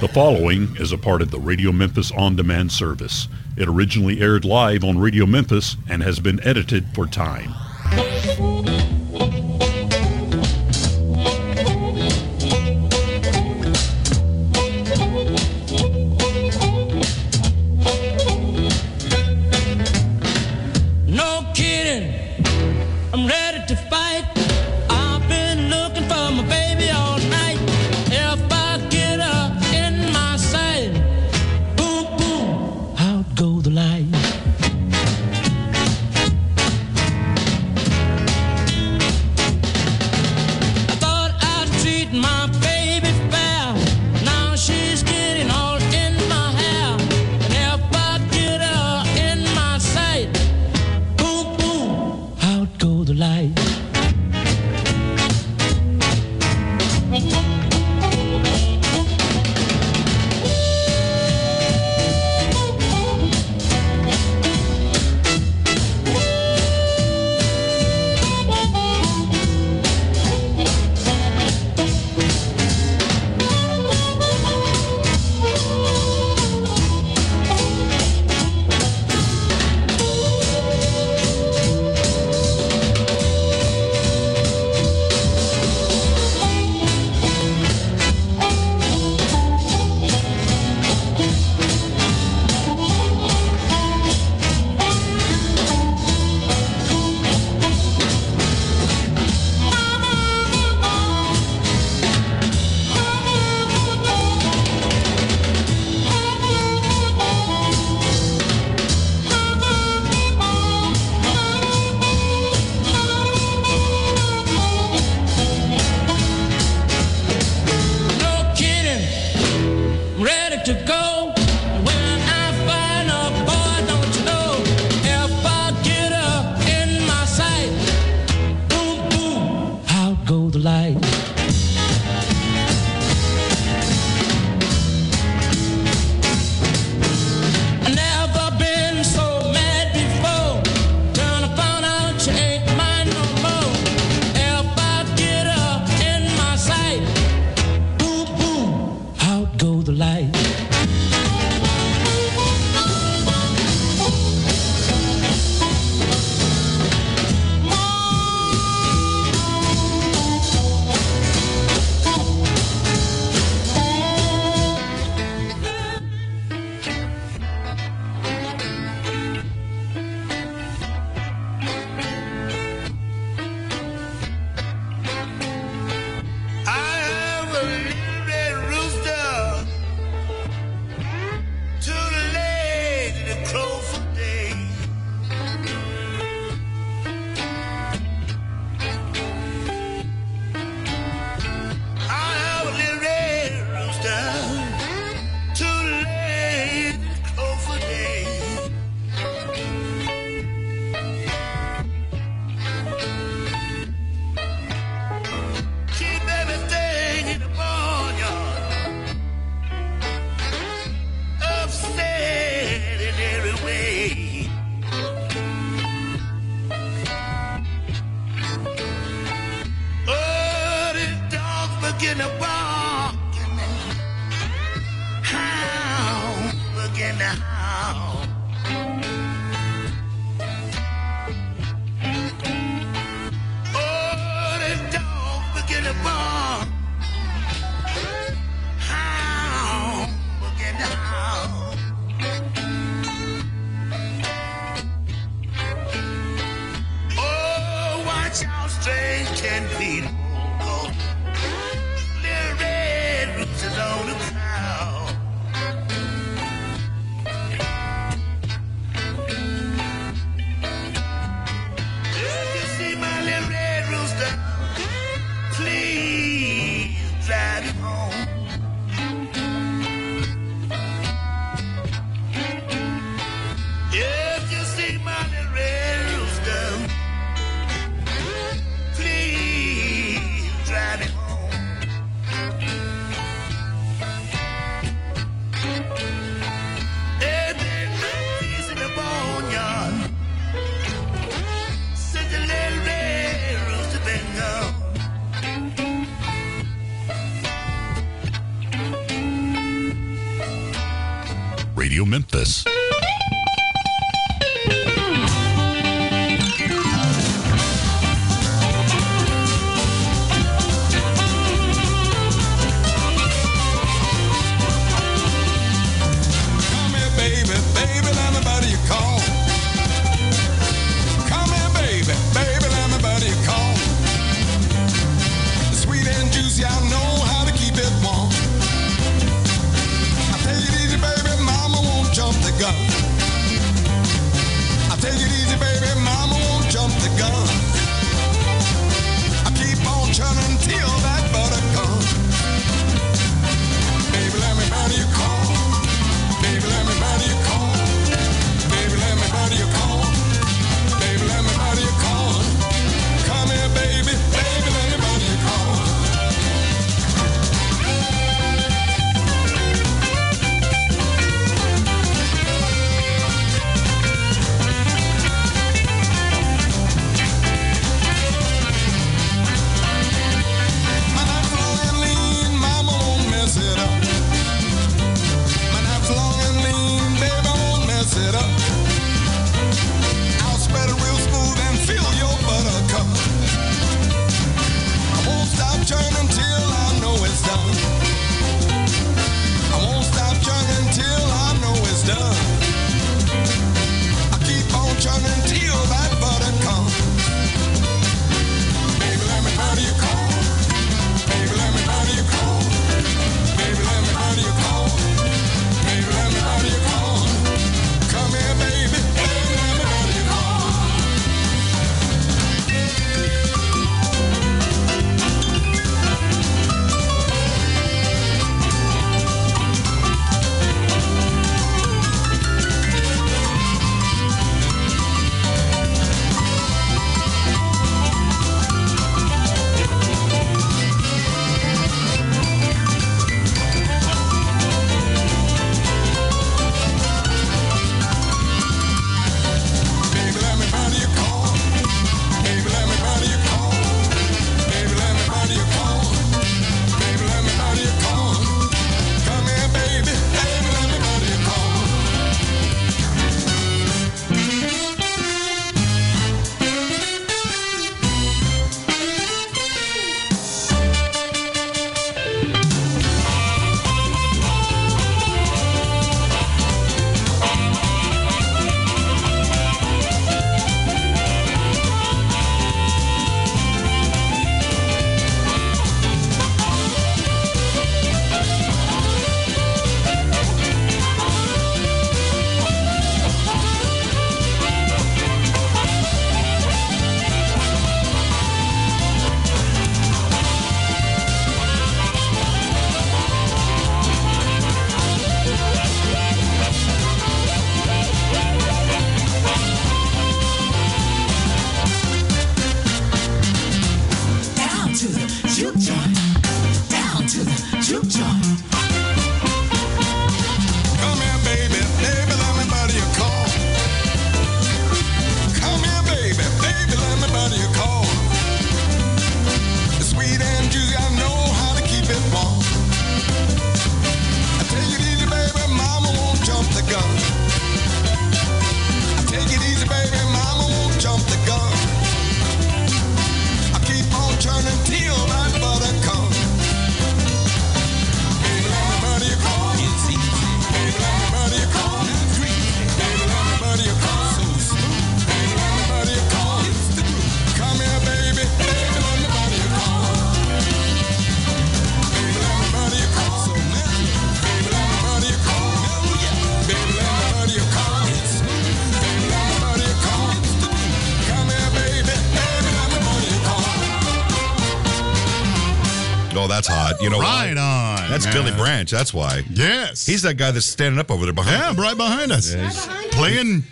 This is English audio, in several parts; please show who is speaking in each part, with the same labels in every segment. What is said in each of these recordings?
Speaker 1: The following is a part of the Radio Memphis On Demand service. It originally aired live on Radio Memphis and has been edited for time.
Speaker 2: No kidding, I'm ready to fight. I've been looking for my baby all night. If I get her in my sight, boom, boom, out go the lights. I thought I'd treat my baby fair. Now she's getting all in my hair. And if I get her in my sight, boom, boom, out go the lights. No kidding, I'm ready to go. When I find a boy, don't you know? If I get her in my sight, boom, boom, out go the light. I never been so mad before. Turn around, out she ain't mine no more. If I get her in my sight. Boom, boom, out go the lights.
Speaker 3: I have a little red rooster too late to crow for day. I have a little red rooster too late to crow for day. Keep everything in the barnyard. Upset in every way. Oh, this dog begin to bark. and Howl, begin to howl. Oh, this dog begin to bark. Howl, begin to howl. Oh, watch out, strange ten feet. Go. Little red roosters on the prowl. If you see my little red rooster, please drive him home. If you see my little red rooster, please
Speaker 1: Radio Memphis.
Speaker 4: Come here, baby, baby, let me body you call. Come here, baby, baby, let me body you call. Sweet and juicy, I know how to keep it warm. I take it easy, baby, mama won't jump the gun. I take it easy, baby, mama won't jump the gun. I keep on churning till that butter comes. Baby, let me body you call. Baby, let me buy you call. Baby, let me buy you call. Baby, let me buy you call. Come here, baby. Baby, let me buy you call. My life's long and lean, mama won't mess it up. My life's long and lean, baby, I won't mess it up. I'll spread it real smooth and fill your buttercup. I won't stop churning till I know it's done. I won't stop churning till I know it's done. I keep on churning till that butter comes. Baby, let me buy you call. Baby, let me buy you call. Baby, let me buy you call. Baby, let me out of your car. Come here, baby. Baby, let me out of your car. Baby, let me out of your car. Baby, let me out of your car. Baby, let me out of your car. Baby, let me out of your car. Come here, baby. Baby, let me out of your car.
Speaker 5: down to the juke joint, down to the juke joint.
Speaker 4: Come here, baby, baby, let me buy you a car. Come here, baby, baby, let me buy you a car. It's sweet and juicy, I know how to keep it warm. I take it easy, baby, mama won't jump the gun. I take it easy, baby, mama won't jump the gun. I keep on churning till that butter comes. Baby, let me buy you a car. Baby, let me buy you a car. Baby, let me buy you a car. Baby, let me buy you a car. Come here, baby. Baby, let me buy you a car. Baby, let me buy you a car. Baby, let me buy you a car. Baby, let me buy you a car. Baby, let me buy you a car. Come here, baby. Baby, let me buy you a car.
Speaker 6: Oh, that's hot. You know why?
Speaker 7: Right on.
Speaker 6: That's
Speaker 7: man.
Speaker 6: Billy Branch. That's why.
Speaker 7: Yes.
Speaker 6: He's that guy that's standing up over there behind.
Speaker 7: yeah,
Speaker 6: him.
Speaker 7: right behind us. Playing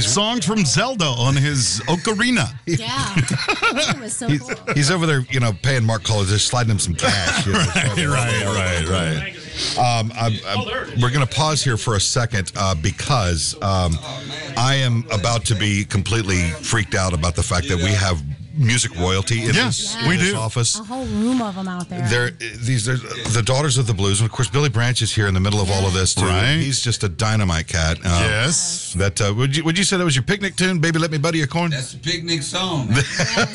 Speaker 7: songs from Zelda on his ocarina.
Speaker 8: Yeah. it was so cool.
Speaker 6: He's over there, you know, paying Mark Collins, just sliding him some cash. you know.
Speaker 7: right, right,
Speaker 6: right. Um, I'm, I'm- we're going to pause here for a second uh, because um, I am about to be completely freaked out about the fact that we have music royalty in
Speaker 7: Yeah,
Speaker 6: this, in
Speaker 7: we
Speaker 6: this
Speaker 7: do.
Speaker 6: office.
Speaker 8: A whole room of them out there.
Speaker 6: There, these are the daughters of the blues, and of course Billy Branch is here in the middle of all of this too.
Speaker 7: Right.
Speaker 6: He's just a dynamite cat. Uh,
Speaker 7: Yes.
Speaker 6: That uh, would you would you say that was your picnic tune, baby? Let me buddy your corn.
Speaker 9: That's a picnic song.
Speaker 8: Yes, that is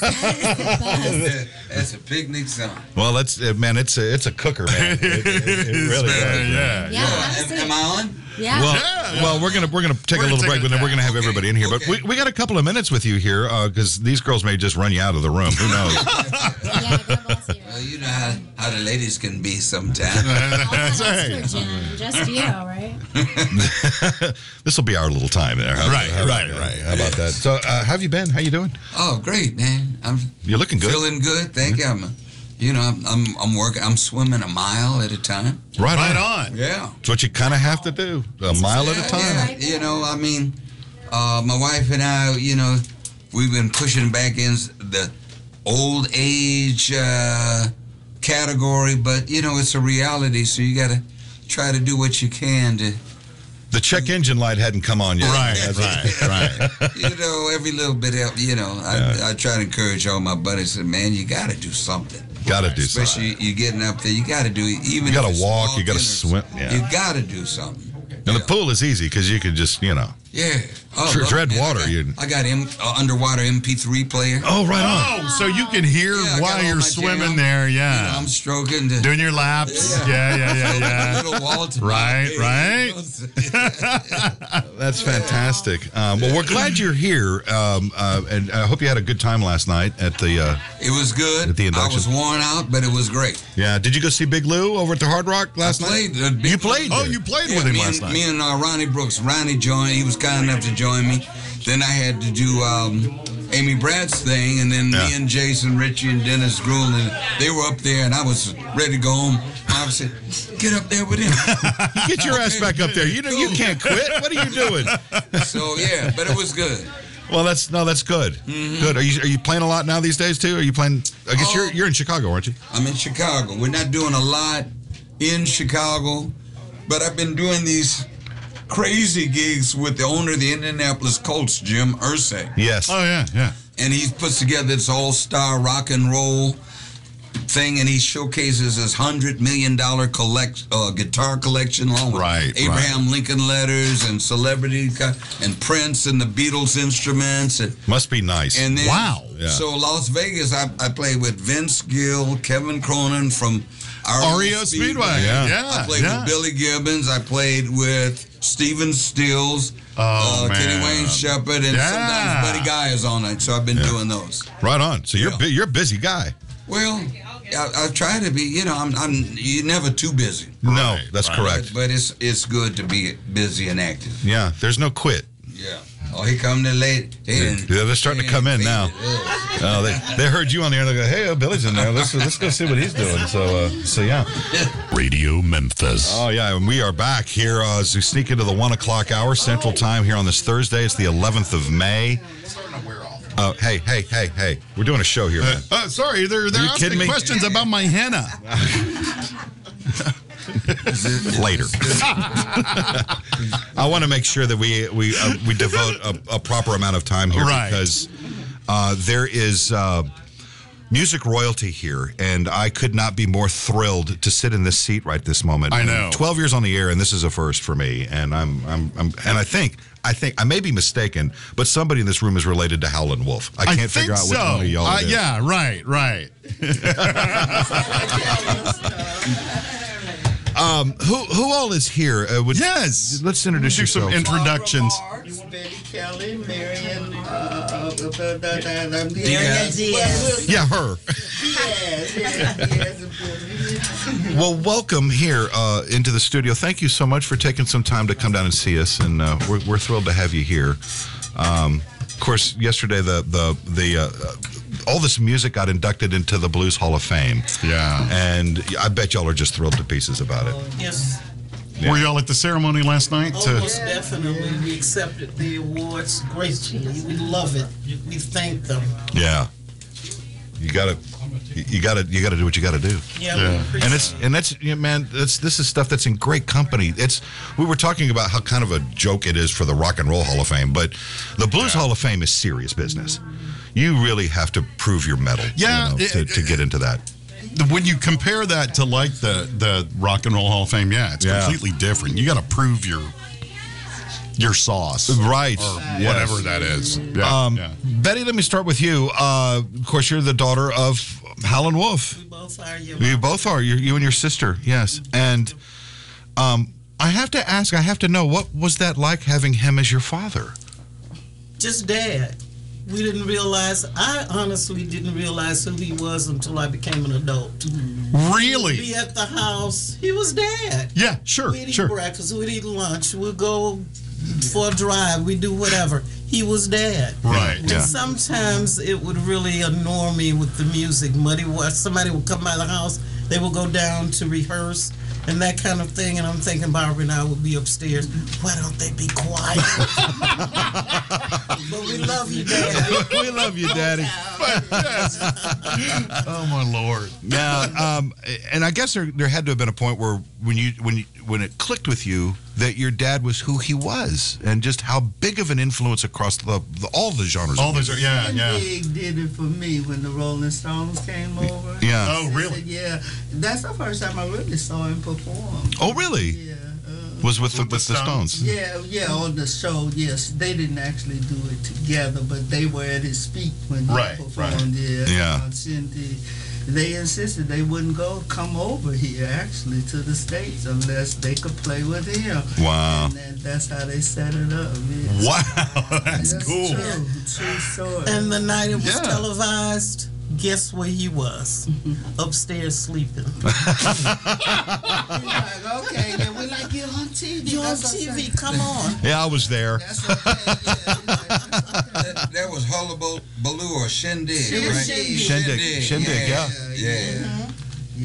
Speaker 8: the best.
Speaker 9: That's a picnic song.
Speaker 6: well, that's uh, man, it's a, it's a cooker, man. It- it- it really is, man.
Speaker 7: yeah.
Speaker 8: Yeah,
Speaker 9: Am, am I on?
Speaker 8: yeah.
Speaker 6: Well,
Speaker 7: Yeah.
Speaker 6: well, we're gonna we're gonna take
Speaker 7: We're
Speaker 6: a
Speaker 7: gonna
Speaker 6: little
Speaker 7: take
Speaker 6: break,
Speaker 7: a-
Speaker 6: and then we're gonna have
Speaker 9: okay,
Speaker 6: everybody in here. But
Speaker 9: okay.
Speaker 6: we, we got a couple of minutes with you here because these girls may just run you out of the room. Who knows?
Speaker 8: yeah, God bless you.
Speaker 9: Well, you know how, how the ladies can be sometimes.
Speaker 8: That's right. Just you, right?
Speaker 6: this will be our little time there. How-
Speaker 7: Right,
Speaker 6: how-
Speaker 7: right, right.
Speaker 6: How about that? So, uh, how have you been? How you doing?
Speaker 9: oh, great, man. I'm
Speaker 6: You're looking good.
Speaker 9: feeling good. Thank you. I'm, you know, I'm, I'm, I'm working. I'm swimming a mile at a time.
Speaker 6: Right,
Speaker 7: Right
Speaker 6: on.
Speaker 7: on.
Speaker 9: Yeah.
Speaker 6: It's what you kind of have to do, a mile at a time.
Speaker 9: Yeah, you know, I mean, uh, my wife and I, you know, we've been pushing back in the old age uh, category, but you know, it's a reality, so you got to try to do what you can to,
Speaker 6: The check engine light hadn't come on yet.
Speaker 7: Right,
Speaker 6: That's-
Speaker 7: right, right.
Speaker 9: you know, every little bit help. You know, I, I try to encourage all my buddies. and Man, you got to do something.
Speaker 6: Gotta do
Speaker 9: Especially
Speaker 6: something.
Speaker 9: you getting up there, you got to do even.
Speaker 6: You gotta
Speaker 9: if it's
Speaker 6: walk,
Speaker 9: walking
Speaker 6: you gotta
Speaker 9: or-
Speaker 6: swim, yeah.
Speaker 9: You got to do something.
Speaker 6: And the pool is easy because you can just, you know.
Speaker 9: Yeah. Oh,
Speaker 6: Dr-
Speaker 9: look,
Speaker 6: Dread
Speaker 9: man,
Speaker 6: Water,
Speaker 9: I got,
Speaker 6: you-
Speaker 9: I got M, uh, underwater MP3 player.
Speaker 6: Oh, right on.
Speaker 7: Oh, so you can hear
Speaker 9: Yeah, I got all
Speaker 7: while
Speaker 9: my
Speaker 7: you're swimming
Speaker 9: jam.
Speaker 7: there.
Speaker 9: You know,
Speaker 7: Yeah.
Speaker 9: I'm stroking the
Speaker 7: Doing your laps. Yeah,
Speaker 9: Yeah.
Speaker 7: yeah, yeah, yeah.
Speaker 9: little wall to
Speaker 7: Right, right.
Speaker 6: That's fantastic. Um, well, we're glad you're here, um, uh, and I hope you had a good time last night at the. Uh,
Speaker 9: It was good.
Speaker 6: At the
Speaker 9: I was
Speaker 6: induction.
Speaker 9: worn out, but it was great.
Speaker 6: yeah, did you go see Big Lou over at the Hard Rock last
Speaker 9: played, uh,
Speaker 6: night?
Speaker 9: Big
Speaker 6: you
Speaker 9: Lou.
Speaker 6: played.
Speaker 7: Oh,
Speaker 6: there.
Speaker 7: you played
Speaker 9: Yeah,
Speaker 7: with him
Speaker 9: me
Speaker 7: last
Speaker 9: and,
Speaker 7: night.
Speaker 9: Me and uh, Ronnie Brooks. Ronnie joined. He was kind enough to join me. Then I had to do um, Amy Brad's thing, and then me
Speaker 6: Yeah.
Speaker 9: and Jason Ritchie and Dennis Gruel, and they were up there, and I was ready to go home. I said, "Get up there with him."
Speaker 6: Get your ass back up there. You know, you can't quit. What are you doing?
Speaker 9: so yeah, but it was good.
Speaker 6: Well, that's no, that's good. Good. Are you are you playing a lot now these days too? Are you playing? I guess you're
Speaker 9: Mm-hmm. Oh.
Speaker 6: you're in Chicago, aren't you?
Speaker 9: I'm in Chicago. We're not doing a lot in Chicago, but I've been doing these crazy gigs with the owner of the Indianapolis Colts, Jim Ursay.
Speaker 6: Yes.
Speaker 7: Oh, yeah, yeah.
Speaker 9: and he puts together this all-star rock and roll thing, and he showcases his hundred million dollar collect uh, guitar collection, along with
Speaker 6: Right, right.
Speaker 9: Abraham Lincoln letters and celebrity co- and Prince and the Beatles instruments, and
Speaker 6: Must be nice.
Speaker 9: and then
Speaker 7: Wow.
Speaker 6: Yeah.
Speaker 9: So Las Vegas, I, I played with Vince Gill, Kevin Cronin from REO,
Speaker 7: REO Speedway.
Speaker 6: Yeah.
Speaker 7: Yeah,
Speaker 9: I played
Speaker 7: yeah.
Speaker 9: with Billy Gibbons. I played with Steven Stills.
Speaker 7: Oh,
Speaker 9: uh,
Speaker 7: man.
Speaker 9: Kenny Wayne Shepherd, and
Speaker 7: Yeah.
Speaker 9: sometimes Buddy Guy is on it, so I've been doing those.
Speaker 6: right on. So you're
Speaker 9: Yeah.
Speaker 6: bu- you're a busy guy.
Speaker 9: Well, I, I try to be. You know, I'm. I'm. You're never too busy,
Speaker 6: no, that's correct.
Speaker 9: but, but it's it's good to be busy and active.
Speaker 6: yeah. There's no quit.
Speaker 9: Yeah. Oh, he come to late. He didn't-
Speaker 6: Yeah, they're starting to
Speaker 9: he
Speaker 6: come
Speaker 9: didn't
Speaker 6: in now.
Speaker 9: fade it. Yeah.
Speaker 6: Oh, they, they heard you on the air. They go, "Hey, oh, Billy's in there. Let's let's go see what he's doing." So, uh, so yeah.
Speaker 1: Radio Memphis.
Speaker 7: Uh,
Speaker 6: Oh yeah, and we are back here uh, as we sneak into the one o'clock hour Central
Speaker 7: Oh.
Speaker 6: Time here on this Thursday. It's the 11th of May. Oh, hey, hey, hey, hey! We're doing a show here, man.
Speaker 7: Uh, sorry, they're, they're
Speaker 6: you
Speaker 7: asking
Speaker 6: kidding me?
Speaker 7: questions about my henna.
Speaker 6: Later, I want to make sure that we we uh, we devote a, a proper amount of time here
Speaker 7: Right.
Speaker 6: because uh, there is. Uh, Music royalty here, and I could not be more thrilled to sit in this seat right this moment.
Speaker 7: I know.
Speaker 6: Twelve years on the air, and this is a first for me. And I'm, I'm, I'm and I think, I think I may be mistaken, but somebody in this room is related to Howlin' Wolf. I can't
Speaker 7: think
Speaker 6: figure out which
Speaker 7: so.
Speaker 6: one of y'all.
Speaker 7: Uh,
Speaker 6: it is.
Speaker 7: yeah, right, right.
Speaker 6: Who, who all is here? Uh, would,
Speaker 7: Yes.
Speaker 6: Let's introduce
Speaker 7: Do some
Speaker 6: yourselves.
Speaker 7: introductions.
Speaker 10: Marks, Betty Kelly, Marion, uh, uh, uh, Marion
Speaker 9: Diaz.
Speaker 10: Diaz.
Speaker 6: yeah, her.
Speaker 10: Diaz, yeah, Diaz and Porter.
Speaker 6: Well, welcome here uh, into the studio. Thank you so much for taking some time to come down and see us, and uh, we're, we're thrilled to have you here. Um, of course, yesterday the the the uh, uh, all this music got inducted into the Blues Hall of Fame.
Speaker 7: Yeah.
Speaker 6: and I bet y'all are just thrilled to pieces about it.
Speaker 10: Yes,
Speaker 7: Were y'all at the ceremony last night?
Speaker 11: Oh,
Speaker 10: almost definitely. We accepted the awards gracefully. We love it. We thank them.
Speaker 6: Yeah, you gotta you gotta you gotta do what you gotta do.
Speaker 7: Yeah.
Speaker 10: Yeah, we
Speaker 6: and
Speaker 10: appreciate
Speaker 6: it's and that's yeah, man that's this is stuff that's in great company it's we were talking about how kind of a joke it is for the rock and roll hall of fame but the blues hall of fame is serious business you really have to prove your metal. you
Speaker 7: Yeah,
Speaker 6: know,
Speaker 7: it-
Speaker 6: to, to get into that.
Speaker 7: when you compare that to like the the Rock and Roll Hall of Fame, yeah, it's
Speaker 6: Yeah.
Speaker 7: completely different. You got to prove your your sauce,
Speaker 6: Right.
Speaker 7: Or
Speaker 6: Yes.
Speaker 7: whatever that is. Yeah,
Speaker 6: Um,
Speaker 7: yeah.
Speaker 6: Betty, let me start with you. Uh, of course, you're the daughter of Howlin' Wolf.
Speaker 10: We both are your
Speaker 6: You both are. You, you and your sister. Yes. And um, I have to ask. I have to know what was that like having him as your father?
Speaker 10: just dad. We didn't realize. I honestly didn't realize who he was until I became an adult.
Speaker 7: Mm-hmm. Really?
Speaker 10: He'd be at the house. He was dad.
Speaker 7: Yeah, sure,
Speaker 10: We'd eat
Speaker 7: sure.
Speaker 10: breakfast. We'd eat lunch. We'd go for a drive. We'd do whatever. He was dad.
Speaker 7: Right,
Speaker 10: And
Speaker 7: yeah.
Speaker 10: sometimes it would really annoy me with the music. Muddy was somebody would come by the house. They would go down to rehearse. And that kind of thing, and I'm thinking Barbara and I would be upstairs. Why don't they be quiet? but we love you, Dad.
Speaker 6: we love you, Daddy.
Speaker 7: Oh my lord.
Speaker 6: Now, um, and I guess there, there had to have been a point where when you when you, when it clicked with you that your dad was who he was and just how big of an influence across the, the all the genres.
Speaker 7: All those are yeah, yeah.
Speaker 11: Big did it for me when the Rolling Stones came over.
Speaker 6: Yeah.
Speaker 7: Oh,
Speaker 11: They
Speaker 7: really?
Speaker 11: said, yeah. That's the first time I really saw him perform.
Speaker 6: Oh, really?
Speaker 11: Yeah. Uh,
Speaker 6: was with the, with the Stones.
Speaker 11: yeah, yeah, on the show, yes. They didn't actually do it together, but they were at his feet when he
Speaker 7: Right,
Speaker 11: performed.
Speaker 7: right.
Speaker 11: Yeah.
Speaker 6: Yeah.
Speaker 11: on Cindy. uh, They insisted they wouldn't go come over here actually to the States unless they could play with him.
Speaker 6: Wow.
Speaker 11: And then that's how they set it up. yeah.
Speaker 7: Wow, that's cool.
Speaker 11: True, true story.
Speaker 10: And the night it was
Speaker 7: Yeah.
Speaker 10: televised, guess where he was? Upstairs sleeping.
Speaker 11: Like, okay, yeah, we like you on TV.
Speaker 10: You on
Speaker 11: That's what I'm
Speaker 10: TV? Come on.
Speaker 6: Yeah, I was there.
Speaker 9: That, that was Hullabaloo Baloo or Shindig,
Speaker 11: It was
Speaker 9: right?
Speaker 11: Shindig.
Speaker 6: Shindig, Shindig, yeah.
Speaker 9: Yeah.
Speaker 11: saying. Yeah. Uh-huh.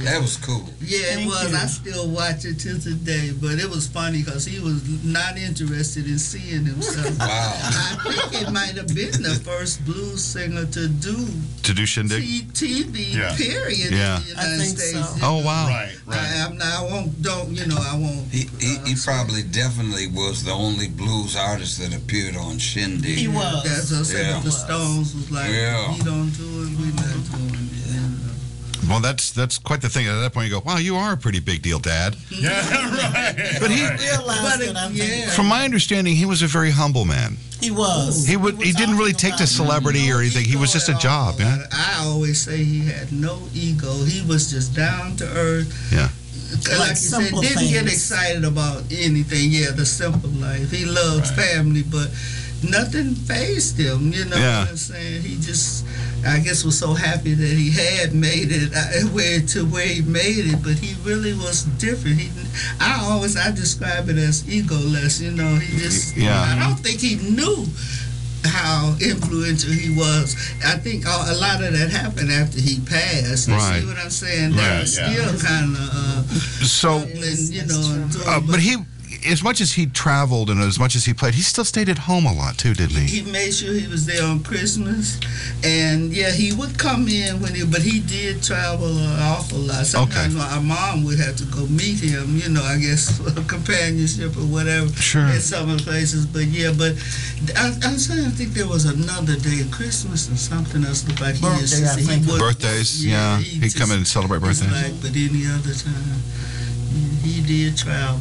Speaker 9: That was cool.
Speaker 11: Yeah, it
Speaker 10: Thank
Speaker 11: was.
Speaker 10: you.
Speaker 11: I still watch it to today, but it was funny because he was not interested in seeing himself.
Speaker 9: Wow.
Speaker 11: I think it might have been the first blues singer to do
Speaker 6: To do Shindig.
Speaker 11: T- TV.
Speaker 7: Yeah.
Speaker 11: Period.
Speaker 6: Yeah.
Speaker 11: In the
Speaker 10: I
Speaker 11: United
Speaker 10: think
Speaker 11: States.
Speaker 10: so.
Speaker 11: you
Speaker 6: Oh
Speaker 11: know.
Speaker 6: wow.
Speaker 7: Right,
Speaker 11: I,
Speaker 7: right.
Speaker 11: I'm not. I won't. Don't. You know. I won't.
Speaker 9: He, he, he
Speaker 11: uh,
Speaker 9: probably definitely was the only blues artist that appeared on Shindig.
Speaker 10: He was.
Speaker 11: That's us.
Speaker 9: Yeah.
Speaker 11: The Stones was like,
Speaker 9: Yeah.
Speaker 11: we don't do it. We not doing it. you know.
Speaker 6: Well, that's that's quite the thing. At that point, you go, "Wow, you are a pretty big deal, Dad."
Speaker 7: Yeah, right.
Speaker 6: But he,
Speaker 10: Realized
Speaker 11: But
Speaker 10: that I'm
Speaker 11: it-
Speaker 10: thinking-
Speaker 11: yeah.
Speaker 6: from my understanding, he was a very humble man.
Speaker 10: He was.
Speaker 6: He would he didn't really take to celebrity or anything. He was just a
Speaker 11: Ego at
Speaker 6: job.
Speaker 11: all.
Speaker 6: Yeah.
Speaker 11: I always say he had no ego. He was just down to earth.
Speaker 6: Yeah.
Speaker 11: Like,
Speaker 10: Like
Speaker 11: you said,
Speaker 10: simple
Speaker 11: didn't get
Speaker 10: things.
Speaker 11: excited about anything. Yeah, the simple life. He loved family, but nothing phased him. You know
Speaker 6: Yeah.
Speaker 11: what I'm saying? He just, I guess, was so happy that he had made it uh, where to where he made it. But he really was different. He, I always I describe it as egoless. You know, he just.
Speaker 6: Yeah.
Speaker 11: I don't think he knew how influential he was. I think a, a lot of that happened after he passed. You
Speaker 6: Right.
Speaker 11: see what I'm saying?
Speaker 7: Right,
Speaker 11: That was
Speaker 7: yeah.
Speaker 11: still kind of, uh,
Speaker 6: So,
Speaker 11: and, you know, and doing-
Speaker 6: uh, but he, as much as he traveled and as much as he played, he still stayed at home a lot too, didn't he?
Speaker 11: he made sure he was there on Christmas, and yeah, he would come in when he. But he did travel an awful lot. Sometimes
Speaker 6: Okay.
Speaker 11: our mom would have to go meet him. You know, I guess for companionship or whatever.
Speaker 6: Sure.
Speaker 11: In some of the places, but yeah, but I, I'm trying to think there was another day, Christmas or something else. Looked like
Speaker 10: Birthday,
Speaker 11: he insisted
Speaker 10: I think.
Speaker 11: he would
Speaker 6: Birthdays, yeah. He'd
Speaker 11: just-
Speaker 6: come in and celebrate
Speaker 11: just
Speaker 6: birthdays.
Speaker 11: Like, but any other time, he did travel.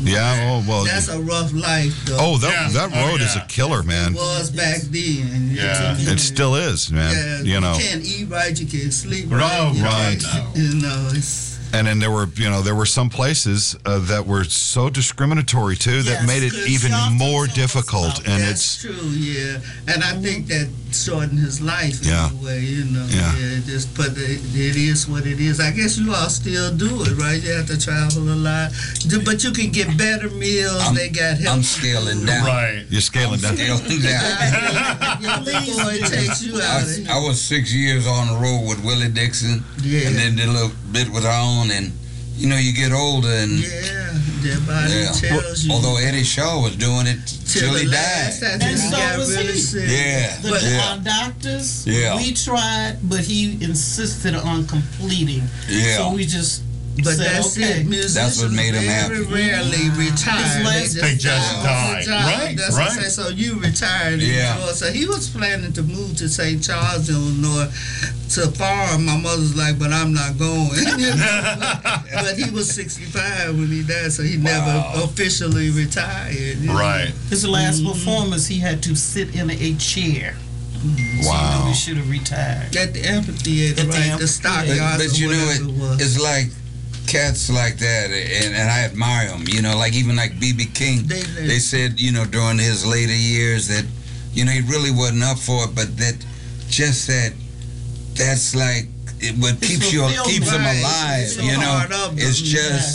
Speaker 6: Yeah. Oh well.
Speaker 11: That's a rough life, though.
Speaker 6: oh, that
Speaker 7: Yeah.
Speaker 6: that
Speaker 7: Oh,
Speaker 6: road is a
Speaker 7: yeah.
Speaker 6: killer, man.
Speaker 11: was back then.
Speaker 7: Yeah.
Speaker 6: It still is, man. you know.
Speaker 11: can't eat right, you can't sleep
Speaker 7: Right,
Speaker 11: right. you
Speaker 6: right.
Speaker 11: can't- You know, it's
Speaker 6: And then there were, you know, there were some places uh, that were so discriminatory too that
Speaker 10: Yes,
Speaker 6: made it
Speaker 10: 'cause
Speaker 6: even
Speaker 10: y'all think
Speaker 6: more
Speaker 10: so much
Speaker 6: difficult.
Speaker 10: about
Speaker 6: And
Speaker 11: that's
Speaker 6: it's
Speaker 11: true, yeah. And I think that shortened his life in
Speaker 6: Yeah.
Speaker 11: a way, you know.
Speaker 6: Yeah.
Speaker 11: it just but it, it is what it is. I guess you all still do it, right? You have to travel a lot, Do- but you can get better meals.
Speaker 9: I'm-
Speaker 11: they got help.
Speaker 9: I'm scaling down.
Speaker 7: Right.
Speaker 6: you're scaling down.
Speaker 9: Scaling down.
Speaker 11: Yeah, before it takes you out.
Speaker 9: I,
Speaker 11: Of,
Speaker 9: I was six years on the road with Willie Dixon,
Speaker 11: yeah,
Speaker 9: and then did a little bit with our own. And you know, you get older, and
Speaker 11: yeah. Their body
Speaker 9: Yeah.
Speaker 11: tells you.
Speaker 9: although Eddie Shaw was doing it till
Speaker 11: the
Speaker 9: he died.
Speaker 11: last uh, time
Speaker 10: And
Speaker 11: he
Speaker 10: so
Speaker 11: got
Speaker 10: was
Speaker 11: really
Speaker 10: he.
Speaker 11: sick.
Speaker 9: Yeah,
Speaker 10: The,
Speaker 9: yeah,
Speaker 10: Our doctors,
Speaker 9: Yeah.
Speaker 10: we tried, but he insisted on completing.
Speaker 9: yeah.
Speaker 10: So we just
Speaker 11: But
Speaker 10: said,
Speaker 11: that's
Speaker 10: okay.
Speaker 11: it. Musicians
Speaker 9: That's what made 'em happy.
Speaker 11: very rarely retire.
Speaker 10: last-
Speaker 11: just
Speaker 10: They just
Speaker 11: die. off the
Speaker 10: die.
Speaker 11: job.
Speaker 10: Right,
Speaker 11: That's What I'm
Speaker 10: right.
Speaker 11: saying. So you retired. in
Speaker 10: Yeah.
Speaker 11: Illinois. So he was planning to move to St. Charles, Illinois, to farm. My mother's like, but I'm not going. You know? but he was 65 when he died, so he never officially retired. you know?
Speaker 10: His last
Speaker 11: Mhm.
Speaker 10: performance, he had to sit in a chair.
Speaker 9: Mm-hmm.
Speaker 10: So you know he should have retired.
Speaker 11: At the amphitheater,
Speaker 10: At the
Speaker 11: right? The,
Speaker 10: amphitheater.
Speaker 11: stockyards.
Speaker 9: But
Speaker 11: or
Speaker 9: you know,
Speaker 11: whatever
Speaker 9: it,
Speaker 11: it was.
Speaker 9: it's like cats like that, and, and I admire them. You know, like even like BB King,
Speaker 11: They-
Speaker 9: they,
Speaker 11: they-
Speaker 9: said you know during his later years that you know he really wasn't up for it, but that just that that's like it, what keeps you
Speaker 11: fulfillment.
Speaker 9: keeps him
Speaker 11: Right.
Speaker 9: alive.
Speaker 11: It's
Speaker 9: you
Speaker 11: a
Speaker 9: know,
Speaker 11: part of
Speaker 9: it's
Speaker 11: them,
Speaker 9: just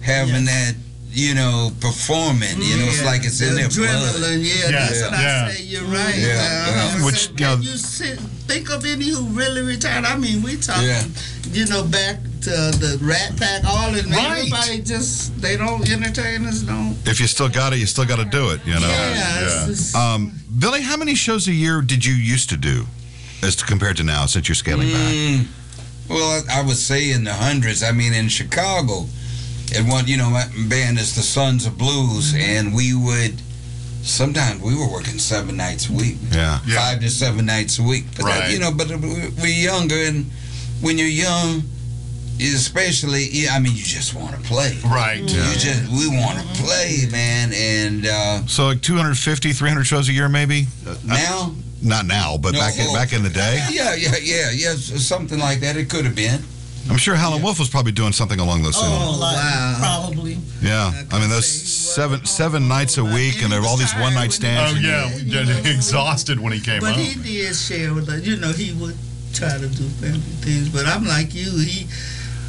Speaker 9: having that. You know, performing. You know, it's
Speaker 11: Yeah,
Speaker 9: like it's in
Speaker 11: the
Speaker 9: their blood.
Speaker 11: adrenaline, yeah, that's what I say, you're right.
Speaker 9: Yeah, Uh-huh.
Speaker 11: Uh,
Speaker 9: yeah.
Speaker 11: Which, you sit, think of any who really retired. I mean, we talking,
Speaker 9: Yeah.
Speaker 11: you know, back to the Rat Pack, all of them.
Speaker 7: Right.
Speaker 11: Everybody just they don't entertain us, don't.
Speaker 6: If you still got it, you still got to do it. You know.
Speaker 11: Yeah, it's just-
Speaker 6: Um, Billy, how many shows a year did you used to do, as to, compared to now, since you're scaling
Speaker 9: Mm, well, I I would say in the hundreds. I mean, in Chicago, at one, you know, my band is the Sons of Blues,
Speaker 6: Mm-hmm.
Speaker 9: and we would sometimes we were working seven nights a week,
Speaker 6: back? Yeah.
Speaker 9: five to seven nights a week. But that-
Speaker 6: Right.
Speaker 9: you know, but we- we're younger, and when you're young, especially, yeah, I mean, you just want to play.
Speaker 7: Right.
Speaker 9: You just we want
Speaker 6: Mm-hmm.
Speaker 9: to play, man, and uh,
Speaker 6: So like 250, 300 shows a year, maybe. Uh,
Speaker 9: now.
Speaker 6: Not now, but
Speaker 9: No,
Speaker 6: back in,
Speaker 9: oh.
Speaker 6: back in the day.
Speaker 9: Yeah, yeah, yeah, yeah, s- something like that. It could have been.
Speaker 6: I'm sure Helen Wolf was probably doing something along those
Speaker 10: Oh,
Speaker 6: lines.
Speaker 10: like,
Speaker 11: wow.
Speaker 10: probably.
Speaker 7: Oh.
Speaker 6: Yeah, I mean those seven seven nights a week, and there were all these one night
Speaker 7: Oh
Speaker 6: stands.
Speaker 7: yeah, yeah, exhausted when he came
Speaker 11: But
Speaker 7: home.
Speaker 11: he did share with us. You know, he would try to do family things. But I'm like you. He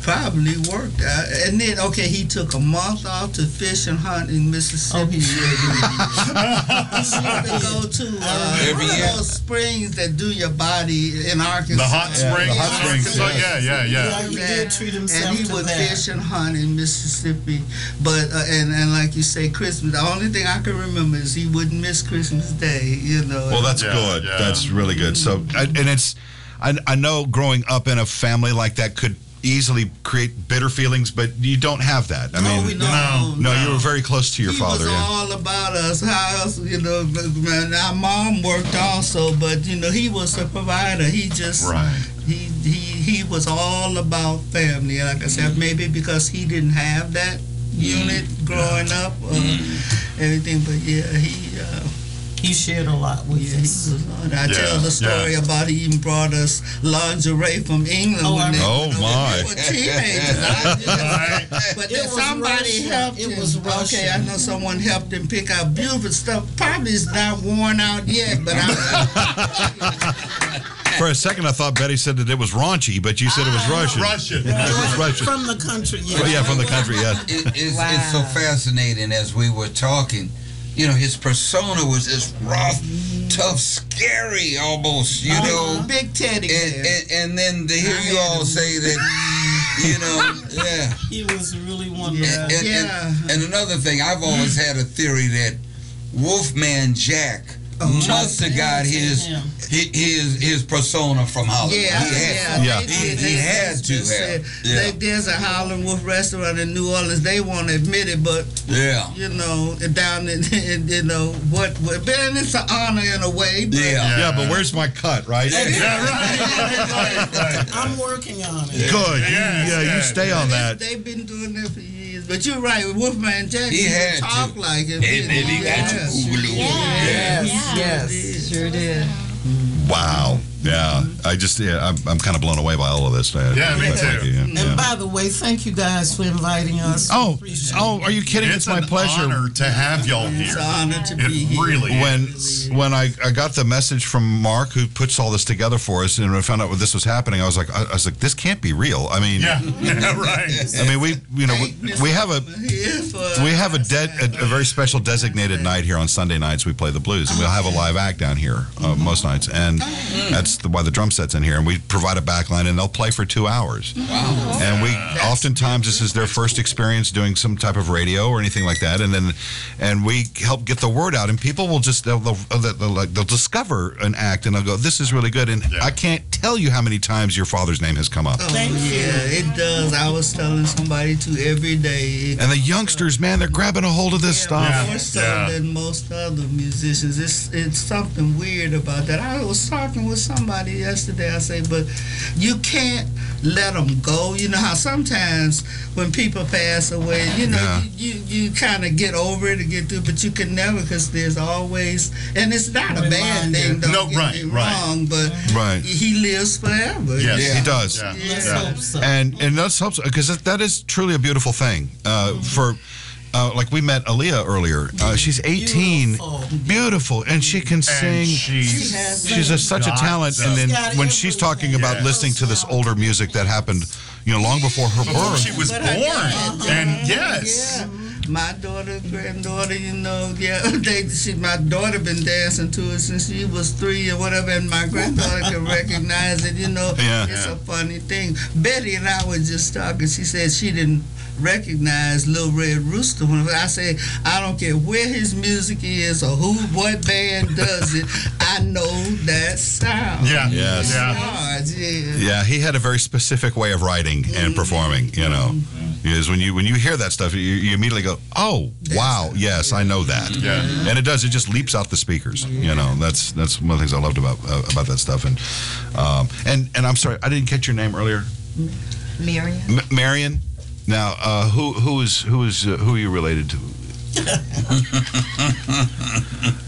Speaker 11: probably worked. Out. And then, okay, he took a month off to fish and hunt in Mississippi. he used to go to uh,
Speaker 9: Every
Speaker 11: one
Speaker 9: year.
Speaker 11: of those springs that do your body in Arkansas.
Speaker 7: The hot springs.
Speaker 11: Yeah,
Speaker 7: hot springs. Oh, yeah, yeah, yeah.
Speaker 10: Yeah, he did treat himself
Speaker 11: and he
Speaker 10: to
Speaker 11: would
Speaker 10: that.
Speaker 11: fish and hunt in Mississippi. But uh, and and like you say, Christmas. The only thing I can remember is he wouldn't miss Christmas Day. You know.
Speaker 6: Well, that's
Speaker 7: Yeah,
Speaker 6: good.
Speaker 7: yeah.
Speaker 6: That's really good. So, I, and it's, I, I know growing up in a family like that could easily create bitter feelings, but you don't have that. I
Speaker 11: No,
Speaker 6: mean,
Speaker 11: Oh, we don't.
Speaker 6: no, you were very close to your
Speaker 11: he
Speaker 6: father.
Speaker 11: was
Speaker 6: yeah.
Speaker 11: all about us. How else, you know? but, Man, our mom worked also, but you know, he was a provider. He just
Speaker 7: Right.
Speaker 11: he he he was all about family. Like I said,
Speaker 6: Mm-hmm.
Speaker 11: maybe because he didn't have that unit growing up, or
Speaker 6: Mm-hmm.
Speaker 11: everything. But yeah, he. Uh,
Speaker 10: He shared a lot with
Speaker 11: yeah, he
Speaker 10: us.
Speaker 11: was on. I
Speaker 7: Yeah,
Speaker 11: tell the story about he even brought us lingerie from England
Speaker 10: Oh, I
Speaker 11: when they
Speaker 6: remember.
Speaker 11: when
Speaker 6: Oh, my.
Speaker 11: we were teenagers. I just- but
Speaker 10: It
Speaker 11: then
Speaker 10: was
Speaker 11: somebody
Speaker 10: Russian.
Speaker 11: helped
Speaker 10: It
Speaker 11: him.
Speaker 10: was
Speaker 11: Okay, I
Speaker 10: Russian.
Speaker 11: know someone helped him pick out beautiful stuff. Probably it's not worn out yet, but I,
Speaker 6: For a second, I thought Betty said that it was raunchy, but you said it was Russian.
Speaker 7: Russian.
Speaker 6: It was Russian.
Speaker 10: From the country, yeah.
Speaker 6: Oh, yeah, from the country. Yeah.
Speaker 9: it, it's, it's so fascinating as we were talking. You know, his persona was this rough, tough, scary almost, you know.
Speaker 11: Mm-hmm. Oh, big teddy
Speaker 9: And,
Speaker 11: bear.
Speaker 9: and, and then to hear you all say that, you know, yeah.
Speaker 10: He was really
Speaker 11: Yeah.
Speaker 10: wonderful.
Speaker 9: And,
Speaker 11: Yeah.
Speaker 9: and, and another thing, I've always had a theory that Wolfman Jack
Speaker 11: Oh,
Speaker 9: must have got his,
Speaker 10: Yeah.
Speaker 9: hi- his his persona from Hollywood.
Speaker 11: Yeah,
Speaker 9: He had-
Speaker 11: yeah,
Speaker 6: Yeah.
Speaker 11: They
Speaker 9: He-
Speaker 11: did.
Speaker 9: he
Speaker 11: They
Speaker 9: had
Speaker 11: just
Speaker 9: to have.
Speaker 11: said-
Speaker 9: Yeah.
Speaker 11: they- there's a Howlin' Wolf restaurant in New Orleans. They won't admit it, but
Speaker 9: yeah.
Speaker 11: you know, down in, in you know what, what man, it's an honor in a way. But
Speaker 9: Yeah.
Speaker 6: Yeah, but where's my cut, right?
Speaker 7: Yeah, right. right, right, right.
Speaker 10: I'm working on it.
Speaker 6: Good.
Speaker 7: Yes,
Speaker 6: yeah, you
Speaker 7: yes.
Speaker 6: stay on that.
Speaker 11: They've been doing that for years. But you're right, Wolfman Jack,
Speaker 9: He
Speaker 11: he,
Speaker 9: had
Speaker 11: would talk
Speaker 9: to.
Speaker 11: like it.
Speaker 9: And then he got
Speaker 11: Yes.
Speaker 9: you. Oogaloo.
Speaker 8: Yeah.
Speaker 11: Yes.
Speaker 8: Sure did.
Speaker 6: Wow. Yeah. I just, yeah, I'm, I'm kind of blown away by all of this.
Speaker 7: Yeah, me
Speaker 6: Thank
Speaker 7: too.
Speaker 6: you, yeah,
Speaker 10: And
Speaker 6: yeah.
Speaker 10: by the way, thank you guys for inviting us. We
Speaker 6: Oh,
Speaker 10: appreciate it.
Speaker 6: oh, are you kidding? It's,
Speaker 7: It's
Speaker 6: my
Speaker 7: an
Speaker 6: pleasure.
Speaker 7: honor to have y'all
Speaker 11: It's an
Speaker 7: here.
Speaker 11: honor to be
Speaker 7: It
Speaker 11: here.
Speaker 7: really is.
Speaker 6: when when I, I got the message from Mark who puts all this together for us and I found out what this was happening I was like I, I was like this can't be real I mean
Speaker 7: Yeah, yeah, right.
Speaker 6: I mean we you know we,
Speaker 11: Thank
Speaker 6: we
Speaker 11: Mr.
Speaker 6: have a
Speaker 11: Hoffman here for-
Speaker 6: we have a, de- a, a very special
Speaker 11: Mm-hmm.
Speaker 6: designated night here on Sunday nights we play the blues and we'll have a live act down here uh, most nights and at that's the, why the drum set's in here. And we provide a backline, and they'll play for two hours.
Speaker 9: Wow.
Speaker 6: And we oftentimes this is their first experience doing some type of radio or anything like that, and then and we help get the word out, and people will just they'll they'll, they'll, they'll, like, they'll discover an act, and they'll go, "This is really good." And I can't tell you how many times your father's name has come up.
Speaker 11: Thank you. Yeah, it does. I was telling somebody to every day.
Speaker 6: And the youngsters, man, they're grabbing a hold of this
Speaker 11: Yeah,
Speaker 6: stuff.
Speaker 11: More so than most other musicians. It's it's something weird about that. I was talking with somebody yesterday. I say, but you can't let them go. You know how sometimes when people pass away, you know,
Speaker 6: Yeah.
Speaker 11: you you, you kind of get over it and get through, but you can never because there's always, and it's not a bad thing. Don't
Speaker 6: No,
Speaker 11: get
Speaker 6: right,
Speaker 11: me
Speaker 6: right.
Speaker 11: wrong, but
Speaker 6: Right.
Speaker 11: he lives forever.
Speaker 6: Yes,
Speaker 11: Yeah.
Speaker 6: he does.
Speaker 11: Yeah. Let's Yeah. hope so.
Speaker 6: And and that's helps because that, that is truly a beautiful thing. Uh, For uh, like we met Aaliyah earlier. Uh, she's 18, beautiful. and she can sing.
Speaker 7: she's
Speaker 6: she's a, such a
Speaker 7: got
Speaker 6: talent.
Speaker 7: the-
Speaker 6: And then when she's talking about listening to this older music that happened, you know, long before her
Speaker 7: Before
Speaker 6: birth,
Speaker 7: she was But her born. dad- And yes.
Speaker 11: Yeah. My daughter, granddaughter, you know, yeah, they, she, my daughter been dancing to it since she was three or whatever, and my granddaughter can recognize it, you know.
Speaker 6: Yeah.
Speaker 11: It's
Speaker 6: Yeah.
Speaker 11: a funny thing. Betty and I were just talking. She said she didn't recognize Little Red Rooster. When I said, I don't care where his music is or who, what band does it, I know that sound.
Speaker 6: Yeah. Yes. Yeah.
Speaker 11: Stars, yeah.
Speaker 6: Yeah, Mm-hmm. he had a very specific way of writing and performing. You know, is when you when you hear that stuff, you, you immediately go, "Oh, wow, yes, I know that." Yeah, and it does. It just leaps out the speakers. You know, that's that's one of the things I loved about uh, about that stuff. And um, and and I'm sorry, I didn't catch your name earlier,
Speaker 12: Marion.
Speaker 6: M- Marion. Now, uh, who who is who is uh, who are you related to?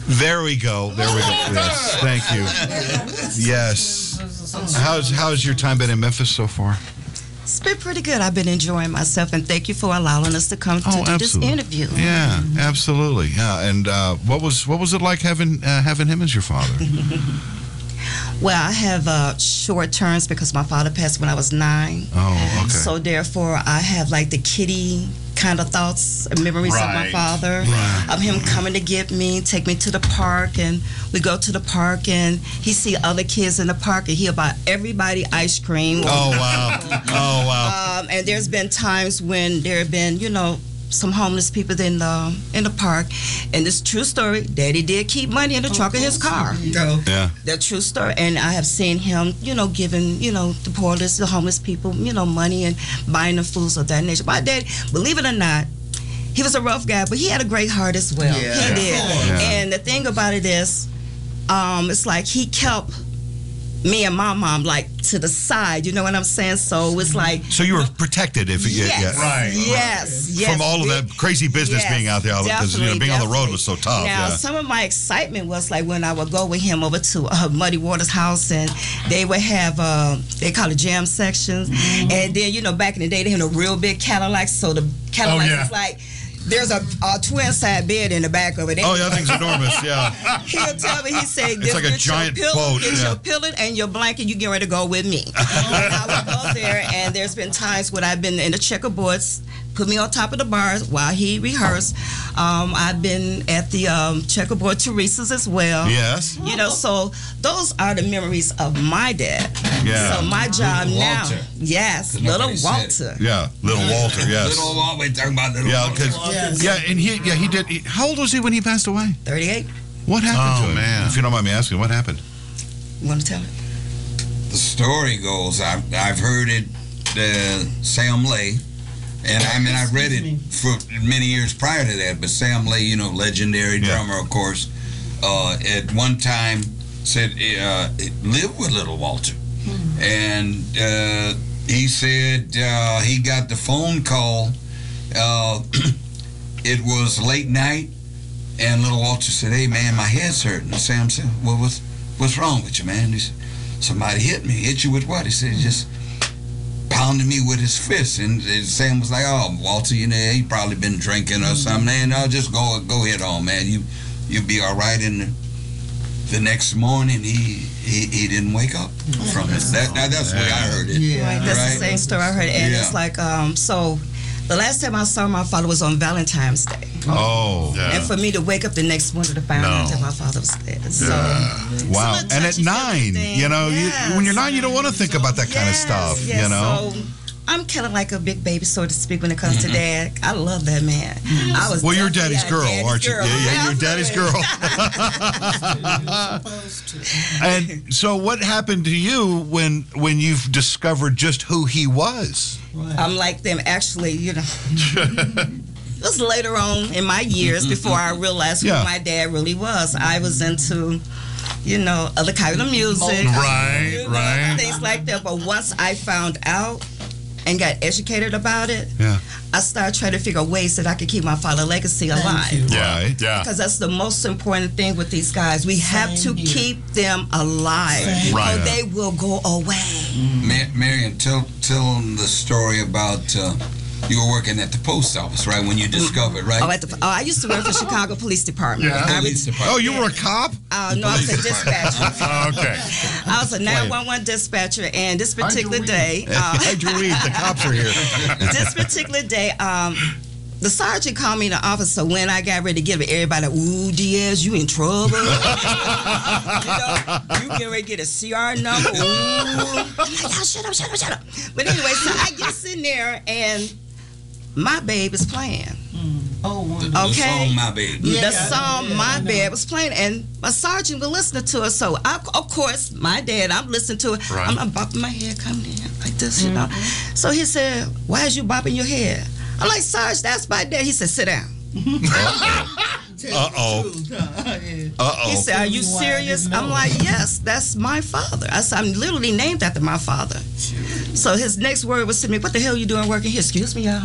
Speaker 6: there we go. There we go. Yes, thank you. Yes. How's how's your time been in Memphis so far?
Speaker 12: It's been pretty good. I've been enjoying myself, and thank you for allowing us to come to
Speaker 6: Oh,
Speaker 12: do this
Speaker 6: absolutely.
Speaker 12: interview.
Speaker 6: Yeah, absolutely. Yeah, and uh, what was what was it like having uh, having him as your father?
Speaker 12: Well, I have uh, short terms because my father passed when I was nine.
Speaker 6: Oh, okay.
Speaker 12: So therefore, I have like the kitty kind of thoughts, and memories of my
Speaker 6: Right.
Speaker 12: father, of him coming to get me, take me to the park, and we go to the park, and he see other kids in the park, and he buy everybody ice cream.
Speaker 6: Oh, wow. Oh, wow.
Speaker 12: Um, and there's been times when there have been, you know. Some homeless people in the in the park, and it's a true story. Daddy did keep money in the trunk of his car.
Speaker 6: Yeah.
Speaker 12: The true story, and I have seen him, you know, giving, you know, the poorless, the homeless people, you know, money and buying them foods of that nature. My dad, believe it or not, he was a rough guy, but he had a great heart as well.
Speaker 5: Yeah.
Speaker 12: He did.
Speaker 5: Yeah.
Speaker 12: And the thing about it is, um, it's like he kept me and my mom like to the side. You know what I'm saying? So it's like
Speaker 6: So you were protected if you
Speaker 12: Yes.
Speaker 6: yeah, yeah.
Speaker 12: Right. Yes, yes.
Speaker 6: From all of that crazy business
Speaker 12: Yes,
Speaker 6: being out there, because you know
Speaker 12: definitely,
Speaker 6: being on the road was so tough.
Speaker 12: Now,
Speaker 6: yeah.
Speaker 12: some of my excitement was like when I would go with him over to uh, Muddy Waters' house, and they would have uh, they call it jam sections, and then you know back in the day they had a real big Cadillac, so the Cadillac
Speaker 6: yeah.
Speaker 12: is like. There's a, a twin side bed in the back of it.
Speaker 6: Oh, yeah, that thing's enormous, yeah.
Speaker 12: He'll tell me, he said,
Speaker 6: It's like a
Speaker 12: "Get your
Speaker 6: giant
Speaker 12: pillow-
Speaker 6: boat,
Speaker 12: Get
Speaker 6: yeah.
Speaker 12: your pillow and your blanket. You get ready to go with me. And I would go there, and there's been times when I've been in the checkerboards, put me on top of the bars while he rehearsed. Um, I've been at the um, checkerboard Teresa's as well.
Speaker 6: Yes.
Speaker 12: You know, so those are the memories of my dad.
Speaker 6: Yeah.
Speaker 12: So my job
Speaker 9: Little
Speaker 12: now,
Speaker 9: Walter.
Speaker 12: yes,
Speaker 9: Cause
Speaker 12: little
Speaker 9: nobody said it.
Speaker 12: Walter.
Speaker 6: Yeah, little Walter. Yes.
Speaker 9: Little Walter. we talking about little
Speaker 6: yeah,
Speaker 9: Walter.
Speaker 6: 'cause- yeah, and he yeah he did. He, how old was he when he passed away?
Speaker 12: Thirty-eight.
Speaker 6: What happened
Speaker 9: Oh,
Speaker 6: to him?
Speaker 9: man.
Speaker 6: If you don't mind me asking, what happened?
Speaker 12: You want to tell me?
Speaker 9: the story goes. I've, I've heard it, uh, Sam Lay, and I mean I've read it for many years prior to that. But Sam Lay, you know, legendary drummer, of course, uh, at one time said uh, lived with Little Walter, and uh, he said uh, he got the phone call. Uh, it was late night, and Little Walter said, "Hey man, my head's hurting." And Sam said, "Well, what's what's wrong with you, man?" He said, somebody hit me. Hit you with what? He said, just pounded me with his fist. And, and Sam was like, oh, Walter, you know, he probably been drinking or something. And I'll just go go head on, man. You you'll be all right. And the, the next morning, he he, he didn't wake up from it. That, now that's the way I heard it.
Speaker 12: Right, that's the same story I heard. And it's like, um, so The last time I saw my father was on Valentine's Day.
Speaker 6: Oh. Yeah.
Speaker 12: And for me to wake up the next morning to find out
Speaker 6: No.
Speaker 12: that my father was dead. So.
Speaker 6: Yeah. wow. And at nine, you know, you, when you're nine, you don't want to think about that kind of stuff,
Speaker 12: Yeah,
Speaker 6: you know?
Speaker 12: So I'm kind of like a big baby, so to speak, when it comes
Speaker 6: Mhm.
Speaker 12: to dad. I love that man.
Speaker 6: Mm-hmm.
Speaker 12: I was
Speaker 6: well, you're
Speaker 12: definitely
Speaker 6: daddy's
Speaker 12: a
Speaker 6: girl,
Speaker 12: daddy's
Speaker 6: aren't you?
Speaker 12: girl.
Speaker 6: Yeah, yeah, you're daddy's girl. and so, what happened to you when when you've discovered just who he was?
Speaker 12: I'm like them. Actually, you know, it was later on in my years
Speaker 6: Mm-hmm,
Speaker 12: before I realized
Speaker 6: Yeah.
Speaker 12: who my dad really was. I was into, you know, other kind of music,
Speaker 7: Right,
Speaker 12: you know,
Speaker 7: right.
Speaker 12: things like that. But once I found out and got educated about it,
Speaker 6: Yeah.
Speaker 12: I started trying to figure ways that I could keep my father legacy alive.
Speaker 6: Yeah, yeah.
Speaker 12: Because that's the most important thing with these guys. We have to keep them alive,
Speaker 9: Same
Speaker 12: or
Speaker 9: here.
Speaker 12: they will go away.
Speaker 9: Ma- Marion, tell tell 'em the story about uh, you were working at the post office, right? When you discovered, right?
Speaker 12: Oh, at the, oh, I used to work for Chicago Police Department.
Speaker 9: Yeah.
Speaker 12: I
Speaker 9: Police Department. Oh, you were a cop?
Speaker 12: Uh, no, I was a dispatcher. I was a 911 dispatcher, and this particular day, uh,
Speaker 6: Hide your weed. The cops are here.
Speaker 12: this particular day, um, the sergeant called me in the office. So when I got ready to give it, everybody, ooh, Diaz, you in trouble. you know, you get ready to get a CR number. Ooh. I'm like, y'all shut up, shut up, shut up. But anyway, so I get in there, and my babe is playing.
Speaker 10: Oh,
Speaker 9: The
Speaker 12: okay.
Speaker 9: song, my baby.
Speaker 12: the song my dad was playing, and my sergeant was listening to it. So, I, of course, my dad, I'm listening to it.
Speaker 9: Right.
Speaker 12: I'm, I'm bopping my head, coming in like this, you know. So he said, "Why is you bopping your head?" I'm like, "Sarge, that's my dad." He said, "Sit down."
Speaker 6: Uh-oh. Uh-oh.
Speaker 12: He said, "Are Oh. you serious?" I'm like, "Yes, that's my father." I said, "I'm literally named after my father." So his next word was to me, "What the hell you doing working here?" Excuse me, y'all.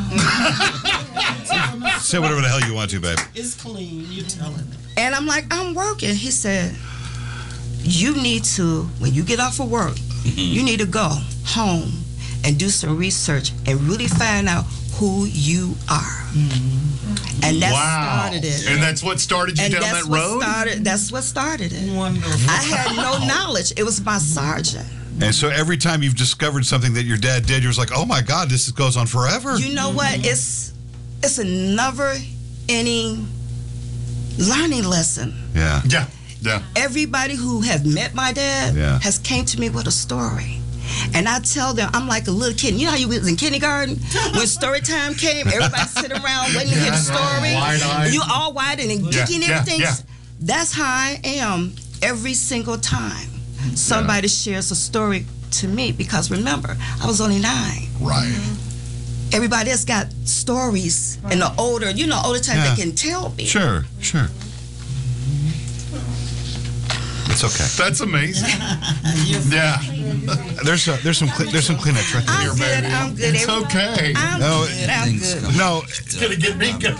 Speaker 6: Say whatever the hell you want to, babe.
Speaker 10: It's clean. You tell it.
Speaker 12: And I'm like, I'm working. He said, You need to, when you get off of work,
Speaker 13: Mm-hmm.
Speaker 12: you need to go home and do some research and really find out who you are. And that
Speaker 13: Wow.
Speaker 12: started it.
Speaker 13: And that's what started you
Speaker 12: And
Speaker 13: down
Speaker 12: that's
Speaker 13: that
Speaker 12: what
Speaker 13: road?
Speaker 12: started- that's what started it. Wonderful. I had no knowledge. It was my sergeant.
Speaker 6: And so every time you've discovered something that your dad did, you're just like, oh my God, this goes on forever.
Speaker 12: You know what?
Speaker 13: Mm-hmm.
Speaker 12: It's it's another inning learning lesson.
Speaker 6: yeah.
Speaker 13: Yeah. Yeah.
Speaker 12: everybody who has met my dad
Speaker 13: Yeah.
Speaker 12: has came to me with a story. And I tell them, I'm like a little kid. You know how you was in kindergarten when story time came, everybody sit around waiting to hear the
Speaker 13: Yeah,
Speaker 12: story.
Speaker 13: wide-eyed.
Speaker 12: You all wide and
Speaker 13: Yeah,
Speaker 12: geeking
Speaker 13: yeah,
Speaker 12: everything.
Speaker 13: yeah.
Speaker 12: That's how I am every single time somebody shares a story to me. Because remember, I was only nine.
Speaker 13: Right.
Speaker 12: Everybody else got stories, and the older, you know, older time
Speaker 6: Yeah.
Speaker 12: they can tell me.
Speaker 6: Sure, sure. It's okay.
Speaker 13: That's amazing. yeah.
Speaker 6: There's uh there's some cle there's some Kleenex right there.
Speaker 12: I'm good. I'm good.
Speaker 13: It's okay.
Speaker 12: I'm
Speaker 6: No,
Speaker 12: good. I'm good.
Speaker 6: No,
Speaker 13: It's gonna get me good.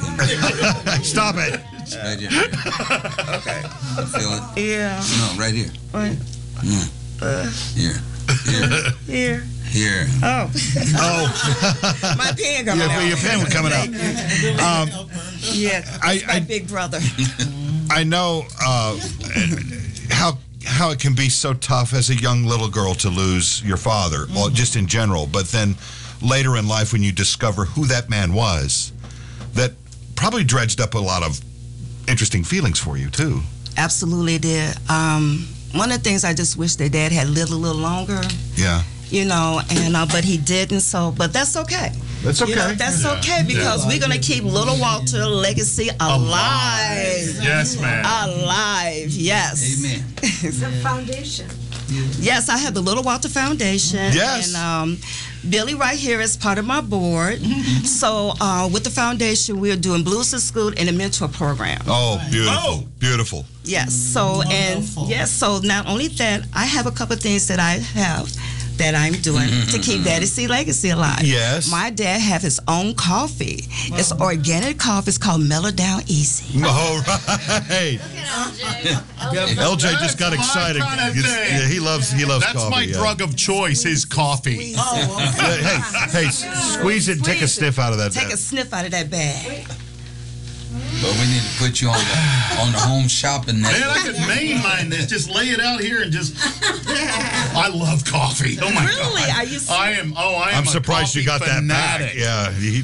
Speaker 6: stop it.
Speaker 9: Right here. okay. Feel it?
Speaker 12: Yeah.
Speaker 9: No, right here.
Speaker 12: Right.
Speaker 9: Yeah.
Speaker 10: Uh.
Speaker 9: Here. Here.
Speaker 12: Here.
Speaker 9: Here.
Speaker 12: Oh.
Speaker 6: Oh.
Speaker 12: My pen
Speaker 6: Yeah,
Speaker 12: coming out.
Speaker 6: your pen was coming out. Um,
Speaker 12: yeah.
Speaker 6: I-
Speaker 12: my big brother.
Speaker 6: I know uh, how how it can be so tough as a young little girl to lose your father, well, just in general. But then later in life, when you discover who that man was, that probably dredged up a lot of interesting feelings for you too.
Speaker 12: Absolutely did. Um, one of the things I just wish that dad had lived a little longer,
Speaker 6: Yeah.
Speaker 12: you know, and uh, but he didn't. So, but that's okay.
Speaker 6: That's
Speaker 12: You know,
Speaker 6: okay.
Speaker 12: that's
Speaker 6: Yeah.
Speaker 12: okay because
Speaker 6: Yeah.
Speaker 12: we're gonna keep little Walter legacy alive.
Speaker 13: Yes, ma'am.
Speaker 12: Alive. Yes.
Speaker 9: Amen.
Speaker 12: It's a foundation. Yes, I have the Little Walter Foundation.
Speaker 13: Yes.
Speaker 12: And um, Billy right here is part of my board. so uh, with the foundation, we're doing Blues in School and a mentor program.
Speaker 6: Oh, beautiful, beautiful.
Speaker 12: Yes. So and yes. So not only that, I have a couple of things that I have that I'm doing to keep Daddy C legacy alive.
Speaker 6: Yes.
Speaker 12: My dad have his own coffee. It's organic coffee. It's called Mellow Down Easy.
Speaker 6: All right. LJ just got excited. Yeah, he loves he loves
Speaker 13: That's
Speaker 6: coffee.
Speaker 13: my
Speaker 6: yeah.
Speaker 13: drug of choice, is coffee. Oh,
Speaker 6: hey, hey, squeeze it and take a sniff out of that.
Speaker 12: Take a sniff out of that bag.
Speaker 9: But we need to put you on the on the home shopping
Speaker 13: Man,
Speaker 9: network.
Speaker 13: I could mainline this. Just lay it out here and just. I love coffee. Oh my
Speaker 12: Really?
Speaker 13: god.
Speaker 12: Are you
Speaker 13: I am. Oh, I am.
Speaker 6: I'm
Speaker 13: a
Speaker 6: surprised you
Speaker 13: coffee
Speaker 6: got that back.
Speaker 13: fanatic.
Speaker 6: Yeah, he,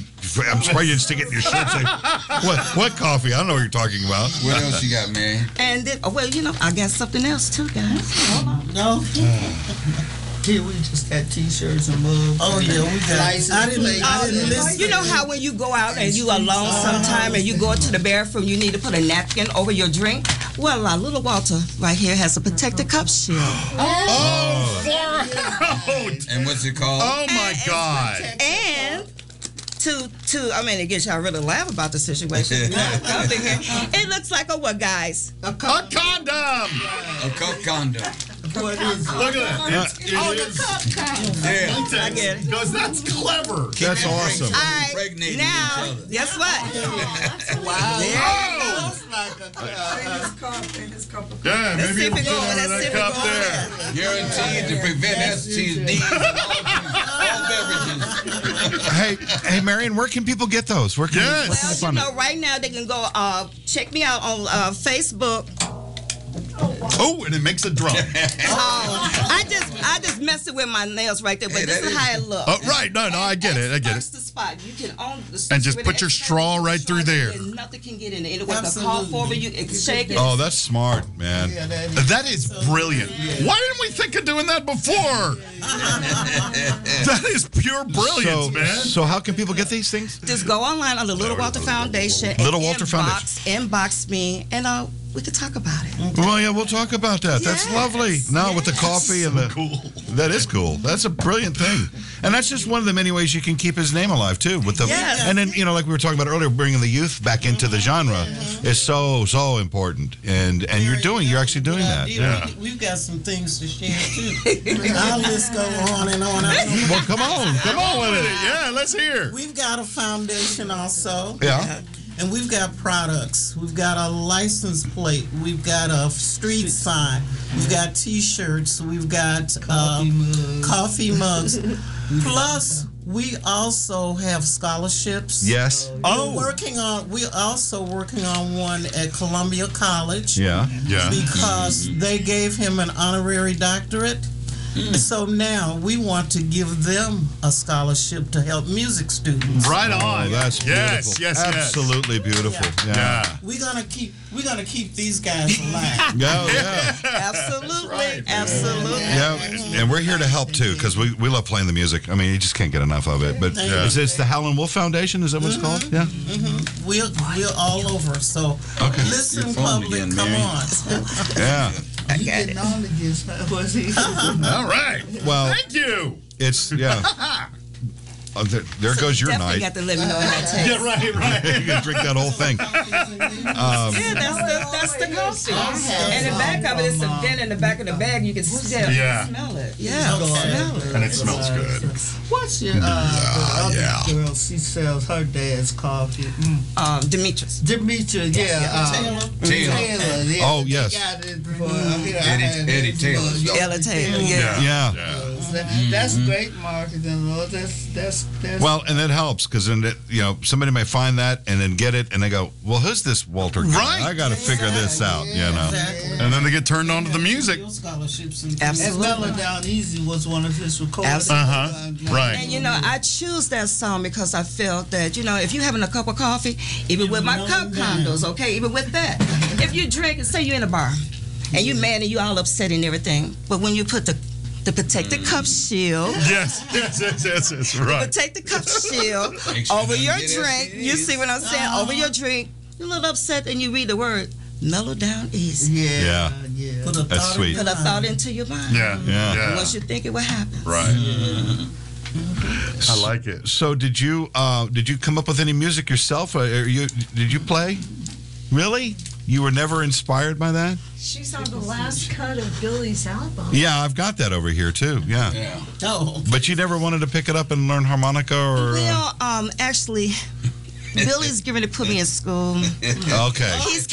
Speaker 6: I'm surprised you didn't stick it in your shirt. and say, What what coffee? I don't know what you're talking about.
Speaker 9: What else you got, man?
Speaker 12: And then, oh, well, you know, I got something else too, guys.
Speaker 11: No. Here we just got t-shirts and mugs.
Speaker 10: Oh, yeah, we got- I didn't-
Speaker 13: Oh,
Speaker 10: I didn't listen.
Speaker 12: You know how when you go out and you alone sometime and you go to the bathroom, you need to put a napkin over your drink. Well, our little Walter right here has a protected cup shield.
Speaker 13: Oh, fuck.
Speaker 9: And what's it called?
Speaker 13: Oh my god.
Speaker 12: And to to I mean, it gets y'all really laugh about the situation. Cup in here. it looks like a what, guys?
Speaker 11: A
Speaker 13: A condom.
Speaker 9: A cup condom.
Speaker 11: What is it?
Speaker 13: Look at that. It's, it
Speaker 12: Oh,
Speaker 13: is-
Speaker 12: the cup cup.
Speaker 9: Yeah.
Speaker 12: I get it.
Speaker 13: Because that's clever.
Speaker 6: That's
Speaker 12: All
Speaker 6: awesome.
Speaker 12: right,
Speaker 9: Impregnating each
Speaker 12: now,
Speaker 9: other.
Speaker 12: guess what?
Speaker 11: Wow.
Speaker 12: There you go.
Speaker 13: Yeah,
Speaker 12: Let's see
Speaker 13: maybe
Speaker 12: if
Speaker 13: we'll
Speaker 12: it
Speaker 13: get
Speaker 12: go-
Speaker 13: over
Speaker 12: let's see
Speaker 13: that
Speaker 12: if
Speaker 13: cup
Speaker 12: it go-
Speaker 13: there.
Speaker 9: Guaranteed to prevent STDs. All beverages.
Speaker 6: Hey, hey, Marion, where can people get those? Where can
Speaker 13: Yes.
Speaker 6: where can
Speaker 12: Well, you
Speaker 6: find
Speaker 12: know, right now they can go uh, check me out on uh, Facebook.
Speaker 13: Oh, and it makes a drum.
Speaker 12: Oh, I just I just messed it with my nails right there, but
Speaker 9: Hey,
Speaker 12: this
Speaker 9: that
Speaker 12: is
Speaker 9: is-
Speaker 12: how it looks.
Speaker 6: Oh, right. No, no, I get it. I get it.
Speaker 12: First the spot. You can own the
Speaker 6: And just
Speaker 12: with
Speaker 6: put
Speaker 12: an
Speaker 6: your
Speaker 12: extra
Speaker 6: straw right
Speaker 12: straw,
Speaker 6: through there.
Speaker 12: and Nothing can get in it. It'll work a call
Speaker 10: Absolutely.
Speaker 12: forward. You it can shake it.
Speaker 6: Oh, that's smart, man.
Speaker 13: That is brilliant. Why didn't we think of doing that before? that is pure brilliance,
Speaker 6: so,
Speaker 13: man.
Speaker 6: So how can people get these things?
Speaker 12: Just go online on the Little Walter Foundation. and
Speaker 6: Little Walter
Speaker 12: inbox, Inbox me, and uh, we can talk about it.
Speaker 6: Well, yeah, we'll talk about that. That's
Speaker 12: Yes,
Speaker 6: lovely. Now with the coffee and the That is cool. That's a brilliant thing, and that's just one of the many ways you can keep his name alive too. With the
Speaker 12: Yes.
Speaker 6: and then you know, like we were talking about earlier, bringing the youth back into the genre is so so important. And and you're doing, you're actually doing that.
Speaker 10: Yeah. We, we've got some things to share too. Our list go on and on. I don't know.
Speaker 6: Well, come on, come on with it.
Speaker 13: Yeah, let's hear.
Speaker 10: We've got a foundation also.
Speaker 6: Yeah.
Speaker 10: And we've got products. We've got a license plate. We've got a street sign. We've got T-shirts. We've got coffee, um, mugs. coffee mugs. Plus, we also have scholarships.
Speaker 6: Yes.
Speaker 10: Oh. We're working on. We're also working on one at Columbia College
Speaker 6: Yeah.
Speaker 13: Yeah.
Speaker 10: because they gave him an honorary doctorate. So now we want to give them a scholarship to help music students.
Speaker 13: Right
Speaker 6: Oh,
Speaker 13: on.
Speaker 6: that's
Speaker 13: yes,
Speaker 6: beautiful.
Speaker 13: yes,
Speaker 6: absolutely beautiful.
Speaker 13: yes.
Speaker 6: Yeah.
Speaker 13: Yeah.
Speaker 10: We're gonna keep we're gonna keep these guys alive.
Speaker 6: Yeah. yeah.
Speaker 12: Absolutely, absolutely.
Speaker 6: Yeah, and we're here to help too because we, we love playing the music. I mean, you just can't get enough of it. But Mm-hmm.
Speaker 10: Yeah.
Speaker 6: is this the Howlin' Wolf Foundation? Is that what it's called? Yeah.
Speaker 10: We're we're all over. So
Speaker 6: Okay.
Speaker 10: listen,
Speaker 9: Your phone
Speaker 10: public,
Speaker 9: again,
Speaker 10: come
Speaker 9: Mary.
Speaker 10: on.
Speaker 6: Yeah.
Speaker 11: You getting on against her, was he?
Speaker 13: All right.
Speaker 6: Well,
Speaker 13: Thank you.
Speaker 6: it's yeah. Oh, there there goes your
Speaker 12: Definitely
Speaker 6: night.
Speaker 12: got to let me know in that text.
Speaker 13: Yeah, right, right.
Speaker 6: you can drink that whole thing. Um,
Speaker 12: Yeah, that's the that's the coffee. And the back of it is some thin in the back of the bag. You can smell,
Speaker 13: Yeah.
Speaker 12: smell it. Yeah, smell it.
Speaker 13: And it smells good.
Speaker 11: What's your uh, the other
Speaker 13: yeah.
Speaker 11: girl? She sells her dad's coffee. Mm.
Speaker 12: Um, Demetrius.
Speaker 11: Demetria, yeah. Uh,
Speaker 9: Taylor.
Speaker 11: Taylor, yeah.
Speaker 6: Oh,
Speaker 11: they
Speaker 6: yes.
Speaker 11: got it for- I mean, I
Speaker 9: Eddie-
Speaker 11: had
Speaker 9: Eddie
Speaker 11: it,
Speaker 9: Taylor.
Speaker 11: but, yeah,
Speaker 12: Ella Taylor. Yeah.
Speaker 6: yeah.
Speaker 11: That- That's
Speaker 13: Mm-hmm.
Speaker 11: great marketing, Lord. That's that's that's.
Speaker 6: Well, and that helps because then it, you know somebody may find that and then get it and they go, well, who's this Walter? Guy?
Speaker 13: Right.
Speaker 6: I got to figure this out. You know.
Speaker 10: Exactly.
Speaker 13: And then they get turned on to the music.
Speaker 10: Scholarships and
Speaker 11: and
Speaker 12: Absolutely.
Speaker 11: Mellow Down Easy was one of his recordings.
Speaker 12: Absolutely.
Speaker 13: Uh-huh. Right.
Speaker 12: And you know, I choose that song because I felt that, you know, if you're having a cup of coffee, even with my cup condos, okay, even with that, if you drink, say you're in a bar and you mad and you all upset and everything, but when you put the the protected cup shield,
Speaker 13: Yes, yes, yes, yes, yes. Right.
Speaker 12: protected cup shield
Speaker 9: Make sure
Speaker 12: over
Speaker 9: you
Speaker 12: your
Speaker 9: get
Speaker 12: drink, you
Speaker 9: STDs.
Speaker 12: see what I'm saying? Over your drink, you're a little upset and you read the word, mellow down easy.
Speaker 11: Yeah,
Speaker 6: Yeah.
Speaker 11: yeah.
Speaker 10: Put a
Speaker 6: That's
Speaker 10: thought
Speaker 6: sweet.
Speaker 10: in
Speaker 12: Put a thought into your mind.
Speaker 13: Yeah.
Speaker 6: Yeah.
Speaker 12: Once you think it, what happens?
Speaker 13: Right. I like it.
Speaker 6: So did you uh, did you come up with any music yourself? Uh, Are you did you play? Really? You were never inspired by that?
Speaker 14: She's on the last cut of Billy's album.
Speaker 6: Yeah, I've got that over here too. Yeah.
Speaker 9: Yeah.
Speaker 10: No.
Speaker 6: But you never wanted to pick it up and learn harmonica or uh,
Speaker 12: Well, um, actually, Billy's getting ready to put me in school.
Speaker 6: okay.
Speaker 12: He's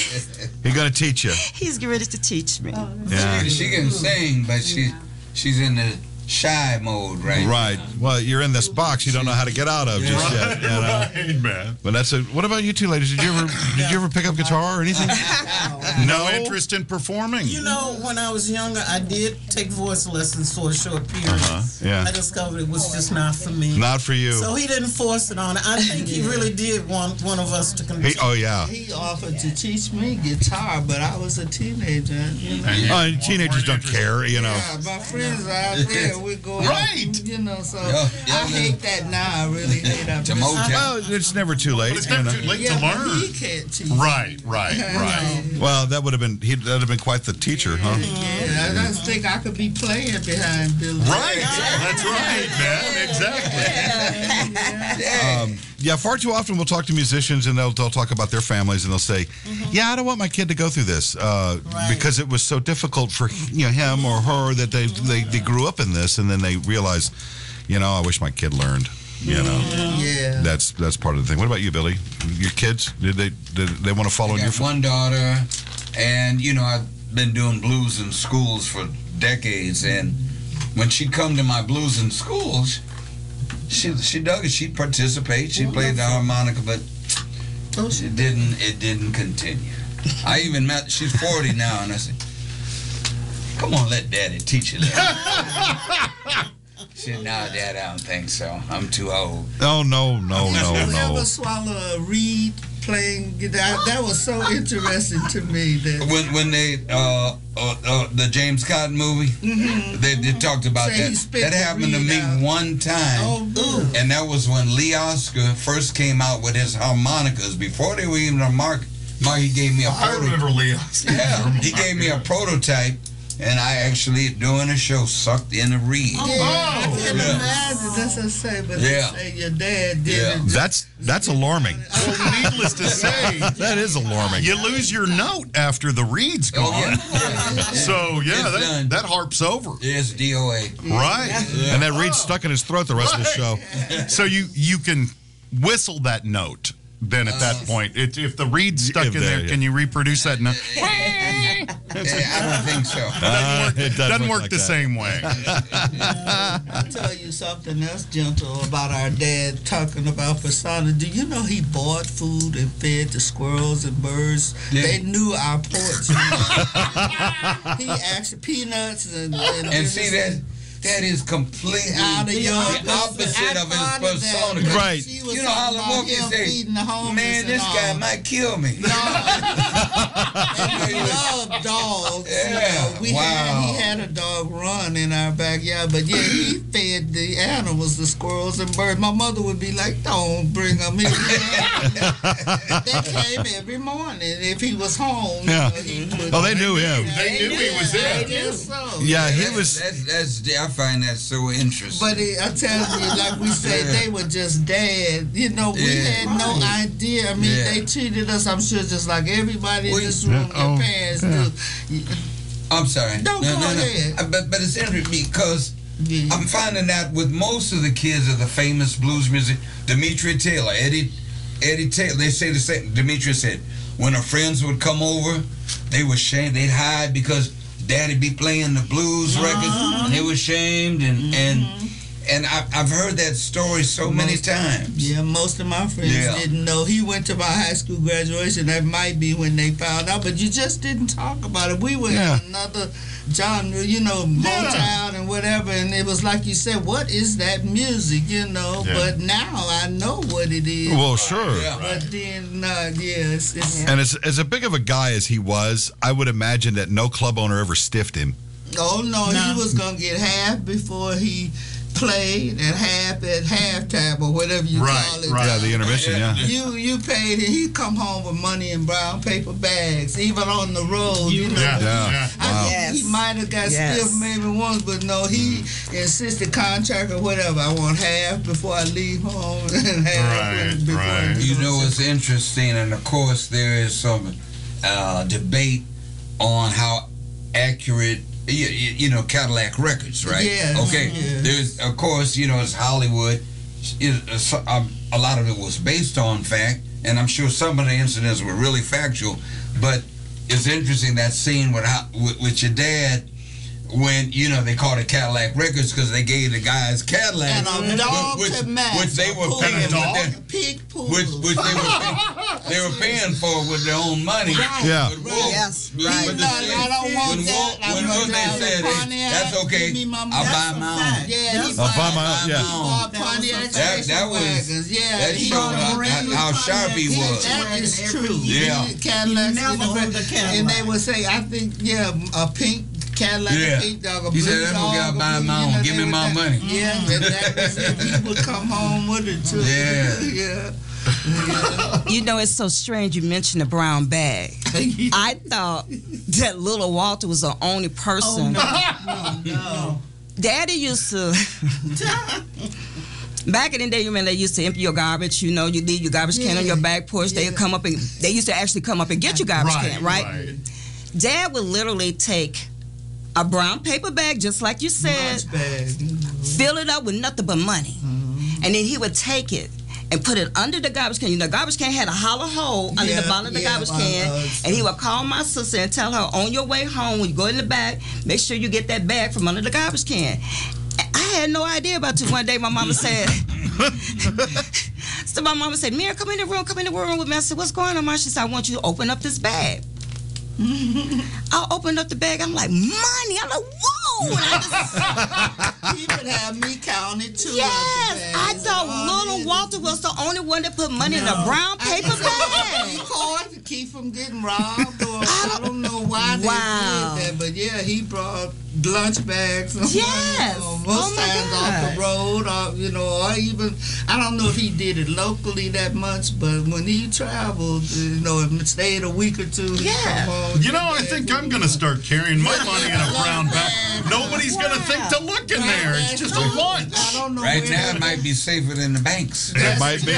Speaker 6: He's gonna teach you.
Speaker 12: he's getting ready to teach me.
Speaker 6: Yeah.
Speaker 9: She can sing, but she she's in the shy mode right
Speaker 6: Right. Well, you're in this box you don't know how to get out of just yet. you know?
Speaker 13: man.
Speaker 6: But that's a. What about you two ladies? Did you ever did you ever pick up guitar or anything?
Speaker 13: No interest in performing.
Speaker 10: You know, when I was younger, I did take voice lessons for a short period.
Speaker 6: Uh-huh, yeah.
Speaker 10: I discovered it was just not for me.
Speaker 6: Not for you.
Speaker 10: So he didn't force it on. I think he really did want one of us to continue.
Speaker 6: oh,
Speaker 11: He offered to teach me guitar, but I was a teenager. You know?
Speaker 6: Oh, and teenagers don't care, you know.
Speaker 11: Yeah, my friends are out there. We go
Speaker 13: Right.
Speaker 11: You know, so
Speaker 6: Yeah, yeah,
Speaker 11: I hate that now. I really hate that.
Speaker 6: To
Speaker 10: Uh-huh.
Speaker 6: Well, Oh, it's never too late.
Speaker 11: it's
Speaker 6: you
Speaker 11: never
Speaker 6: know.
Speaker 11: too late to Yeah, but learn. he can't teach.
Speaker 6: Right, right, right. Well, that would have been he'd that'd have been quite the teacher, huh?
Speaker 11: Yeah, I don't think I could be playing behind Billy.
Speaker 6: Right. That's right, man. Um, yeah, far too often we'll talk to musicians and they'll, they'll talk about their families and they'll say,
Speaker 11: Mm-hmm.
Speaker 6: "Yeah, I don't want my kid to go through this uh, because it was so difficult for you know him or her that they,
Speaker 11: Mm-hmm.
Speaker 6: they they grew up in this and then they realize, you know, I wish my kid learned." You know,
Speaker 11: Yeah.
Speaker 6: that's that's part of the thing. What about you, Billy? Your kids did they did they want to follow in
Speaker 9: I
Speaker 6: your?
Speaker 9: got one daughter, and you know I've been doing blues in schools for decades. And when she'd come to my blues in schools, she she dug it. She'd participate. She played the harmonica, but it didn't it didn't continue. I even met. She's forty now, and I said, "Come on, let Daddy teach you." That. she said, "No, Dad, I don't think so. I'm too old."
Speaker 6: Oh no no no
Speaker 11: Who
Speaker 6: no!
Speaker 11: ever swallow a reed playing guitar? That was so interesting to me. That
Speaker 9: When when they uh, uh, uh the James Cotton movie, they, they talked about
Speaker 11: Mm-hmm. Say he
Speaker 9: that.
Speaker 11: spit
Speaker 9: That
Speaker 11: the
Speaker 9: happened to
Speaker 11: weed
Speaker 9: me
Speaker 11: out.
Speaker 9: one time,
Speaker 11: oh,
Speaker 9: and that was when Lee Oscar first came out with his harmonicas. Before they were even a mark, mark he gave me a. Proto- I remember
Speaker 13: Lee Oscar.
Speaker 9: Yeah, he gave me a prototype, and I actually during a show sucked in a reed.
Speaker 11: yeah, I can't imagine. That's what I say. But they
Speaker 9: Yeah.
Speaker 11: say your dad did it.
Speaker 6: That's that's alarming.
Speaker 13: Well, Oh, needless to say,
Speaker 6: that is alarming.
Speaker 13: You lose your note after the reed's
Speaker 11: Oh,
Speaker 13: gone. So yeah, that, that harps over.
Speaker 9: It's DOA.
Speaker 13: Right.
Speaker 6: And that reed's stuck in his throat the rest of the show.
Speaker 13: So you you can whistle that note. Then at
Speaker 11: Uh-huh.
Speaker 13: that point, it, if the reed's stuck in
Speaker 6: If
Speaker 13: there,
Speaker 6: there, yeah.
Speaker 13: can you reproduce that note?
Speaker 9: I don't think so.
Speaker 13: Doesn't work,
Speaker 6: Uh, it doesn't
Speaker 13: doesn't
Speaker 6: work
Speaker 13: work
Speaker 6: like
Speaker 13: the
Speaker 6: that.
Speaker 13: same way.
Speaker 11: I'll tell you something else gentle about our dad talking about persona. Do you know he bought food and fed the squirrels and birds? They knew our ports. he actually peanuts and and,
Speaker 9: And see that that is completely
Speaker 11: Out of your-
Speaker 9: the opposite of his
Speaker 11: Out of that.
Speaker 9: persona.
Speaker 11: Right. She was
Speaker 9: You know how
Speaker 11: talking about
Speaker 9: Walker
Speaker 11: him
Speaker 9: say,
Speaker 11: feeding the homeless
Speaker 9: man,
Speaker 11: and
Speaker 9: this guy
Speaker 11: all."
Speaker 9: might kill me.
Speaker 11: We love dogs. you know.
Speaker 9: Yeah,
Speaker 11: We
Speaker 9: wow.
Speaker 11: had, he had a dog run in our backyard, but yeah, he fed the animals, the squirrels and birds. My mother would be like, "Don't bring them here." they came every morning if he was home. you
Speaker 6: Yeah.
Speaker 11: know, he would-
Speaker 6: Oh, they knew him.
Speaker 13: They knew he was there.
Speaker 11: They knew so.
Speaker 6: Yeah, he
Speaker 9: That's-
Speaker 6: was.
Speaker 9: That's, that's I find that so interesting.
Speaker 11: But it, I tell you, like we say,
Speaker 9: Yeah.
Speaker 11: they were just dad. You know, we
Speaker 9: Yeah.
Speaker 11: had no idea. I mean,
Speaker 9: Yeah.
Speaker 11: they treated us, I'm sure, just like everybody in this
Speaker 9: Yeah.
Speaker 11: room,
Speaker 9: Oh,
Speaker 11: their parents do.
Speaker 9: I'm sorry.
Speaker 11: Don't go ahead.
Speaker 9: Uh, But but it's interesting because I'm finding out with most of the kids of the famous blues music, Demetria Taylor, Eddie Eddie Taylor, they say the same. Demetria said when her friends would come over, they were shamed. They'd hide because daddy be playing the blues
Speaker 11: Uh-huh.
Speaker 9: records, and they were shamed and and.
Speaker 11: Mm-hmm.
Speaker 9: And I, I've heard that story so many times.
Speaker 11: Yeah, most of my friends
Speaker 9: Yeah.
Speaker 11: didn't know. He went to my high school graduation. That might be when they found out, but you just didn't talk about it. We were
Speaker 6: Yeah.
Speaker 11: in another genre, you know, Motown and whatever, and it was like you said, what is that music, you know?
Speaker 6: Yeah.
Speaker 11: But now I know what it is.
Speaker 6: Well, sure.
Speaker 11: But then, uh, yeah, it's, it's
Speaker 6: And as as a big of a guy as he was, I would imagine that no club owner ever stiffed him.
Speaker 11: Oh no, he was gonna get half before he played and half at halftime or whatever you call it.
Speaker 6: Yeah, the intermission. Yeah.
Speaker 11: You you paid him. He come home with money in brown paper bags, even on the road. You know,
Speaker 6: Yeah, yeah,
Speaker 11: I
Speaker 6: wow.
Speaker 11: think he might have got
Speaker 6: Yes.
Speaker 11: stiff maybe once, but no, he insisted contract or whatever. I want half before I leave home and half. when- before I
Speaker 9: You know what's interesting, and of course there is some uh, debate on how accurate, you, you know, Cadillac Records, right?
Speaker 11: Yeah,
Speaker 9: Okay.
Speaker 11: yeah.
Speaker 9: There's, of course, you know, it's Hollywood. It- it's, um, a lot of it was based on fact, and I'm sure some of the incidents were really factual. But it's interesting that scene with how, with, with your dad when you know they called it Cadillac Records because they gave the guys Cadillac,
Speaker 11: And a dog
Speaker 9: which,
Speaker 11: could match
Speaker 9: which they
Speaker 11: a
Speaker 9: were
Speaker 11: poodle.
Speaker 9: paying,
Speaker 11: And a dog?
Speaker 9: with
Speaker 11: Pig
Speaker 9: their, which, which they were paying, they were paying for with their own money.
Speaker 11: Right. Yeah.
Speaker 9: But Walt-
Speaker 11: Yes,
Speaker 9: but-
Speaker 11: right.
Speaker 9: but
Speaker 11: No,
Speaker 9: the-
Speaker 11: I don't want
Speaker 9: when
Speaker 11: that.
Speaker 9: Walt-
Speaker 11: I
Speaker 9: When
Speaker 11: want
Speaker 9: Willie
Speaker 11: that
Speaker 9: said
Speaker 11: Pontiac.
Speaker 9: it, that's
Speaker 11: Give me
Speaker 9: okay.
Speaker 11: my money.
Speaker 9: I'll buy my own.
Speaker 11: Yeah, he
Speaker 9: I'll
Speaker 11: bought-
Speaker 9: buy my
Speaker 11: he
Speaker 9: own.
Speaker 11: bought Pontiac
Speaker 9: That, that
Speaker 11: station
Speaker 9: was
Speaker 11: wagons. Yeah,
Speaker 9: that
Speaker 11: he
Speaker 9: showed
Speaker 11: bought a
Speaker 9: how,
Speaker 11: brand new
Speaker 9: how sharp he
Speaker 11: Pontiac.
Speaker 9: was.
Speaker 11: Yeah, that is true.
Speaker 9: Yeah.
Speaker 11: He did Cadillacs,
Speaker 10: He never
Speaker 11: you know,
Speaker 10: owned a
Speaker 11: and
Speaker 10: Cadillac.
Speaker 11: they would say, I think, yeah, a pink Cadillac,
Speaker 9: Yeah.
Speaker 11: a pink dog, a
Speaker 9: He
Speaker 11: blue
Speaker 9: said, "That
Speaker 11: dog,
Speaker 9: don't
Speaker 11: a
Speaker 9: gotta buy
Speaker 11: blue,"
Speaker 9: my
Speaker 11: you
Speaker 9: own.
Speaker 11: know,
Speaker 9: Give
Speaker 11: they
Speaker 9: me
Speaker 11: would
Speaker 9: my
Speaker 11: say-
Speaker 9: money."
Speaker 11: Yeah, and that was it. He would come home with it too.
Speaker 9: Yeah.
Speaker 11: yeah.
Speaker 12: You know, it's so strange you mentioned the brown bag. I thought that little Walter was the only person.
Speaker 10: Oh, no, no, no.
Speaker 12: Daddy used to. Back in the day, you remember they used to empty your garbage. You know, you leave your garbage can on your back porch. They'd come up and they used to actually come up and get your garbage can, right? Dad would literally take a brown paper bag, just like you said, fill it up with nothing but money, and then he would take it and put it under the garbage can. You know, garbage can had a hollow hole under
Speaker 11: Yeah,
Speaker 12: the bottom of the
Speaker 11: yeah,
Speaker 12: garbage
Speaker 11: I
Speaker 12: can,
Speaker 11: know.
Speaker 12: and he would call my sister and tell her on your way home when you go in the back, make sure you get that bag from under the garbage can. I had no idea about you. One day, my mama said. So my mama said, Mira, come in the room, come in the room with me. I said, What's going on, Mom? She said, I want you to open up this bag. I opened up the bag. I'm like, money. I'm like, whoa. And I
Speaker 11: He would have me count it too.
Speaker 12: Yes, I thought
Speaker 11: Oh,
Speaker 12: little Walter was the only one that put money in a brown paper bag.
Speaker 11: He called to keep from getting robbed, or I don't know why they
Speaker 12: Wow.
Speaker 11: did that. But yeah, he brought lunch bags. and money,
Speaker 12: Yes.
Speaker 11: you know,
Speaker 12: Oh,
Speaker 11: most
Speaker 12: my
Speaker 11: times off the road, or you know, or even I don't know if he did it locally that much, but when he traveled, you know, and stayed a week or two, yeah.
Speaker 7: You know, I think I'm going to start carrying my money in a brown bag. Nobody's going to think to look in there. It's just a lunch.
Speaker 11: I don't know.
Speaker 9: Right now, it might be safer than the banks.
Speaker 7: It might be.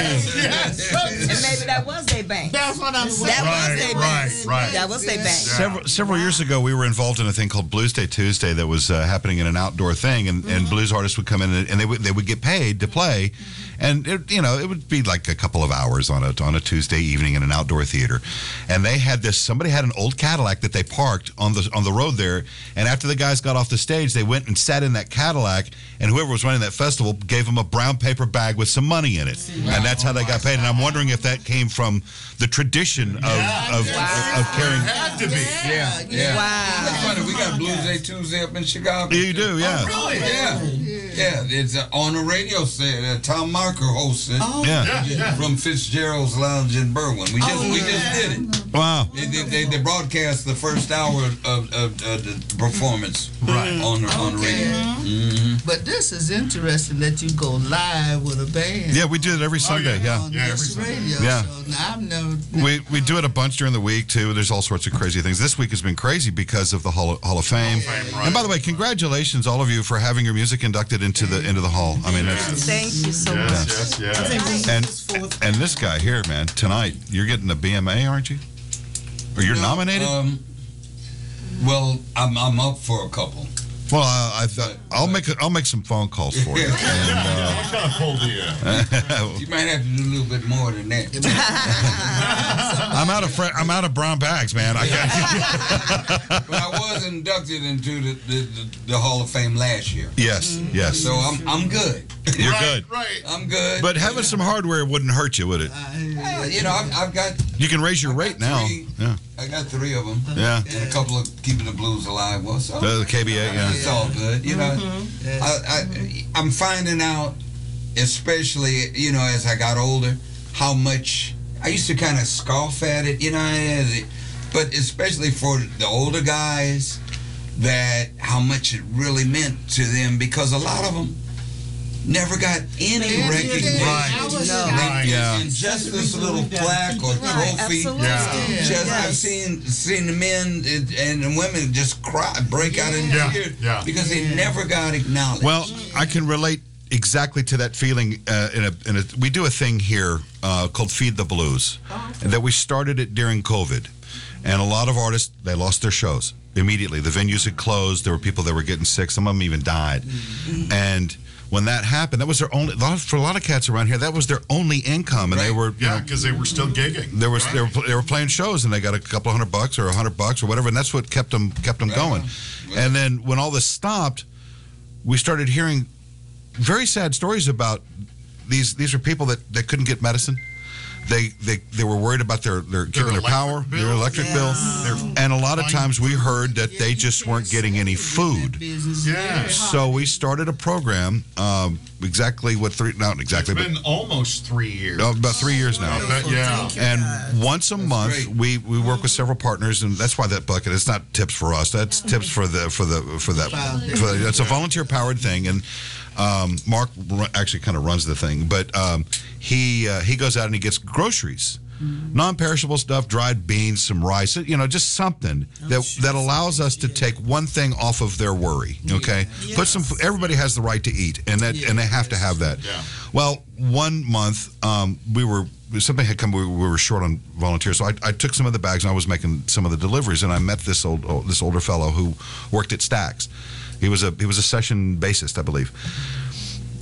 Speaker 12: And maybe that was their bank.
Speaker 11: That's what I'm saying.
Speaker 12: That
Speaker 6: Right,
Speaker 12: was their
Speaker 6: right,
Speaker 12: bank.
Speaker 6: right.
Speaker 12: That was their bank.
Speaker 6: Several, several years ago, we were involved in a thing called Blues Day Tuesday that was uh, happening in an outdoor thing, and, and blues artists would come in and, and they would they would get paid to play, and it, you know it would be like a couple of hours on a on a Tuesday evening in an outdoor theater, and they had this somebody had an old Cadillac that they parked on the on the road there, and after the guys got off the stage, they went and sat in that Cadillac, and whoever was running that festival gave them a brown paper bag with some money in it, and that's how they got paid, and I'm wondering if that came from the tradition of of, of, of carrying.
Speaker 7: Had to be.
Speaker 9: Yeah, yeah.
Speaker 12: Wow.
Speaker 9: It's funny, we got Blues Day Tuesday up in Chicago.
Speaker 6: Yeah, you do, yeah.
Speaker 11: Oh,
Speaker 9: really? Yeah. Yeah, it's uh, on the radio station. Uh, Tom Marker hosts it.
Speaker 11: Oh,
Speaker 6: Yeah.
Speaker 7: yeah, yeah.
Speaker 9: From Fitzgerald's Lounge in Berwyn. We just
Speaker 11: Oh,
Speaker 9: we just did it.
Speaker 6: Wow.
Speaker 9: They, they, they, they broadcast the first hour of, of, of uh, the performance right. on, the on the radio. Mm-hmm.
Speaker 11: But this is interesting that you go live with a band.
Speaker 6: Yeah, we do it every Sunday. Oh, yeah.
Speaker 11: on this radio
Speaker 6: Yeah.
Speaker 11: show. Now, I've never
Speaker 6: We, we do it a bunch during the week too. There's all sorts of crazy things. This week has been crazy because of the Hall of, Hall of Fame. And by the way, congratulations all of you for having your music inducted into the into the Hall. I mean, it's,
Speaker 12: Thank you so much.
Speaker 7: Yes, yes, yes.
Speaker 10: I think we
Speaker 6: and
Speaker 10: just forth-
Speaker 6: and this guy here, man, tonight you're getting a BMA, aren't you? Or you're nominated?
Speaker 9: Um, well, I'm, I'm up for a couple.
Speaker 6: well, I, I, I'll make a, I'll make some phone calls for you. And,
Speaker 7: What kind of pull do you?
Speaker 6: uh,
Speaker 9: You might have to do a little bit more than that.
Speaker 6: I'm out of fr- I'm out of brown bags, man. I got,
Speaker 9: but I was inducted into the, the, the, the Hall of Fame last year.
Speaker 6: yes, yes,
Speaker 9: So I'm I'm good.
Speaker 6: you're good.
Speaker 7: Right.
Speaker 9: I'm good.
Speaker 6: But having some hardware wouldn't hurt you, would it?
Speaker 9: Yeah, you know, I've, I've got
Speaker 6: You can raise your rate now.
Speaker 9: three.
Speaker 6: Yeah.
Speaker 9: I got three of them,
Speaker 6: Yeah.
Speaker 9: and a couple of keeping the blues alive. Well, so
Speaker 6: The KBA, yeah.
Speaker 9: it's all good. You know,
Speaker 11: Mm-hmm.
Speaker 9: I, I I'm finding out, especially you know as I got older, how much I used to kind of scoff at it. You know, as it, but especially for the older guys, that how much it really meant to them because a lot of them never got any
Speaker 11: Any
Speaker 9: recognition.
Speaker 11: recognition. I was No. shocked.
Speaker 6: Right, yeah.
Speaker 9: And just this little plaque or
Speaker 12: Right,
Speaker 9: trophy.
Speaker 12: absolutely.
Speaker 7: Yeah.
Speaker 9: Just I've seen seen the men and- and the women just cry, break out in
Speaker 7: Yeah,
Speaker 9: tears
Speaker 7: yeah.
Speaker 9: because they never got acknowledged.
Speaker 6: Well, I can relate exactly to that feeling. Uh, in, a, in a, we do a thing here uh, called Feed the Blues that we started it during COVID, and a lot of artists they lost their shows immediately. The venues had closed. There were people that were getting sick. Some of them even died, and when that happened, that was their only. a lot- For a lot of cats around here, that was their only income, and they were
Speaker 7: yeah, because they were still gigging.
Speaker 6: there was they were, pl- they were playing shows and they got a couple hundred bucks or a hundred bucks or whatever, and that's what kept them kept them going. And then when all this stopped, we started hearing very sad stories about these these were people that, that couldn't get medicine. They, they they were worried about their their giving their power, their electric bill, and a lot of times we heard that they just weren't getting any food.
Speaker 7: Yeah.
Speaker 6: So we started a program, um, exactly what three not exactly, but
Speaker 7: It's been almost three years.
Speaker 6: no, about three years now.
Speaker 7: That- yeah. Thank you,
Speaker 6: And once a month, we, we work with several partners, and that's why that bucket. It's not tips for us. That's tips for the for the for that. For the, it's a volunteer powered thing, and um, Mark ru- actually kind of runs the thing, but um, he uh, he goes out and he gets groceries.
Speaker 7: Mm-hmm.
Speaker 6: Non-perishable stuff, dried beans, some rice, you know, just something
Speaker 7: Oh,
Speaker 6: that that allows us to take one thing off of their worry. Okay, put some. Everybody has the right to eat, and that and they have to have that. Well, one month um, we were something had come. We, we were short on volunteers, so I, I took some of the bags and I was making some of the deliveries. And I met this old, old this older fellow who worked at Stacks. He was a he was a session bassist, I believe.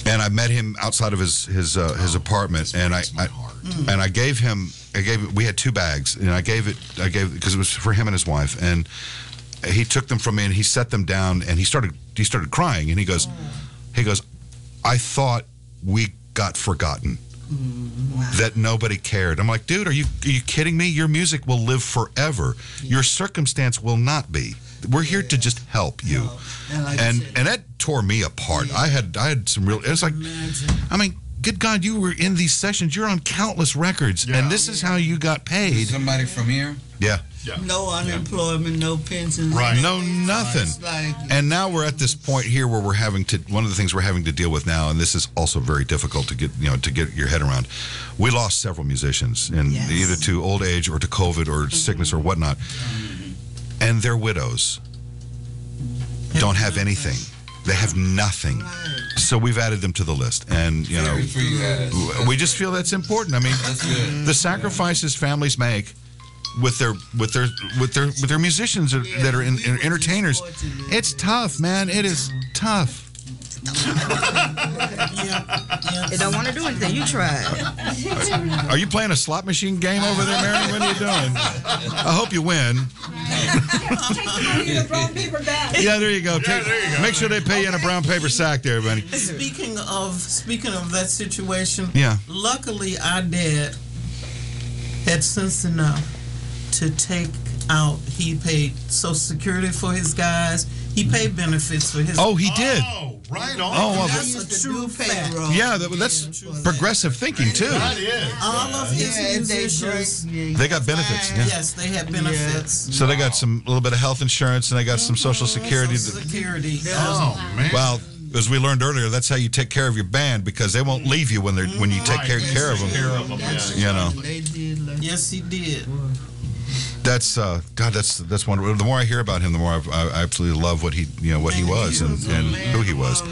Speaker 6: And I met him outside of his his uh, his apartment, and I, I and I gave him I gave we had two bags, and I gave it I gave because it was for him and his wife, and he took them from me and he set them down and he started he started crying and he goes he goes I thought we got forgotten
Speaker 11: Mm,
Speaker 6: that nobody cared. I'm like, dude, are you are you kidding me? Your music will live forever. Your circumstance will not be. We're here to just help you.
Speaker 11: And like I
Speaker 6: and
Speaker 11: said-
Speaker 6: and that tore me apart. I had I had some real it's like I mean, good God, you were in these sessions. You're on countless records and this is how you got paid.
Speaker 9: Somebody from here?
Speaker 6: Yeah.
Speaker 11: No unemployment, no pensions,
Speaker 6: Right. No
Speaker 11: It's
Speaker 6: nothing.
Speaker 11: like-
Speaker 6: And now we're at this point here where we're having to one of the things we're having to deal with now, and this is also very difficult to get you know to get your head around. We lost several musicians, and
Speaker 13: Yes.
Speaker 6: either to old age or to COVID or sickness or whatnot, and their widows don't have anything. They have nothing. So we've added them to the list, and you know,
Speaker 9: for you guys.
Speaker 6: w- we just feel that's important. I mean, the sacrifices families make with their with their with their with their musicians that- that are in, in- entertainers. It's tough, man. It is tough.
Speaker 12: They don't want to do anything. You try.
Speaker 6: Are you playing a slot machine game over there, Mary? What are you doing? I hope you win. Yeah, there you go. Take- Make sure they pay you in a brown paper sack, there, buddy.
Speaker 10: Speaking of speaking of that situation,
Speaker 6: Yeah.
Speaker 10: Luckily, our dad had sense enough to take out. He paid Social Security for his guys. He paid benefits for his.
Speaker 6: Oh, he did.
Speaker 10: Oh, right
Speaker 6: on. Oh, well,
Speaker 10: that's a true fact.
Speaker 6: Yeah, that, that's progressive thinking too.
Speaker 10: All of his
Speaker 11: Yeah, and they
Speaker 10: musicians.
Speaker 6: They got benefits. Yeah.
Speaker 10: Yes, they had benefits. Oh,
Speaker 6: So they got some little bit of health insurance, and they got some social security. that-
Speaker 10: Security.
Speaker 7: Oh man.
Speaker 6: Well, as we learned earlier, that's how you take care of your band because they won't leave you when they are when you take
Speaker 10: Right,
Speaker 6: care,
Speaker 10: they
Speaker 6: care of them.
Speaker 10: take care of 'em, yeah,
Speaker 6: You know,
Speaker 10: Yes, he did.
Speaker 6: that's uh, God. That's that's wonderful. The more I hear about him, the more I've, I I absolutely love what he you know what he was and, and who he
Speaker 10: Oh,
Speaker 6: was.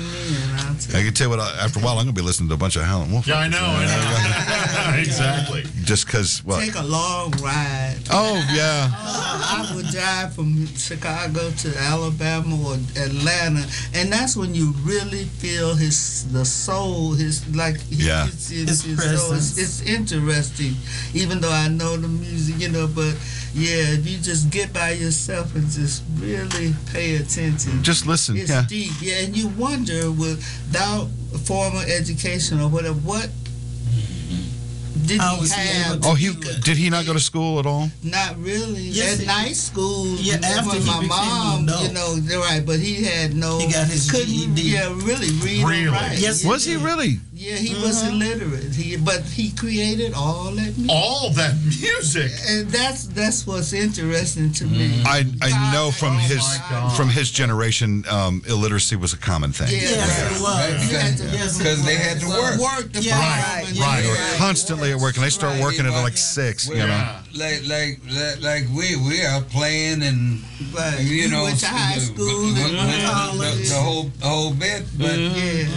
Speaker 6: I can tell you what. I, after a while, I'm gonna be listening to a bunch of Howlin' Wolf.
Speaker 7: Yeah, I know. I know. exactly.
Speaker 6: Just because what?
Speaker 11: Take a long ride.
Speaker 6: Oh yeah.
Speaker 11: I would drive from Chicago to Alabama or Atlanta, and that's when you really feel his the soul. His like he-
Speaker 6: Yeah.
Speaker 11: it's, it's, his soul. It's, it's interesting, even though I know the music, you know. But yeah, if you just get by yourself and just really pay attention,
Speaker 6: Just listen,
Speaker 11: It's
Speaker 6: yeah.
Speaker 11: deep, yeah. And you wonder without formal education or whatever, what did
Speaker 10: I
Speaker 11: he
Speaker 10: was
Speaker 11: have?
Speaker 6: Oh, he did he not go to school at all?
Speaker 11: Not really.
Speaker 10: Yes,
Speaker 11: At
Speaker 10: he-
Speaker 11: night school,
Speaker 10: Yeah,
Speaker 11: that's
Speaker 10: after
Speaker 11: when
Speaker 10: he
Speaker 11: my
Speaker 10: became
Speaker 11: mom,
Speaker 10: an
Speaker 11: you know, they're right, but he had no.
Speaker 10: He got his E
Speaker 11: couldn't,
Speaker 10: GED.
Speaker 11: Yeah, really read or write.
Speaker 6: Was he really?
Speaker 11: Yeah, he was illiterate. He, but he created all that music.
Speaker 7: All that music.
Speaker 11: And that's that's what's interesting to me. Oh,
Speaker 6: I I know from his from his generation, um, illiteracy was a common thing.
Speaker 11: Yeah,
Speaker 9: Because they had to work.
Speaker 11: Work the
Speaker 9: Yeah.
Speaker 11: problem.
Speaker 6: They were constantly at at work and they start
Speaker 9: Right,
Speaker 6: working
Speaker 9: they
Speaker 6: at like
Speaker 9: watch-
Speaker 6: six. You
Speaker 9: Well,
Speaker 6: know.
Speaker 9: like like like, like we we are playing and you
Speaker 11: you
Speaker 9: know
Speaker 11: went to high
Speaker 9: the-
Speaker 11: school
Speaker 9: the,
Speaker 11: and
Speaker 9: the-
Speaker 11: college.
Speaker 9: the- the whole the whole bit, but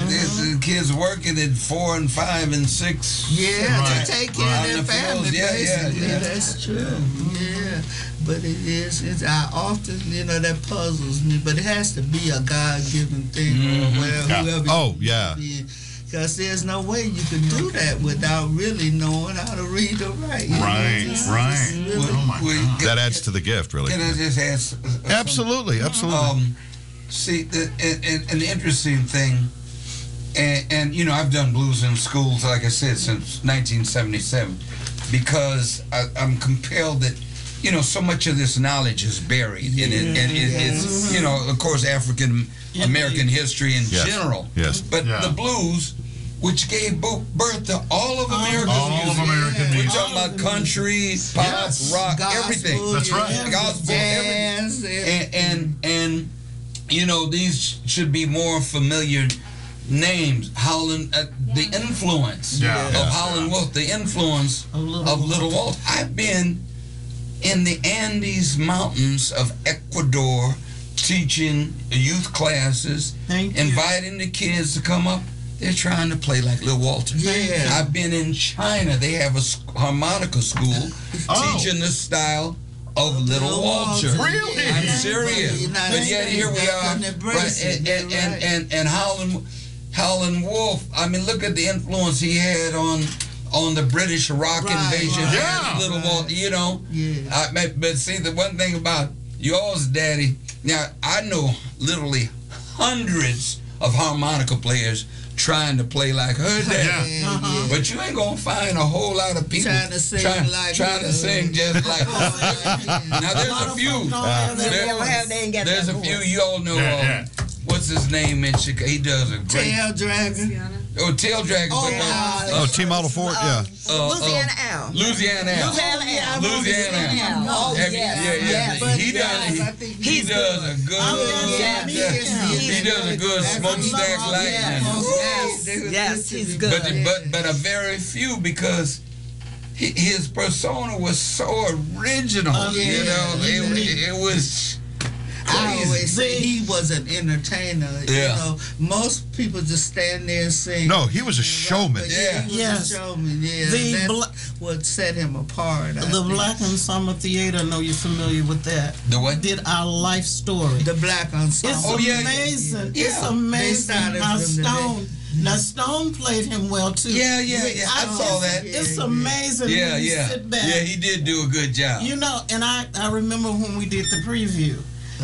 Speaker 9: this is kids working at four and five and six.
Speaker 11: Yeah,
Speaker 9: Right.
Speaker 11: to take care
Speaker 9: Right.
Speaker 11: of their family,
Speaker 9: Yeah, yeah,
Speaker 11: basically.
Speaker 9: yeah.
Speaker 11: That's true. Yeah, but it is. It's, I often, you know, that puzzles me. But it has to be a God-given thing,
Speaker 6: Mhm.
Speaker 9: Mm-hmm.
Speaker 11: or well,
Speaker 6: Yeah.
Speaker 11: whoever.
Speaker 6: Oh, yeah.
Speaker 11: Because there's no way you can do that without really knowing how to read or write. you know,
Speaker 6: Right,
Speaker 11: it's-
Speaker 6: right.
Speaker 11: it's really-
Speaker 6: That adds to the gift, really.
Speaker 9: Can I just ask?
Speaker 6: Absolutely, absolutely.
Speaker 9: Um, see, the, an, an- an interesting thing, and, and you know, I've done blues in schools, like I said, since 1977, because I, I'm compelled that. You know, so much of this knowledge is buried, and, it, and it,
Speaker 6: Mm-hmm.
Speaker 9: it's you know, of course, African American history in
Speaker 6: Yes.
Speaker 9: general.
Speaker 6: Yes.
Speaker 9: But the blues, which gave bo- birth to all of America's
Speaker 6: All
Speaker 9: music.
Speaker 6: of American
Speaker 9: We're
Speaker 6: music.
Speaker 9: talking about country, pop,
Speaker 6: Yes.
Speaker 9: rock,
Speaker 6: Gospel,
Speaker 9: everything.
Speaker 6: That's right. yeah,
Speaker 9: Gospel,
Speaker 11: jazz,
Speaker 9: everything. And, and and you know these should be more familiar names. Holland, uh, the influence
Speaker 2: Yeah.
Speaker 9: of
Speaker 2: Yeah.
Speaker 9: Holland Wolf, the influence of Little, Wolf. I've been in the Andes Mountains of Ecuador teaching youth classes, inviting the kids to come up. They're trying to play like Lil Walter.
Speaker 11: Yeah.
Speaker 9: I've been in China. They have a s- harmonica school teaching the style of Little, Walter.
Speaker 11: Oh. Really?
Speaker 9: I'm serious.
Speaker 11: You're not
Speaker 9: But yet
Speaker 11: saying
Speaker 9: here we
Speaker 11: that
Speaker 9: are.
Speaker 11: on the braces,
Speaker 9: Right, and,
Speaker 11: you're
Speaker 9: and, and, and, and Howlin', Howlin' Wolf. I mean, look at the influence he had on on the British rock
Speaker 11: Right,
Speaker 9: invasion.
Speaker 11: right,
Speaker 9: Yeah. Little Walter, you know. I, but- but see, the one thing about yours, Daddy, now I know literally hundreds of harmonica players trying to play like her daddy.
Speaker 11: Yeah. Uh-huh.
Speaker 9: But you ain't gonna find a whole lot of people
Speaker 11: Trying to sing
Speaker 9: try-
Speaker 11: like
Speaker 9: trying
Speaker 11: her.
Speaker 9: to sing just like her. now there's a few.
Speaker 12: have that
Speaker 9: There-
Speaker 12: voice. They ain't got
Speaker 9: there's
Speaker 12: that
Speaker 9: a few you all know.
Speaker 12: Yeah,
Speaker 9: uh,
Speaker 12: yeah.
Speaker 9: What's his name in Chicago? He does a great.
Speaker 11: Tail dragon.
Speaker 9: Oh, Tail Dragon.
Speaker 11: Oh,
Speaker 9: but, uh,
Speaker 6: Oh, T Model Ford. Yeah.
Speaker 9: uh, uh,
Speaker 12: Louisiana Al.
Speaker 9: Louisiana Al.
Speaker 12: Louisiana Al.
Speaker 9: Louisiana Al.
Speaker 12: Oh,
Speaker 9: Every-
Speaker 12: yes,
Speaker 9: yeah, yeah.
Speaker 12: yes.
Speaker 9: He
Speaker 12: Yes, I
Speaker 9: does.
Speaker 12: think
Speaker 9: He, he
Speaker 12: he's Oh,
Speaker 9: does a good.
Speaker 12: Yeah,
Speaker 9: yeah. He does a good smokestack lightning.
Speaker 12: Yes, yes, he's good.
Speaker 9: But, but but a very few because hi- his persona was so original. You know, it, it, it was.
Speaker 11: I always say he was an entertainer. You
Speaker 9: Yeah.
Speaker 11: know, most people just stand there and sing.
Speaker 6: No, he was a showman.
Speaker 11: Yeah. He was
Speaker 10: Yes.
Speaker 11: a showman. Yeah.
Speaker 10: The
Speaker 11: that's
Speaker 10: bla-
Speaker 11: what set him apart. I
Speaker 10: The
Speaker 11: think.
Speaker 10: Black Ensemble Theater, I know you're familiar with that.
Speaker 9: The what?
Speaker 10: Did our life story.
Speaker 11: The Black Ensemble.
Speaker 10: It's
Speaker 11: Oh, yeah, yeah,
Speaker 10: amazing.
Speaker 11: yeah.
Speaker 10: It's
Speaker 11: Yeah.
Speaker 10: amazing
Speaker 11: They started
Speaker 10: how
Speaker 11: from the
Speaker 10: Stone. Now Stone played him well too.
Speaker 9: Yeah, yeah, yeah. I saw that.
Speaker 10: It's amazing.
Speaker 9: Yeah,
Speaker 10: when you
Speaker 9: yeah,
Speaker 10: Sit back.
Speaker 9: yeah. He did do a good job.
Speaker 10: You know, and I, I remember when we did the preview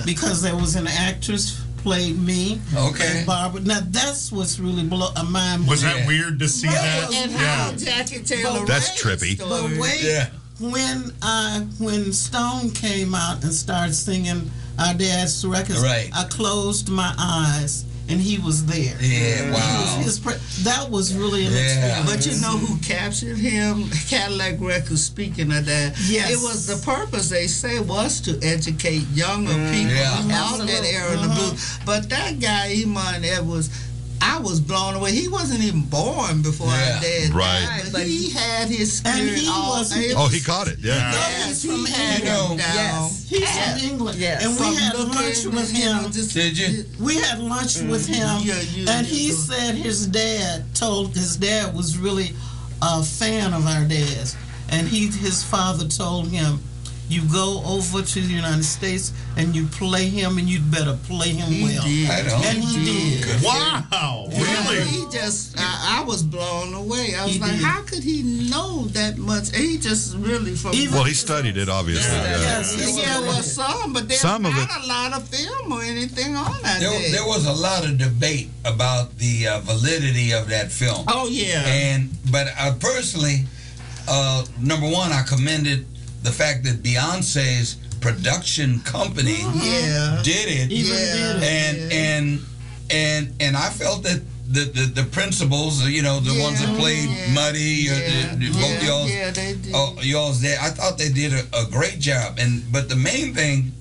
Speaker 10: because there was an actress played me.
Speaker 9: Okay.
Speaker 10: and Barbara. Now that's what's really blow uh, mind.
Speaker 7: Was that weird to see
Speaker 10: Right.
Speaker 7: that?
Speaker 10: And
Speaker 7: yeah.
Speaker 10: how
Speaker 11: Jackie
Speaker 10: Taylor
Speaker 6: That's trippy.
Speaker 10: But wait,
Speaker 6: Yeah.
Speaker 10: when I when Stone came out and started singing our dad's records,
Speaker 9: Right.
Speaker 10: I closed my eyes and he was there.
Speaker 9: Yeah,
Speaker 10: He
Speaker 9: wow.
Speaker 10: was- his pre- that was really an
Speaker 9: Yeah.
Speaker 10: experience.
Speaker 11: But you know who captured him? Cadillac Records, speaking of that.
Speaker 10: Yes.
Speaker 11: It was the purpose, they say, was to educate younger people
Speaker 9: Yeah.
Speaker 11: out of that era of the blues. But that guy, Iman Edwards, I was blown away. He wasn't even born before
Speaker 6: Yeah.
Speaker 11: I did.
Speaker 6: Right.
Speaker 11: But, he had his spirit
Speaker 10: And he
Speaker 11: all
Speaker 10: wasn't-
Speaker 11: it
Speaker 6: Oh,
Speaker 11: was-
Speaker 6: he caught it. Yeah.
Speaker 11: Yes, he had
Speaker 10: England.
Speaker 11: him
Speaker 10: Yes.
Speaker 11: down.
Speaker 10: He's from England.
Speaker 11: Yes.
Speaker 10: And
Speaker 11: From
Speaker 10: we had
Speaker 11: looking
Speaker 10: lunch with
Speaker 11: at him,
Speaker 10: him.
Speaker 11: just-
Speaker 9: Did you?
Speaker 10: We had lunch with him.
Speaker 11: Mhm. Yeah, you-
Speaker 10: and
Speaker 11: you
Speaker 10: he
Speaker 11: do.
Speaker 10: said his dad told his dad was really a fan of our dads. And he his father told him, You go over to the United States and you play him and you'd better play him well.
Speaker 9: I know.
Speaker 10: And he did.
Speaker 7: Wow.
Speaker 11: Yeah, He just, I, I was blown away. I was
Speaker 10: He
Speaker 11: like,
Speaker 10: did.
Speaker 11: how could he know that much? And he just really from.
Speaker 6: Well, he studied it, obviously.
Speaker 11: Yes,
Speaker 6: Yeah.
Speaker 11: yeah, well, some, but there's
Speaker 6: Some of
Speaker 11: not a lot of film or anything on that.
Speaker 9: There,
Speaker 11: day.
Speaker 9: there was a lot of debate about the uh, validity of that film.
Speaker 11: Oh, yeah.
Speaker 9: And but I personally, uh, number one, I commended the fact that Beyonce's production company
Speaker 10: Mm-hmm.
Speaker 11: Yeah.
Speaker 9: did it,
Speaker 11: Even did it,
Speaker 9: and
Speaker 11: yeah.
Speaker 9: and and and I felt that. The, the, the principals, you know, the ones that played Muddy, or the, the, both y'all's,
Speaker 11: yeah, they did.
Speaker 9: Oh, y'all's there. I thought they did a, a great job, and but the main thing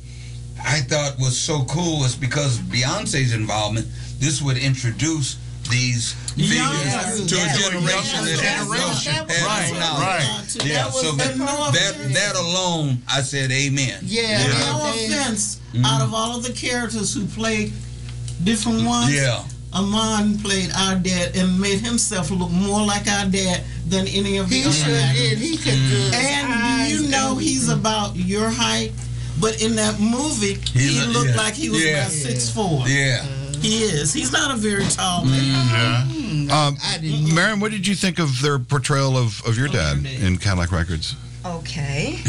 Speaker 9: I thought was so cool was because Beyonce's involvement. This would introduce these
Speaker 10: Yes.
Speaker 9: figures to
Speaker 10: Yes.
Speaker 9: a generation
Speaker 10: Yes.
Speaker 9: that has no
Speaker 10: Yes.
Speaker 9: has
Speaker 10: That was
Speaker 9: no
Speaker 10: what
Speaker 9: knowledge.
Speaker 10: I thought too.
Speaker 9: Yeah,
Speaker 10: That was
Speaker 9: so
Speaker 10: the
Speaker 9: that,
Speaker 10: norm.
Speaker 9: that that alone, I said, Amen.
Speaker 10: Yeah, no offense.
Speaker 9: Mm-hmm.
Speaker 10: Out of all of the characters who played different ones,
Speaker 9: Mm-hmm. Yeah.
Speaker 10: Amon played our dad and made himself look more like our dad than any of the
Speaker 11: He
Speaker 10: other
Speaker 11: sure
Speaker 10: actors.
Speaker 11: did. He could do
Speaker 10: Mm.
Speaker 11: his
Speaker 10: And do you
Speaker 11: eyes,
Speaker 10: know he's about your height, but in that movie, he,
Speaker 9: lo-
Speaker 10: looked
Speaker 9: yeah.
Speaker 10: like he was
Speaker 9: Yeah.
Speaker 10: about six four.
Speaker 9: Yeah.
Speaker 10: He is. He's not a very tall man.
Speaker 6: Um, Marion, what did you think of their portrayal of, of your dad in Cadillac Records?
Speaker 12: Okay.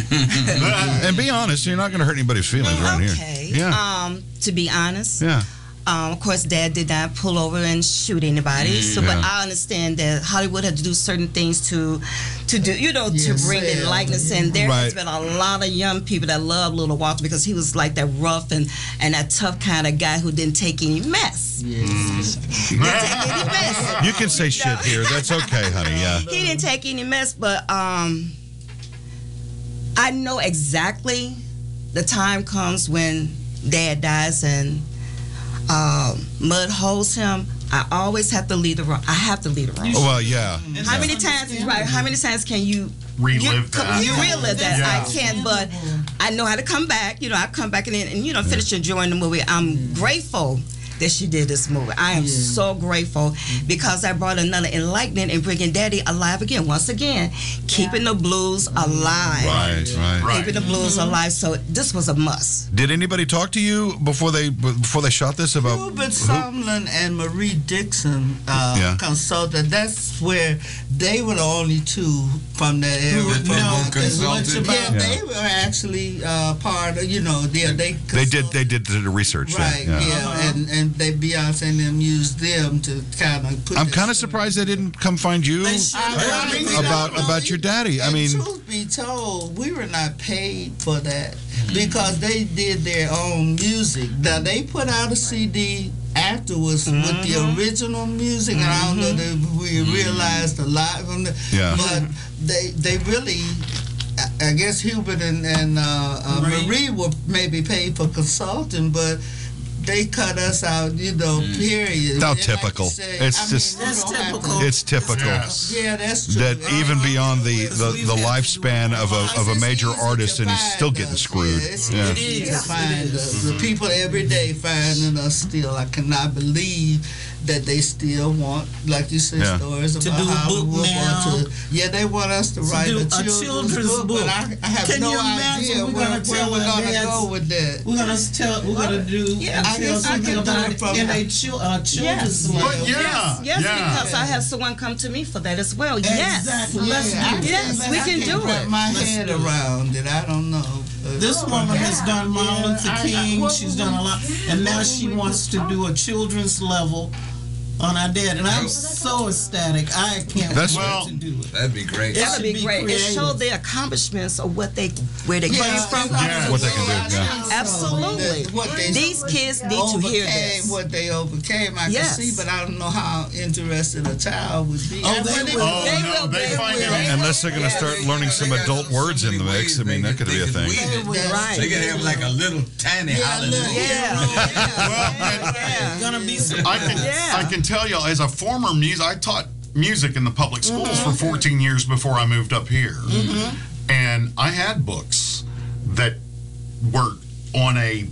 Speaker 6: and be honest, you're not going to hurt anybody's feelings around
Speaker 12: Okay.
Speaker 6: here. Yeah.
Speaker 12: Um, to be honest.
Speaker 6: yeah.
Speaker 12: Um, of course, Dad did not pull over and shoot anybody.
Speaker 6: Mm,
Speaker 12: So, but
Speaker 6: yeah.
Speaker 12: I understand that Hollywood had to do certain things to, to do, you know, to bring in likeness. And there
Speaker 15: Right.
Speaker 12: has been a lot of young people that love Little Walter because he was like that rough and and that tough kind of guy who didn't take any mess.
Speaker 6: You can say shit here. That's okay, honey. Yeah.
Speaker 12: He didn't take any mess, but um, I know exactly the time comes when Dad dies and um, Mud holds him. I always have to lead the room. I have to lead the room.
Speaker 6: Oh, well, yeah.
Speaker 12: How many times? Right. How many times can you
Speaker 6: Relive
Speaker 12: you,
Speaker 6: that.
Speaker 12: You relive that.
Speaker 6: Yeah.
Speaker 12: I can, but I know how to come back. You know, I come back and then- and you know finish enjoying the movie. I'm grateful that she did this movie. I am so grateful because I brought another enlightenment and bringing Daddy alive again. Once again, keeping the blues alive.
Speaker 6: Right, right.
Speaker 12: Keeping the blues alive. So this was a must.
Speaker 6: Did anybody talk to you before they before they shot this about who-
Speaker 11: Reuben Sumlin and Marie Dixon uh,
Speaker 6: Yeah.
Speaker 11: consulted. That's where they were the only two from that area.
Speaker 9: That they
Speaker 11: No,
Speaker 9: were
Speaker 11: as
Speaker 9: consulted?
Speaker 11: much about-
Speaker 6: Yeah.
Speaker 11: they were actually uh, part of. You know, they they
Speaker 6: they did they did the research? then,
Speaker 11: right. Yeah, and and they Beyonce and them used them to kind of put.
Speaker 6: I'm kind of surprised they didn't come find you
Speaker 11: I mean, you
Speaker 6: about
Speaker 11: know,
Speaker 6: about your daddy. I
Speaker 11: and
Speaker 6: mean,
Speaker 11: truth be told, we were not paid for that because they did their own music. Now they put out a CD afterwards with the
Speaker 6: Mm-hmm.
Speaker 11: original music, and I don't know that we realized a lot from the.
Speaker 6: Yeah. Mm-hmm.
Speaker 11: But they they really. I- I guess Hubert and, and uh, uh, Marie were maybe paid for consulting, but they cut us out, you know, period.
Speaker 6: how
Speaker 11: And like you
Speaker 6: Mm. typical.
Speaker 11: said,
Speaker 6: it's
Speaker 11: I mean,
Speaker 6: just
Speaker 11: we don't have to-
Speaker 6: It's typical.
Speaker 11: Yeah, that's true.
Speaker 6: That even beyond the, the, the lifespan of a, of a major artist, and he's still getting screwed.
Speaker 11: It's
Speaker 6: Yeah.
Speaker 11: easy to find us. The people every day finding us still. I cannot believe that they still want, like you said,
Speaker 6: Yeah.
Speaker 11: stories
Speaker 10: To
Speaker 11: about
Speaker 10: do a book
Speaker 11: Hollywood.
Speaker 10: now.
Speaker 11: or to, yeah, they want us to,
Speaker 10: To
Speaker 11: write
Speaker 10: do
Speaker 11: a
Speaker 10: a
Speaker 11: children's,
Speaker 10: children's
Speaker 11: book,
Speaker 10: book.
Speaker 11: but I, I have
Speaker 10: Can
Speaker 11: no
Speaker 10: you imagine
Speaker 11: idea
Speaker 10: we're
Speaker 11: where,
Speaker 10: gonna
Speaker 11: where
Speaker 10: tell
Speaker 11: we're
Speaker 10: our
Speaker 11: going to
Speaker 10: dads-
Speaker 11: go with that.
Speaker 10: We're gonna tell. We're gonna do.
Speaker 11: Yeah,
Speaker 10: and
Speaker 11: I
Speaker 10: tell
Speaker 11: guess I
Speaker 10: something
Speaker 11: can do
Speaker 10: about
Speaker 11: it
Speaker 10: it
Speaker 11: from-
Speaker 10: in a chil- uh, children's
Speaker 12: Yes.
Speaker 10: level.
Speaker 12: yes, yes, because I had someone come to me for that as well.
Speaker 10: Exactly.
Speaker 12: Yes,
Speaker 10: Let's do it.
Speaker 12: yes,
Speaker 10: Let's
Speaker 12: we
Speaker 10: do
Speaker 12: can
Speaker 10: it.
Speaker 12: do
Speaker 10: Wrap
Speaker 12: it.
Speaker 11: My
Speaker 10: Let's
Speaker 11: head
Speaker 10: do it.
Speaker 11: around it, I don't know. Oh,
Speaker 10: This woman has done Martin Luther King. She's done a lot, and now she wants to do a children's level on our dad. And I'm so ecstatic. I can't
Speaker 9: That's-
Speaker 10: wait
Speaker 9: Well,
Speaker 10: to do it.
Speaker 9: That'd be great.
Speaker 10: It
Speaker 12: That would
Speaker 10: should
Speaker 12: be,
Speaker 10: be
Speaker 12: great. It
Speaker 10: creative.
Speaker 12: showed their accomplishments of what they where they
Speaker 11: Yeah,
Speaker 12: came from.
Speaker 11: yeah.
Speaker 6: What they can do, yeah.
Speaker 12: Absolutely.
Speaker 11: What they-
Speaker 12: These kids need to hear
Speaker 11: overcame
Speaker 12: this.
Speaker 11: What they overcame, I
Speaker 12: Yes.
Speaker 11: can see, but I don't know how interested a child would be.
Speaker 12: Oh,
Speaker 11: And
Speaker 12: they
Speaker 11: when it-
Speaker 12: will. Oh, They no, will. they They find will. out.
Speaker 6: Unless they're going to start learning some adult words in the mix, I mean, that could be a thing.
Speaker 11: Right.
Speaker 9: They could have like a little tiny hallelujah.
Speaker 10: Gonna be some.
Speaker 7: I can, I can tell you, as a former music, I taught music in the public
Speaker 10: Mm-hmm.
Speaker 7: schools for 14 years before I moved up here.
Speaker 10: Mm-hmm.
Speaker 7: And I had books that were on a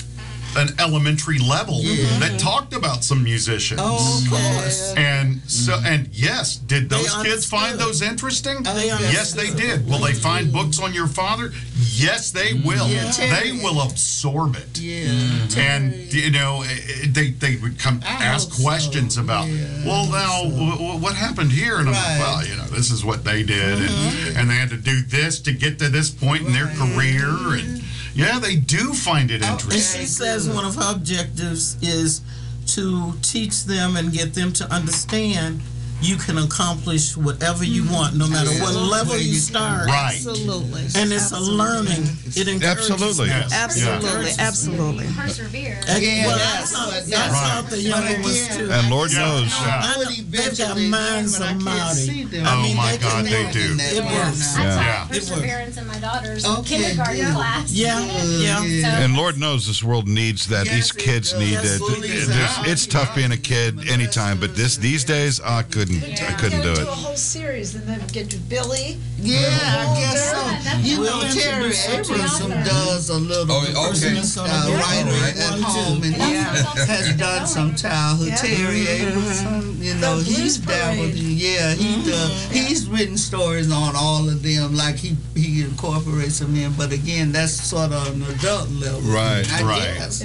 Speaker 7: an elementary level
Speaker 10: Mm-hmm.
Speaker 7: that talked about some musicians.
Speaker 10: Oh, of course.
Speaker 7: And so and yes, did
Speaker 10: They
Speaker 7: those kids find
Speaker 10: understood.
Speaker 7: those interesting?
Speaker 10: They
Speaker 7: yes, they did. Will they find books on your father? Yes, they will.
Speaker 11: Yeah,
Speaker 7: they
Speaker 11: Terry.
Speaker 7: will absorb it.
Speaker 11: Yeah.
Speaker 7: And you know, eh, they they would come ask questions about, well, now wh- wh- what happened here? And I'm like, well, you know, this is what they did,
Speaker 10: Uh-huh.
Speaker 7: and and they had to do this to get to this point in their career, and yeah, they do find it
Speaker 10: And
Speaker 7: interesting.
Speaker 10: she says one of her objectives is to teach them and get them to understand you can accomplish whatever you want, no matter what
Speaker 13: Absolutely.
Speaker 10: level you start.
Speaker 13: Right.
Speaker 12: Absolutely.
Speaker 10: And it's a learning. It encourages.
Speaker 13: Absolutely. Yes.
Speaker 12: Absolutely,
Speaker 13: Yeah.
Speaker 12: absolutely.
Speaker 14: Persevere.
Speaker 10: And-
Speaker 12: Yeah,
Speaker 10: well,
Speaker 12: that's-
Speaker 10: that's how, that's
Speaker 12: that's-
Speaker 10: how the
Speaker 12: but
Speaker 10: young
Speaker 12: again,
Speaker 10: ones too.
Speaker 6: And Lord knows.
Speaker 10: I know, they've got minds of Maori.
Speaker 6: Oh, my God, they do.
Speaker 10: It works.
Speaker 14: I taught
Speaker 6: Yeah.
Speaker 14: perseverance in my daughter's kindergarten class.
Speaker 10: Yeah.
Speaker 6: And Lord knows this world needs that. these kids need
Speaker 14: Yes,
Speaker 6: it.
Speaker 14: it does.
Speaker 6: There's- It's tough being a kid anytime, but this these days I couldn't I couldn't do
Speaker 14: They'll
Speaker 6: it.
Speaker 14: a whole series and then get to Billy.
Speaker 11: Yeah, I guess so. You
Speaker 14: Well,
Speaker 11: know, Terry
Speaker 14: introduce her to
Speaker 11: Abramson
Speaker 14: the author.
Speaker 11: does a little
Speaker 9: Oh,
Speaker 11: bit
Speaker 9: okay.
Speaker 11: of, uh, writing at home, and he has done some childhood.
Speaker 14: Yeah.
Speaker 11: Terry
Speaker 10: Mm-hmm.
Speaker 11: Abramson, you know, he's dabbled. in- Yeah, he does. He's written stories on all of them, like he he incorporates them in. But again, that's sort of an adult level,
Speaker 6: Right,
Speaker 11: I
Speaker 6: right.
Speaker 11: Guess.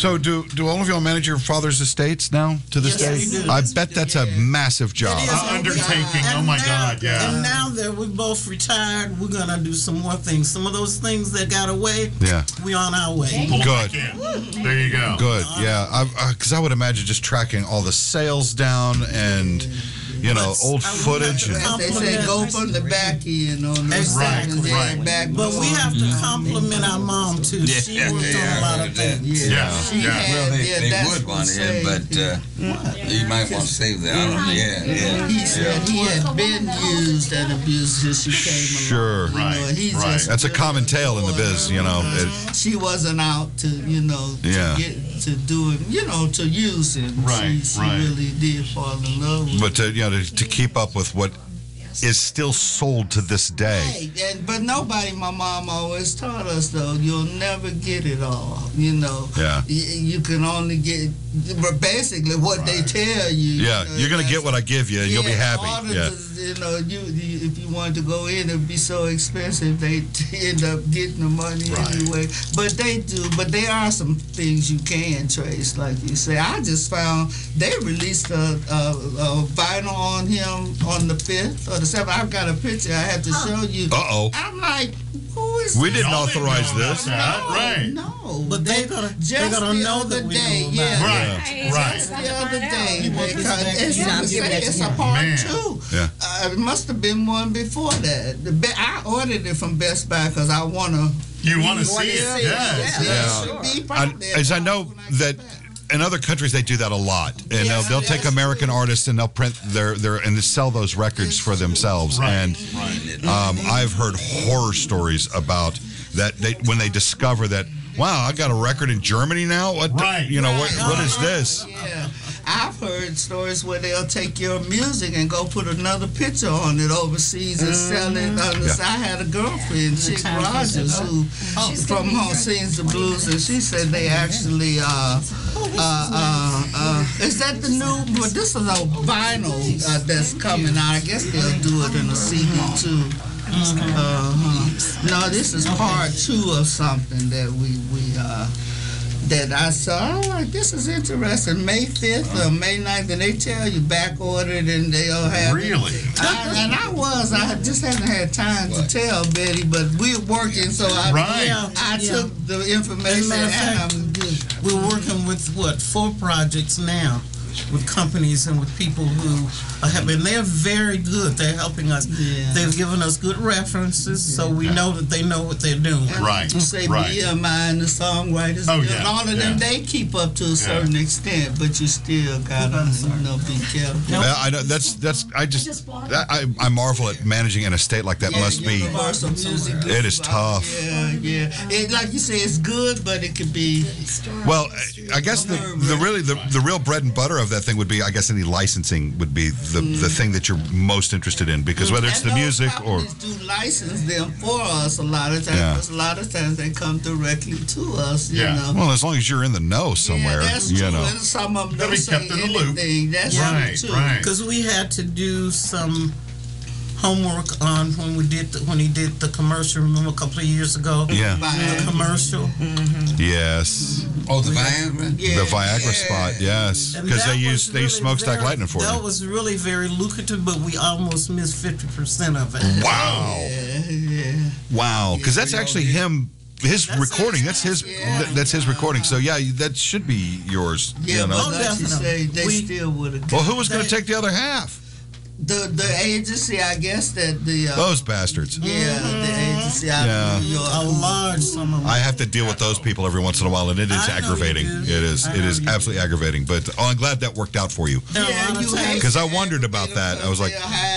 Speaker 6: So do do all of y'all manage your father's estates now to this
Speaker 10: Yes,
Speaker 6: day?
Speaker 10: we do.
Speaker 6: I bet that's a massive job.
Speaker 7: undertaking. Oh my God, yeah.
Speaker 10: And now that we're both retired, we're gonna do some more things. Some of those things that got away,
Speaker 6: Yeah.
Speaker 10: we on our way.
Speaker 6: Good.
Speaker 7: There you go.
Speaker 6: Good. Yeah. Because I, would imagine just tracking all the sales down and you know old footage and
Speaker 11: They say go from the back end on the
Speaker 10: Exactly.
Speaker 11: second
Speaker 10: Right.
Speaker 11: back
Speaker 10: But we have to compliment our mom too.
Speaker 9: Yeah,
Speaker 10: She worked
Speaker 9: yeah,
Speaker 10: on a lot of
Speaker 9: that-
Speaker 10: things.
Speaker 9: yeah. Well, they,
Speaker 10: yeah,
Speaker 9: they
Speaker 10: that's
Speaker 9: would
Speaker 10: what
Speaker 9: want
Speaker 10: I'm
Speaker 9: him, but uh, you might want to save that. I don't know. Yeah, yeah.
Speaker 11: He said he had been used and abused since she came along.
Speaker 6: sure.
Speaker 11: Right, know, he's right. just
Speaker 6: That's a common tale in the biz. You know. It,
Speaker 11: She wasn't out to, you know, to
Speaker 6: Yeah.
Speaker 11: get to do him, you know, to use him. She,
Speaker 6: Right,
Speaker 11: she
Speaker 6: right.
Speaker 11: really did fall in love with
Speaker 6: but to, you know to, to keep up with what is still sold to this day.
Speaker 11: Right, and, but nobody, my mom always taught us though, you'll never get it all. You know,
Speaker 6: Yeah.
Speaker 11: Y- you can only get but basically what they tell you.
Speaker 6: Yeah, you're gonna get what I give you, and you'll be
Speaker 11: Yeah,
Speaker 6: happy.
Speaker 11: all
Speaker 6: Yeah.
Speaker 11: of the- you know, you, you if you wanted to go in, it'd be so expensive. They end up getting the money anyway. But they do. But there are some things you can trace, like you say. I just found they released a, a, a vinyl on him on the fifth or the seventh. I've got a picture. I have to show you.
Speaker 6: Uh oh.
Speaker 11: I'm like, who is?
Speaker 6: We
Speaker 11: this?
Speaker 6: didn't authorize this.
Speaker 11: right? No, but
Speaker 10: they're gonna
Speaker 11: just
Speaker 10: they're gonna
Speaker 11: the
Speaker 10: know
Speaker 11: other
Speaker 10: that we
Speaker 11: day,
Speaker 10: know about
Speaker 11: yeah.
Speaker 10: it.
Speaker 11: Just The other day,
Speaker 10: want this back?
Speaker 11: because it's,
Speaker 10: Yeah, I'm
Speaker 11: it's,
Speaker 10: giving that
Speaker 11: it's
Speaker 10: to
Speaker 11: a
Speaker 10: him.
Speaker 11: part
Speaker 10: Man.
Speaker 11: two.
Speaker 6: Yeah.
Speaker 11: Uh, it must have been one before that. The be- I ordered it from Best Buy because I want to.
Speaker 7: You wanna see it? Yes.
Speaker 11: Yeah.
Speaker 6: Yeah.
Speaker 11: It should be
Speaker 6: I,
Speaker 11: probably
Speaker 6: as I know that in other countries they do that a lot, and they'll, they'll take American artists and they'll print their their and sell those records for themselves. And um, I've heard horror stories about that they, when they discover that. Wow, I got a record in Germany now. What the- you know? What, what is this?
Speaker 11: Yeah, I've heard stories where they'll take your music and go put another picture on it overseas and sell it. On the
Speaker 6: Yeah.
Speaker 11: side. I had a girlfriend, Chick Rogers, who Oh, from home sings the blues, and she said they actually. Uh, uh, uh, uh, is that the new? But this is a vinyl uh, that's coming out. I guess they'll do it in a CD too. Uh-huh. No, this is part two of something that we we uh, that I saw. I'm like, this is interesting. May 5th or May 9th, and they tell you back ordered and they'll have. it.
Speaker 7: Really?
Speaker 11: I, and I was, I just haven't had time to tell Betty, but we're working, so I,
Speaker 10: Right.
Speaker 11: I
Speaker 10: Yeah.
Speaker 11: took the
Speaker 10: As a
Speaker 11: information
Speaker 10: matter of
Speaker 11: and
Speaker 10: fact,
Speaker 11: I'm
Speaker 10: we're working with what four projects now with companies and with people who are helping. They're very good. They're helping us. They've given us good references, so we know that they know what they're doing.
Speaker 11: You say BMI and the songwriters,
Speaker 10: Oh,
Speaker 11: oh,
Speaker 10: yeah,
Speaker 11: and all of them,
Speaker 10: yeah.
Speaker 11: they keep up to a certain extent, but you still gotta, you know, be careful.
Speaker 6: Yeah, I know that's that's I just I, I marvel at managing in a state like that must be
Speaker 11: Universal music.
Speaker 6: it is tough.
Speaker 11: Yeah, yeah. It, like you say, it's good, but it could be.
Speaker 6: Well, I- I guess the, the really the, the real bread and butter of that thing would be I guess any licensing would be the, the thing that you're most interested in because whether it's
Speaker 11: Mm. And
Speaker 6: the
Speaker 11: those
Speaker 6: music or
Speaker 11: companies do license them for us a lot of times.
Speaker 6: Yeah.
Speaker 11: 'cause A lot of times they come directly to us. You know.
Speaker 6: well as long as you're in the know somewhere
Speaker 11: that's
Speaker 6: you
Speaker 11: true.
Speaker 6: know
Speaker 11: And some of them
Speaker 10: They'll
Speaker 11: don't
Speaker 10: be
Speaker 11: say
Speaker 10: kept in the loop.
Speaker 11: anything. That's true too.
Speaker 10: Because we had to do some homework on when we did the, when he did the commercial. Remember a couple of years ago?
Speaker 6: Yeah.
Speaker 10: the commercial.
Speaker 11: Mm-hmm.
Speaker 6: yes
Speaker 9: oh the Viagra
Speaker 6: the Viagra spot yes
Speaker 10: And
Speaker 6: because
Speaker 10: that
Speaker 6: they use
Speaker 10: was
Speaker 6: they use
Speaker 10: really
Speaker 6: smokestack
Speaker 10: very-
Speaker 6: lightning for
Speaker 10: That
Speaker 6: you
Speaker 10: was really very lucrative, but we almost missed fifty percent of it.
Speaker 6: Wow.
Speaker 11: Yeah.
Speaker 6: wow because that's actually him his recording that's his th- that's his recording so yeah you- that should be yours
Speaker 11: Yeah,
Speaker 6: you know
Speaker 10: Oh,
Speaker 11: but like you say, they still would have.
Speaker 6: well who was going to take the other half
Speaker 11: the the agency, I guess that the uh,
Speaker 6: Those bastards.
Speaker 11: yeah
Speaker 12: Mm-hmm.
Speaker 11: the agency out
Speaker 6: Oh. Yeah.
Speaker 11: of New York,
Speaker 10: a large sum of
Speaker 6: I have to deal with those people every once in a while, and it is aggravating. It is. It is absolutely aggravating. But oh, I'm glad that worked out for you.
Speaker 10: Yeah, you hate
Speaker 6: Because I wondered about that. I was like,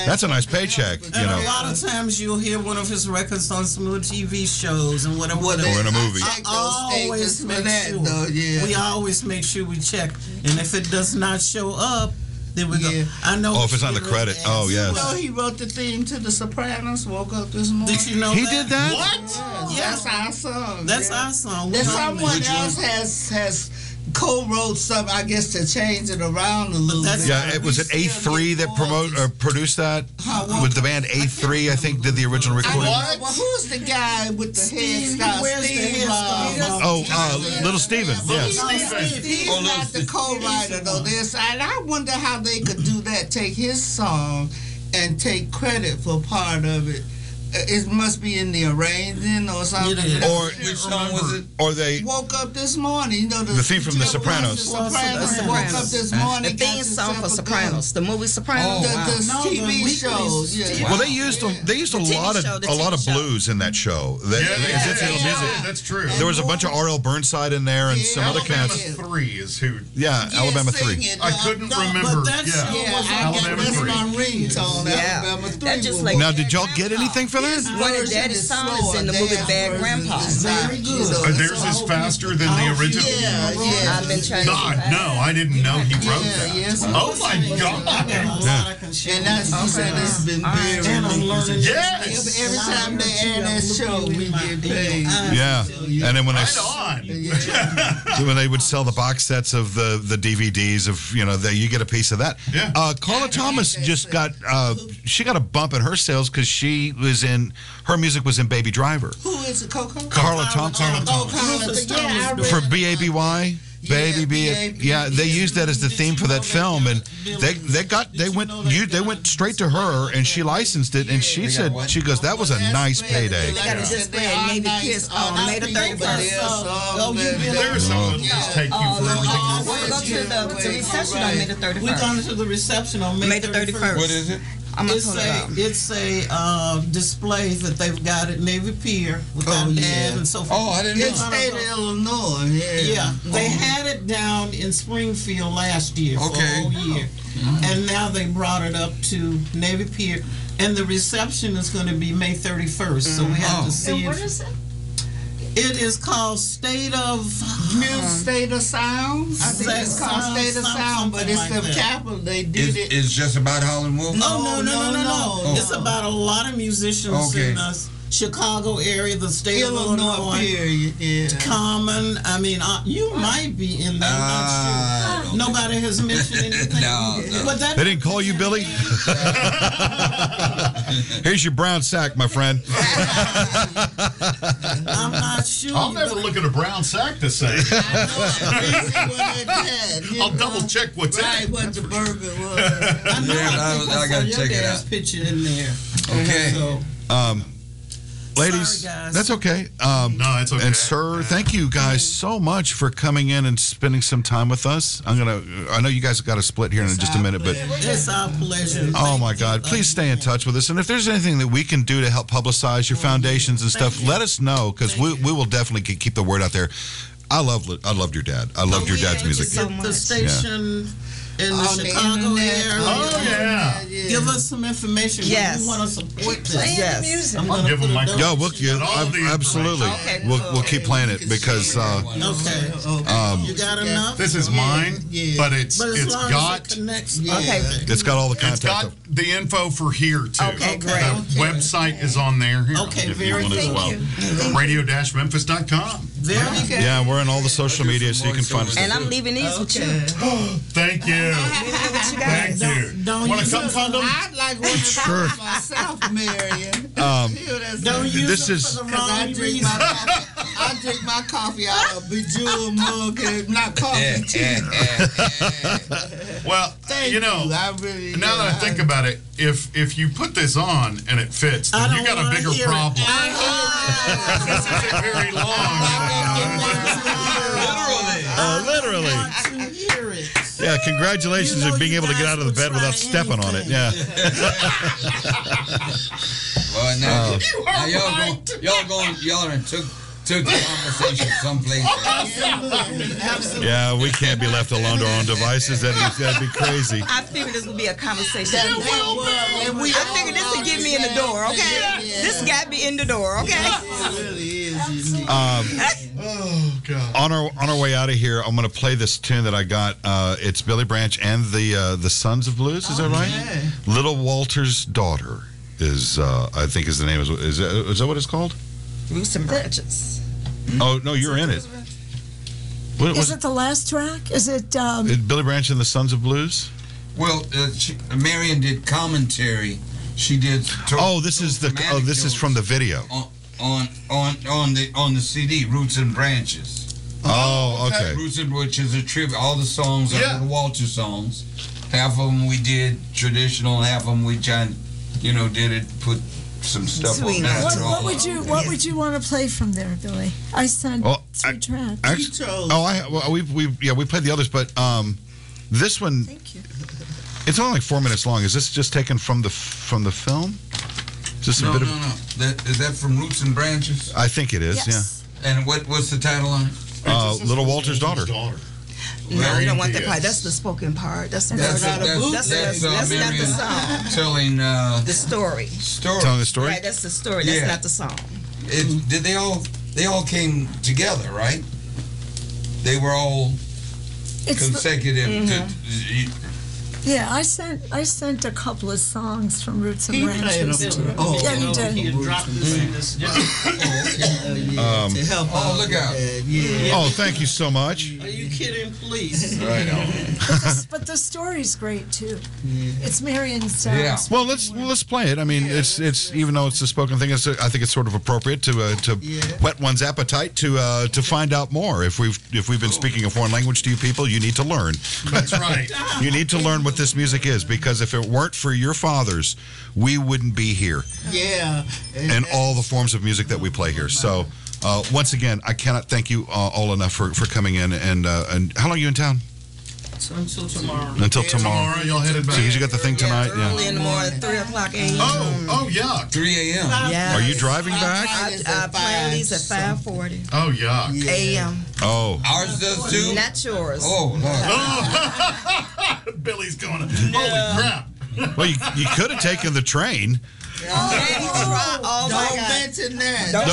Speaker 6: that's a nice paycheck, you
Speaker 10: And a
Speaker 6: know.
Speaker 10: lot of times you'll hear one of his records on some little TV shows and whatever.
Speaker 6: Or in a
Speaker 10: whatever.
Speaker 6: movie.
Speaker 10: I always
Speaker 11: for
Speaker 10: make
Speaker 11: that,
Speaker 10: sure.
Speaker 11: though, yeah.
Speaker 10: We always make sure we check, and if it does not show up, then we go. I know.
Speaker 6: Oh, if it's not in the credit. Oh,
Speaker 11: You
Speaker 6: yes.
Speaker 11: know he wrote the theme to The Sopranos. Woke up this morning.
Speaker 10: Did you know He that? did that? What?
Speaker 11: Yes, that's our song.
Speaker 10: That's
Speaker 11: yeah.
Speaker 10: our song.
Speaker 11: That
Speaker 10: We don't-
Speaker 11: someone
Speaker 10: Would you-
Speaker 11: else has has co-wrote some, I guess, to change it around a little bit.
Speaker 6: Yeah, it was it A3 that promote uh, produced that with the band A3. I think did the original
Speaker 11: I don't
Speaker 6: recording.
Speaker 11: know, well, who's the guy with the headscarf?
Speaker 10: where's the
Speaker 11: Steve,
Speaker 10: headscarf?
Speaker 11: uh,
Speaker 6: Oh, uh, Little Steven. Yes.
Speaker 11: He's not the co-writer though. This, and I wonder how they could do that. Take his song and take credit for part of it. Uh, It must be in the arranging or something.
Speaker 6: Or Or they
Speaker 11: woke up this morning. You know the,
Speaker 6: The theme from The Sopranos.
Speaker 11: Sopranos. Woke up this morning.
Speaker 12: The theme song for Sopranos, the movie Sopranos.
Speaker 11: The- Oh, the No, the TV weekly shows, yeah.
Speaker 6: Well, they used them. They used a
Speaker 12: The TV
Speaker 6: lot of
Speaker 12: show, the
Speaker 6: a lot
Speaker 12: TV
Speaker 6: of
Speaker 12: show.
Speaker 6: blues in that show. That,
Speaker 7: Yeah, they
Speaker 6: it's
Speaker 7: did.
Speaker 6: incidental
Speaker 7: Yeah,
Speaker 6: music.
Speaker 7: that's true.
Speaker 6: There was a bunch of R.L. Burnside in there and some other
Speaker 7: Alabama
Speaker 6: kind. of-
Speaker 7: three is who.
Speaker 6: Yeah, Alabama three.
Speaker 7: I couldn't remember. yeah, Alabama three.
Speaker 11: ringtone. Alabama three.
Speaker 12: That's just
Speaker 11: was-
Speaker 12: like
Speaker 6: now, did y'all get anything for that?
Speaker 12: This one of Daddy's songs is in the movie Bad Grandpa.
Speaker 11: Very good.
Speaker 7: Uh, theirs is faster than the original.
Speaker 11: Yeah, yeah.
Speaker 12: I've been trying
Speaker 7: God,
Speaker 12: to.
Speaker 7: no, I didn't know he wrote that.
Speaker 11: yes,
Speaker 7: oh my God.
Speaker 11: And that's you said it's been buried.
Speaker 7: Yes.
Speaker 11: Every time they air that show, we get paid.
Speaker 12: Uh,
Speaker 6: Yeah, and then when I
Speaker 11: Yeah.
Speaker 6: when they would sell the box sets of the the DVDs of you know that you get a piece of that. Yeah. Uh, Carla Thomas just got uh, she got a bump in her sales because she was in her music was in Baby Driver.
Speaker 11: Who is it, Coco?
Speaker 6: Carla Thompson.
Speaker 11: Oh, Carla. Yeah, I
Speaker 6: for
Speaker 11: read-
Speaker 6: B A B Y. Baby, B A B yeah, they used that as the theme for that film, and they they got they went you they went straight to her, and she licensed it, and she said she goes that was a nice payday.
Speaker 12: They got a display at Navy Kids on May the 31st.
Speaker 11: Oh,
Speaker 12: you
Speaker 7: There's someone that just take you for everything.
Speaker 12: We'll Oh, go to the, to reception on May the 31st.
Speaker 10: We're going to the reception on May,
Speaker 12: May the 31st. What is it? I'm gonna
Speaker 10: it's
Speaker 12: pull it
Speaker 10: a
Speaker 12: up.
Speaker 10: it's a uh, display that they've got at Navy Pier with
Speaker 11: Oh,
Speaker 10: that
Speaker 11: yeah.
Speaker 10: ad and so forth.
Speaker 11: Oh, I didn't know. It's state of Illinois, yeah.
Speaker 10: they
Speaker 11: Oh.
Speaker 10: had it down in Springfield last year for
Speaker 11: Okay.
Speaker 10: a whole year, and now they brought it up to Navy Pier, and the reception is going to be May 31st. So we have
Speaker 11: Oh.
Speaker 10: to see.
Speaker 14: And
Speaker 10: if-
Speaker 14: what is it?
Speaker 10: It is called State of
Speaker 11: New State of Sound. I think it's called State of Sound, but it's the capital. They did it. Oh,
Speaker 9: It's just about Holland Wolf.
Speaker 10: No, no, no, no, no, no.
Speaker 9: no.
Speaker 10: It's about a lot of musicians
Speaker 9: Okay.
Speaker 10: in us. Chicago area, the state of
Speaker 11: Illinois
Speaker 10: Illinois,
Speaker 11: period,
Speaker 10: Common. I mean, uh, you might be in there. I'm not sure. Nobody has mentioned anything.
Speaker 9: Ah. no, no.
Speaker 10: But that
Speaker 6: They didn't call you Billy. Here's your brown sack, my friend.
Speaker 10: I'm not sure.
Speaker 7: I'll never look at a brown sack to say. I'll double check what's in
Speaker 11: Right,
Speaker 7: it.
Speaker 11: what the burger was.
Speaker 10: I know.
Speaker 9: Yeah, I
Speaker 10: I,
Speaker 9: was-
Speaker 10: think
Speaker 9: I
Speaker 10: I,
Speaker 9: gotta
Speaker 10: saw
Speaker 9: check it
Speaker 10: your dad's
Speaker 9: out.
Speaker 10: picture in there.
Speaker 9: Okay.
Speaker 10: So,
Speaker 6: Um, ladies,
Speaker 10: Sorry, guys.
Speaker 6: that's okay. Um,
Speaker 7: No, it's okay.
Speaker 6: And sir, thank you guys so much for coming in and spending some time with us. I'm gonna. I know you guys have got to split here in just a minute, but
Speaker 10: it's our pleasure.
Speaker 6: Oh my God! Please stay in touch with us, and if there's anything that we can do to help publicize your foundations and stuff, let us know because we, we will definitely ke- keep the word out there. I love I loved your dad. I loved your dad's music.
Speaker 10: Get the station in the
Speaker 11: On the
Speaker 10: Chicago
Speaker 11: internet,
Speaker 10: area.
Speaker 11: on
Speaker 6: Oh,
Speaker 11: the
Speaker 7: yeah.
Speaker 10: Give us some information.
Speaker 12: Yes.
Speaker 10: We want to support this.
Speaker 12: playing the Yes. music.
Speaker 10: I'm gonna
Speaker 7: Give
Speaker 10: put
Speaker 7: 'em
Speaker 10: a
Speaker 7: my-
Speaker 10: note.
Speaker 6: No, we'll yeah, ab- absolutely. We'll, we'll keep playing it because uh,
Speaker 10: Okay.
Speaker 6: um,
Speaker 10: You got enough?
Speaker 7: This is mine, but it's
Speaker 10: But as
Speaker 7: it's
Speaker 10: long
Speaker 7: got
Speaker 10: as it connects.
Speaker 6: it's got all the
Speaker 7: it's
Speaker 6: contact.
Speaker 7: got the info for here too.
Speaker 10: Okay,
Speaker 7: the
Speaker 10: great.
Speaker 7: website is on there here
Speaker 10: Okay,
Speaker 7: if
Speaker 10: very
Speaker 7: you want as
Speaker 10: thank
Speaker 7: well. Radio-memphis.com.
Speaker 10: Very good.
Speaker 6: Yeah, we're on all the social media, so you can find us.
Speaker 12: And I'm leaving these with you.
Speaker 7: Thank you.
Speaker 12: Leaving it with you
Speaker 7: Thank
Speaker 12: guys.
Speaker 7: you.
Speaker 10: Don't
Speaker 7: Want to
Speaker 10: use
Speaker 7: come
Speaker 10: them.
Speaker 7: find them?
Speaker 11: I'd like one to
Speaker 6: Sure.
Speaker 11: try myself, Marion.
Speaker 6: Um,
Speaker 11: Ew, that's
Speaker 10: Don't
Speaker 11: nasty.
Speaker 10: use
Speaker 6: This
Speaker 10: them
Speaker 6: is-
Speaker 10: for the
Speaker 11: 'Cause I
Speaker 10: wrong
Speaker 11: drink
Speaker 10: reason.
Speaker 11: my coffee. I drink my coffee out of a bejeweled mug, and not coffee, tea.
Speaker 7: Well, uh,
Speaker 11: Thank
Speaker 7: you know,
Speaker 11: I really.
Speaker 7: now that I think about it, if if you put this on and it fits,
Speaker 10: I
Speaker 7: then you
Speaker 10: don't
Speaker 7: got a
Speaker 10: wanna
Speaker 7: bigger
Speaker 10: hear it.
Speaker 7: problem.
Speaker 11: I
Speaker 7: This isn't very long.
Speaker 10: I
Speaker 6: Uh, literally.
Speaker 10: want to hear it.
Speaker 6: Yeah, congratulations on being able to get out of the bed without stepping on it. Yeah.
Speaker 9: Well, now,
Speaker 6: Oh.
Speaker 9: now y'all going y'all going y'all done took took the conversation someplace.
Speaker 12: Absolutely, absolutely.
Speaker 6: Yeah, we can't be left alone to our own devices. That'd be, that'd be crazy.
Speaker 12: I figured this would be a conversation.
Speaker 3: That will be. And we
Speaker 12: I figured this would get me in the door, okay? This got me in the door, okay?
Speaker 6: Um, On our on our way out of here, I'm going to play this tune that I got. Uh, it's Billy Branch and the uh, the Sons of Blues. Is that right? Little Walter's daughter is uh, I think is the name. Is is that, is that what it's called?
Speaker 12: Roots and branches.
Speaker 6: Oh no, you're in it. What
Speaker 16: Is
Speaker 6: was
Speaker 16: it the last track? Is it? Um,
Speaker 6: it Billy Branch and the Sons of Blues?
Speaker 9: Well, uh, she, Marion did commentary. She did.
Speaker 6: oh, this is the oh, this is from the video.
Speaker 9: on on on on the on the CD Roots and Branches.
Speaker 6: Oh, okay.
Speaker 9: Roots and which is a tribute. All the songs are little Walter songs. Half of them we did traditional. Half of them we kind, you know, did it put some stuff on that.
Speaker 16: What, what would you What would you want to play from there, Billy? Oh, I sent
Speaker 6: Well,
Speaker 16: three tracks.
Speaker 6: Act- oh, I well, we we yeah we played the others, but um, this one. It's only like four minutes long. Is this just taken from the from the film? Just a
Speaker 9: no,
Speaker 6: bit
Speaker 9: no,
Speaker 6: of.
Speaker 9: no. That, is that from Roots and Branches?
Speaker 6: I think it is.
Speaker 9: Yeah. And what what's the title on it?
Speaker 6: Yeah. Uh, Little Walter's daughter.
Speaker 12: No, you don't want that part. That's the spoken part. That's the
Speaker 9: That's,
Speaker 12: part. that's,
Speaker 9: that's, that's,
Speaker 12: that's,
Speaker 9: uh,
Speaker 12: that's not the
Speaker 9: Marion
Speaker 12: song.
Speaker 9: Telling uh,
Speaker 12: The story.
Speaker 9: Story.
Speaker 6: Telling the story?
Speaker 12: Right, that's the story. That's
Speaker 9: Yeah.
Speaker 12: not the song.
Speaker 9: it, did they all they all came together, right? They were all
Speaker 16: It's the-
Speaker 9: consecutive.
Speaker 16: Mhm.
Speaker 9: to,
Speaker 16: Yeah, I sent I sent a couple of songs from Roots and
Speaker 11: He played
Speaker 16: Branches.
Speaker 11: them.
Speaker 16: to-
Speaker 11: Oh,
Speaker 16: yeah, you
Speaker 11: okay.
Speaker 16: did.
Speaker 6: Um,
Speaker 9: oh, look out!
Speaker 6: Oh, thank you so much.
Speaker 17: Are you kidding? Please.
Speaker 6: Right on.
Speaker 16: But the- but the story's great too. It's Marion's. uh, Songs.
Speaker 6: Well, let's well, let's play it. I mean, it's it's even though it's a spoken thing, it's, I think it's sort of appropriate to uh, to whet one's appetite to uh, to find out more. If we've if we've been speaking a foreign language to you people, you need to learn.
Speaker 18: That's right.
Speaker 6: you need to learn what this music is because if it weren't for your fathers, we wouldn't be here
Speaker 11: Yeah.
Speaker 6: and all the forms of music that we play here. So. Uh, once again, I cannot thank you uh, all enough for, for coming in. And uh, and how long are you in town?
Speaker 17: Until tomorrow.
Speaker 6: Until tomorrow.
Speaker 17: Tomorrow, y'all headed back.
Speaker 6: So 'cause you got the thing tonight. Yeah.
Speaker 12: Early in the morning, three o'clock a.m. Oh,
Speaker 7: oh yeah.
Speaker 9: 3 a.m.
Speaker 12: Yeah.
Speaker 6: Are you driving back?
Speaker 12: I, I planned these at five forty
Speaker 7: Oh yeah.
Speaker 12: a.m.
Speaker 6: Oh.
Speaker 9: Ours does too.
Speaker 12: Not yours.
Speaker 9: Oh,
Speaker 7: Lord. Billy's going. Holy crap!
Speaker 6: Well, you, you could have taken the train.
Speaker 12: Oh,
Speaker 11: don't mention that.
Speaker 6: No.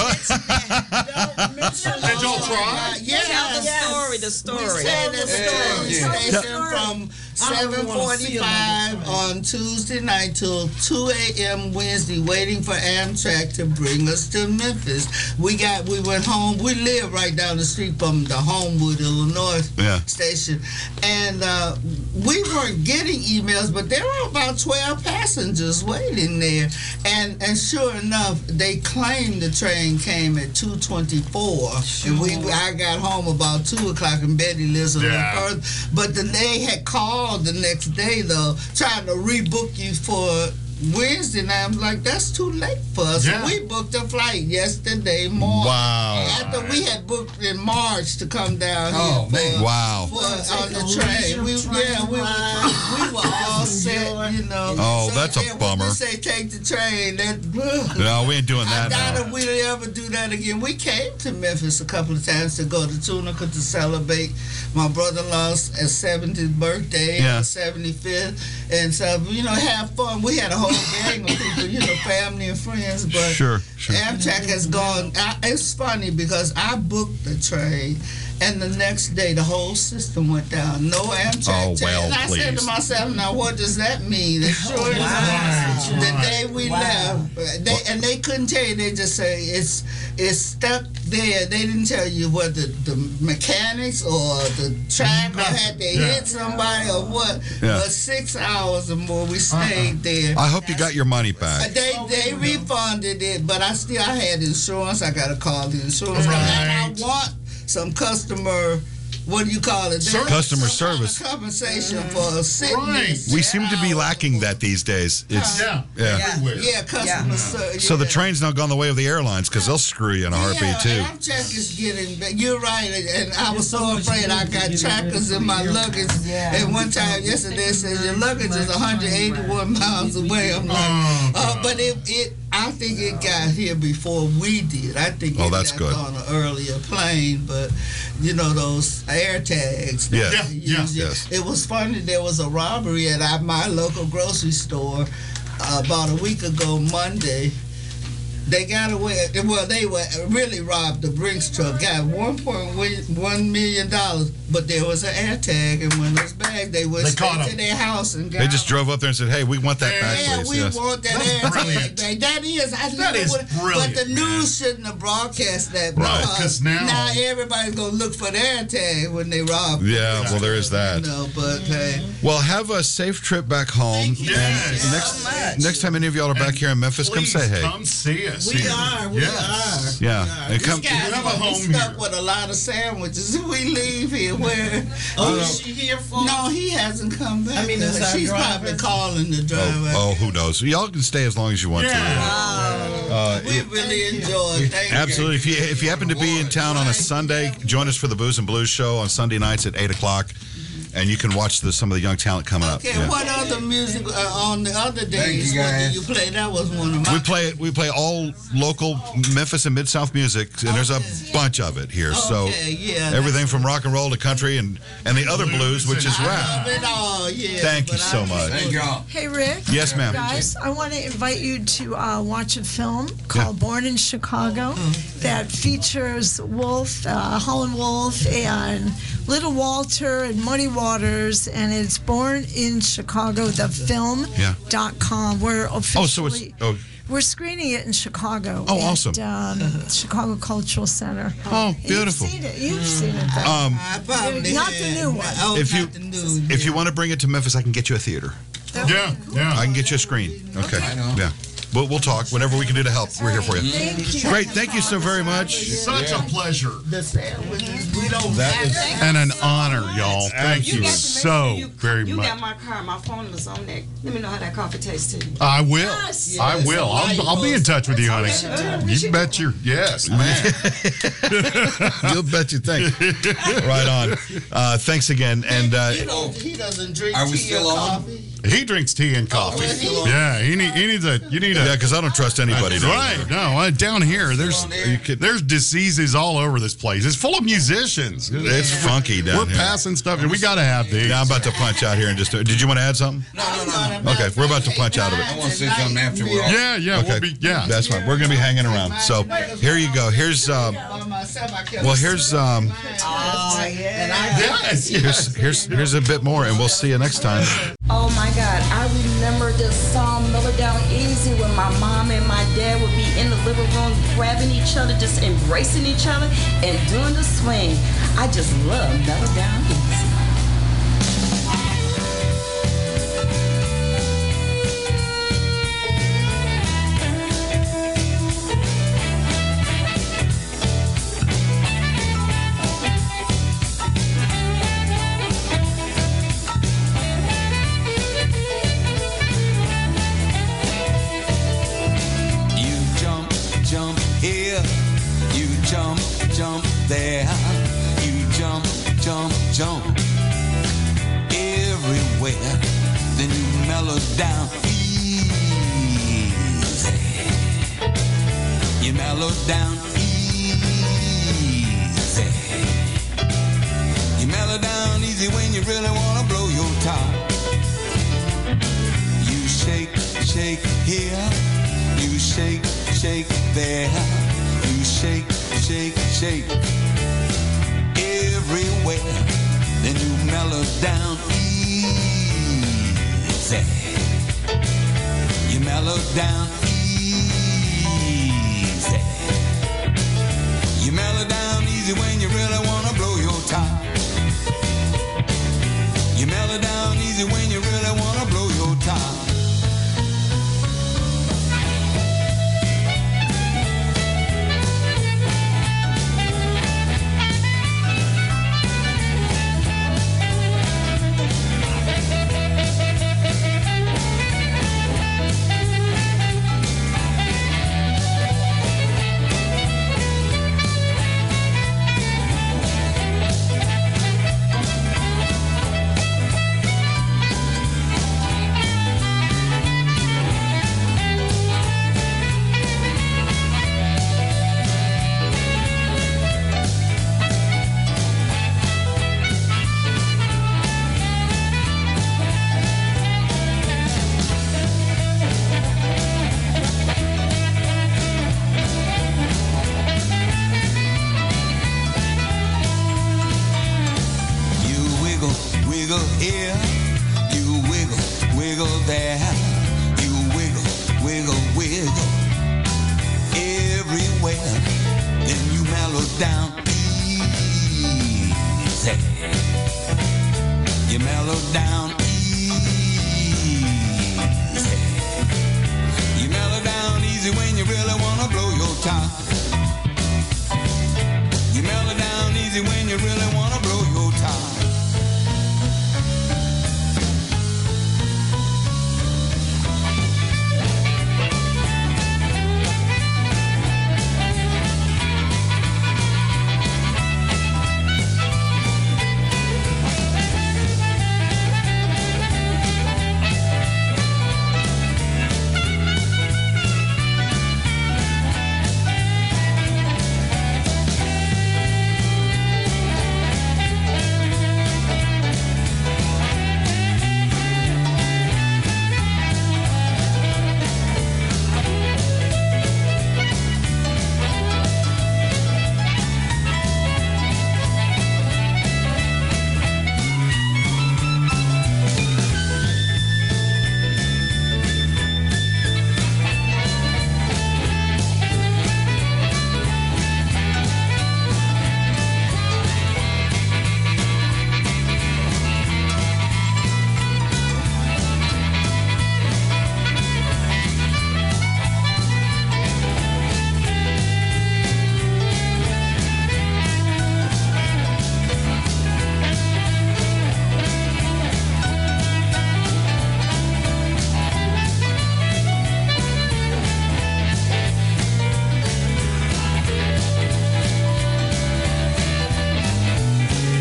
Speaker 11: Did y'all try? Yeah.
Speaker 12: Tell the story, the story.
Speaker 11: We tell the story.
Speaker 12: Yeah.
Speaker 11: Station from
Speaker 12: I don't
Speaker 11: seven
Speaker 12: wanna see
Speaker 11: forty-five on Tuesday night till two a.m. Wednesday, waiting for Amtrak to bring us to Memphis. We got. We went home. We live right down the street from the Homewood, Illinois
Speaker 6: Yeah.
Speaker 11: station, and uh, we weren't getting emails, but there were about twelve passengers waiting there, and and sure enough, they claimed the train came at two twenty four, and we I got home about two o'clock, and Betty lives a little
Speaker 3: Yeah.
Speaker 11: further, but then they had called the next day though, trying to rebook you for. Wednesday night, I'm like, that's too late for us.
Speaker 3: Yeah.
Speaker 11: We booked a flight yesterday morning.
Speaker 6: Wow.
Speaker 11: After we had booked in March to come down
Speaker 6: Oh,
Speaker 11: here.
Speaker 6: man.
Speaker 11: for-
Speaker 6: Wow.
Speaker 11: for- on the train. We, yeah, we, were- we were all set, you know.
Speaker 6: Oh, that's a
Speaker 11: yeah, when
Speaker 6: bummer.
Speaker 11: They say take the train. That,
Speaker 6: No, we ain't doing
Speaker 11: I
Speaker 6: that
Speaker 11: doubt
Speaker 6: now.
Speaker 11: if we'll ever do that again. We came to Memphis a couple of times to go to Tunica to celebrate my brother-in-law's 70th birthday,
Speaker 6: Yeah.
Speaker 11: and 75th, and so you know have fun. We had a whole gang of people, you know, family and friends. But
Speaker 6: Sure, sure.
Speaker 11: Amtrak has gone. I, it's funny because I booked the train, and the next day the whole system went down. No Amtrak.
Speaker 6: Oh,
Speaker 11: train.
Speaker 6: well,
Speaker 11: and I said to
Speaker 6: please.
Speaker 11: myself, now what does that mean? It sure is not. The day we left, they, and they couldn't tell you. They just say it's it's stuck there. They didn't tell you whether the mechanics or the track or had they
Speaker 6: Yeah.
Speaker 11: hit somebody or what.
Speaker 6: Yeah.
Speaker 11: But six hours or more we
Speaker 12: Uh-uh.
Speaker 11: stayed there.
Speaker 6: I hope you got your money
Speaker 11: Uh,
Speaker 6: back.
Speaker 11: They they refunded it, but I still I had insurance. I got to call the insurance, company. and I want some customer what do you call it? There
Speaker 6: Customer
Speaker 11: is some kind of
Speaker 6: service.
Speaker 11: compensation for a sickness.
Speaker 6: We seem to
Speaker 11: "Oh."
Speaker 6: be lacking that these days. It's,
Speaker 11: Huh?
Speaker 6: yeah.
Speaker 11: yeah, customer service.
Speaker 6: So the train's not gone the way of the airlines because they'll screw you in a heartbeat too.
Speaker 11: And I'm check is getting back. You're right. And and I was so afraid I got trackers in my luggage. And one time yesterday it said your luggage is 181 miles away. I'm like,
Speaker 6: Oh,
Speaker 11: uh, but it, it, I think it got here before we did. I think
Speaker 6: Oh,
Speaker 11: it
Speaker 6: that's
Speaker 11: got
Speaker 6: good.
Speaker 11: on an earlier plane. But you know those air tags. that
Speaker 6: Yeah.
Speaker 11: they
Speaker 6: Yeah.
Speaker 11: use.
Speaker 6: Yes.
Speaker 11: It was funny. There was a robbery at our- my local grocery store uh, about a week ago Monday. They got away. Well, they were really robbed. The Brinks truck got one point one million dollars, but there was an air tag in one of those bags. They went
Speaker 6: They caught
Speaker 11: straight to
Speaker 6: 'em.
Speaker 11: their house and got.
Speaker 6: They just drove up there and said, "Hey, we want that back,
Speaker 11: Yeah,
Speaker 6: please."
Speaker 11: we
Speaker 6: Yes.
Speaker 11: want that air tag back. That is, I never
Speaker 6: is
Speaker 11: would-
Speaker 6: brilliant,
Speaker 11: But the news shouldn't have broadcast that
Speaker 6: Right.
Speaker 11: because
Speaker 6: 'Cause now-
Speaker 11: everybody's gonna look for the air tag when they rob.
Speaker 6: Yeah, well, there is that.
Speaker 11: No, but hey,
Speaker 6: Well, have a safe trip back home.
Speaker 11: you.
Speaker 6: And
Speaker 11: Yes.
Speaker 6: next,
Speaker 11: So much.
Speaker 6: next time any of y'all are back here in Memphis, come say hey.
Speaker 7: Come see us.
Speaker 11: We are, we
Speaker 7: Yes.
Speaker 11: are.
Speaker 6: Yeah, and
Speaker 11: This
Speaker 6: come-
Speaker 11: guy's
Speaker 6: You have a
Speaker 11: gonna be
Speaker 6: home
Speaker 11: stuck with a lot of sandwiches. If We leave here where?
Speaker 6: Oh, is
Speaker 11: she here for? No, he hasn't come back.
Speaker 10: I mean, is our
Speaker 11: she's
Speaker 10: driver-
Speaker 11: probably calling the driver.
Speaker 6: Oh, who knows? Y'all can stay as long as you want to. Uh,
Speaker 11: We really enjoyed. Thank you.
Speaker 6: Absolutely. If you if you happen to be in town on a Sunday, join us for the Booze and Blues show on Sunday nights at eight o'clock, and you can watch the, some of the young talent coming up.
Speaker 11: Okay,
Speaker 6: Yeah.
Speaker 11: what other music uh, on the other days? What did
Speaker 6: guys.
Speaker 11: you play? That was one of my.
Speaker 6: We play we play all local Memphis and Mid South music, and there's a bunch of it here. So
Speaker 11: Okay, yeah,
Speaker 6: everything from rock and roll to country and and the other blues, which is
Speaker 11: I
Speaker 6: rap.
Speaker 11: love it all, yeah,
Speaker 6: Thank you
Speaker 11: but I
Speaker 6: so
Speaker 11: just
Speaker 6: much. Thank y'all.
Speaker 16: Hey, Rick.
Speaker 6: Yes, ma'am.
Speaker 16: Guys, I want to invite you to uh, watch a film called Born in Chicago
Speaker 6: Mm-hmm.
Speaker 16: that features Wolf, uh, Holland Wolf, and Little Walter and Muddy Waters, and it's Born in Chicago, the film
Speaker 6: Yeah.
Speaker 16: dot com. We're officially.
Speaker 6: Oh, so it's oh,
Speaker 16: We're screening it in Chicago.
Speaker 6: Oh,
Speaker 16: at,
Speaker 6: awesome.
Speaker 16: um, Chicago Cultural Center.
Speaker 6: Oh, beautiful.
Speaker 16: You've seen it. You've seen it. though.
Speaker 6: Um,
Speaker 16: not the new one.
Speaker 6: if you if you want to bring it to Memphis, I can get you a theater.
Speaker 7: Yeah, yeah.
Speaker 6: I can get you a screen. Okay. Yeah. We'll, we'll talk. Whatever we can do to help, we're here for you.
Speaker 11: Thank you.
Speaker 6: Great. Thank you so very much.
Speaker 7: Such a pleasure.
Speaker 11: The sandwiches. We don't.
Speaker 6: That is-
Speaker 7: And an honor, y'all. Thank
Speaker 19: got to
Speaker 7: you
Speaker 19: make
Speaker 7: so
Speaker 19: sure you-
Speaker 7: very
Speaker 19: you
Speaker 7: much.
Speaker 19: got my car. My phone was on that. Let me know how that coffee tastes to you.
Speaker 7: I will.
Speaker 19: Yes.
Speaker 7: I will. I'll, I'll be in touch with you, honey.
Speaker 19: That's what we should do. We
Speaker 7: You
Speaker 19: should
Speaker 7: bet your yes, man.
Speaker 6: You'll bet you think. Right on. Uh, thanks again. And uh,
Speaker 11: You don't, he doesn't drink
Speaker 6: Are we
Speaker 11: tea or
Speaker 6: still on?
Speaker 11: coffee.
Speaker 7: He drinks tea and coffee. Yeah, he, need, he needs a. You need a.
Speaker 6: Yeah, 'cause I don't trust anybody
Speaker 7: That's
Speaker 6: down
Speaker 7: right? No, uh, down here, there's there's diseases all over this place. It's full of musicians.
Speaker 6: it's funky down
Speaker 7: We're
Speaker 6: here.
Speaker 7: passing stuff, and we got to have these.
Speaker 6: Yeah, I'm about to punch out here and just. Did you want to add something? Okay, we're about to punch out of it. I want to say something after
Speaker 11: we're
Speaker 7: off. Yeah, yeah, we'll be- yeah.
Speaker 6: That's right. We're gonna be hanging around. So here you go. Here's uh,
Speaker 11: By myself, I kept
Speaker 6: well, here's um,
Speaker 11: Oh, yeah. And I
Speaker 6: here's here's here's a bit more, and we'll see you next time.
Speaker 12: Oh my God, I remember this song Mellow Down Easy when my mom and my dad would be in the living room grabbing each other, just embracing each other and doing the swing. I just love Mellow Down Easy.
Speaker 20: You jump, jump here. You jump, jump there. You jump, jump, jump everywhere. Then you mellow down easy. You mellow down easy. You mellow down easy when you really wanna blow your top. You shake, shake here. You shake, shake there. You shake, shake, shake everywhere. Then you mellow down easy. You mellow down easy. You mellow down easy when you really wanna blow your top. You mellow down easy when you really wanna blow your top.
Speaker 21: Thank
Speaker 20: wiggle here, you wiggle, wiggle there, you wiggle, wiggle, wiggle everywhere. Then you mellow down easy. You mellow down easy. You mellow down easy when you really wanna blow your top. You mellow down easy when you really wanna blow your top.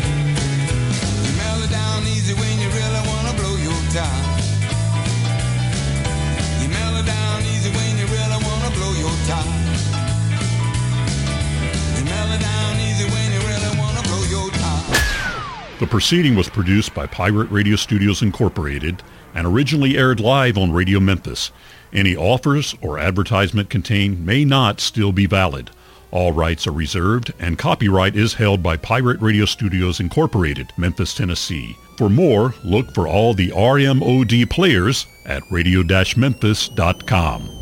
Speaker 20: You mellow down easy when you really wanna blow your top. You mellow down easy when you really wanna blow your top. You mellow down easy when you really wanna blow your top.
Speaker 1: The proceeding was produced by Pirate Radio Studios Incorporated and originally aired live on Radio Memphis. Any offers or advertisement contained may not still be valid. All rights are reserved and copyright is held by Pirate Radio Studios Incorporated, Memphis, Tennessee. For more, look for all the RMOD players at radio-memphis.com.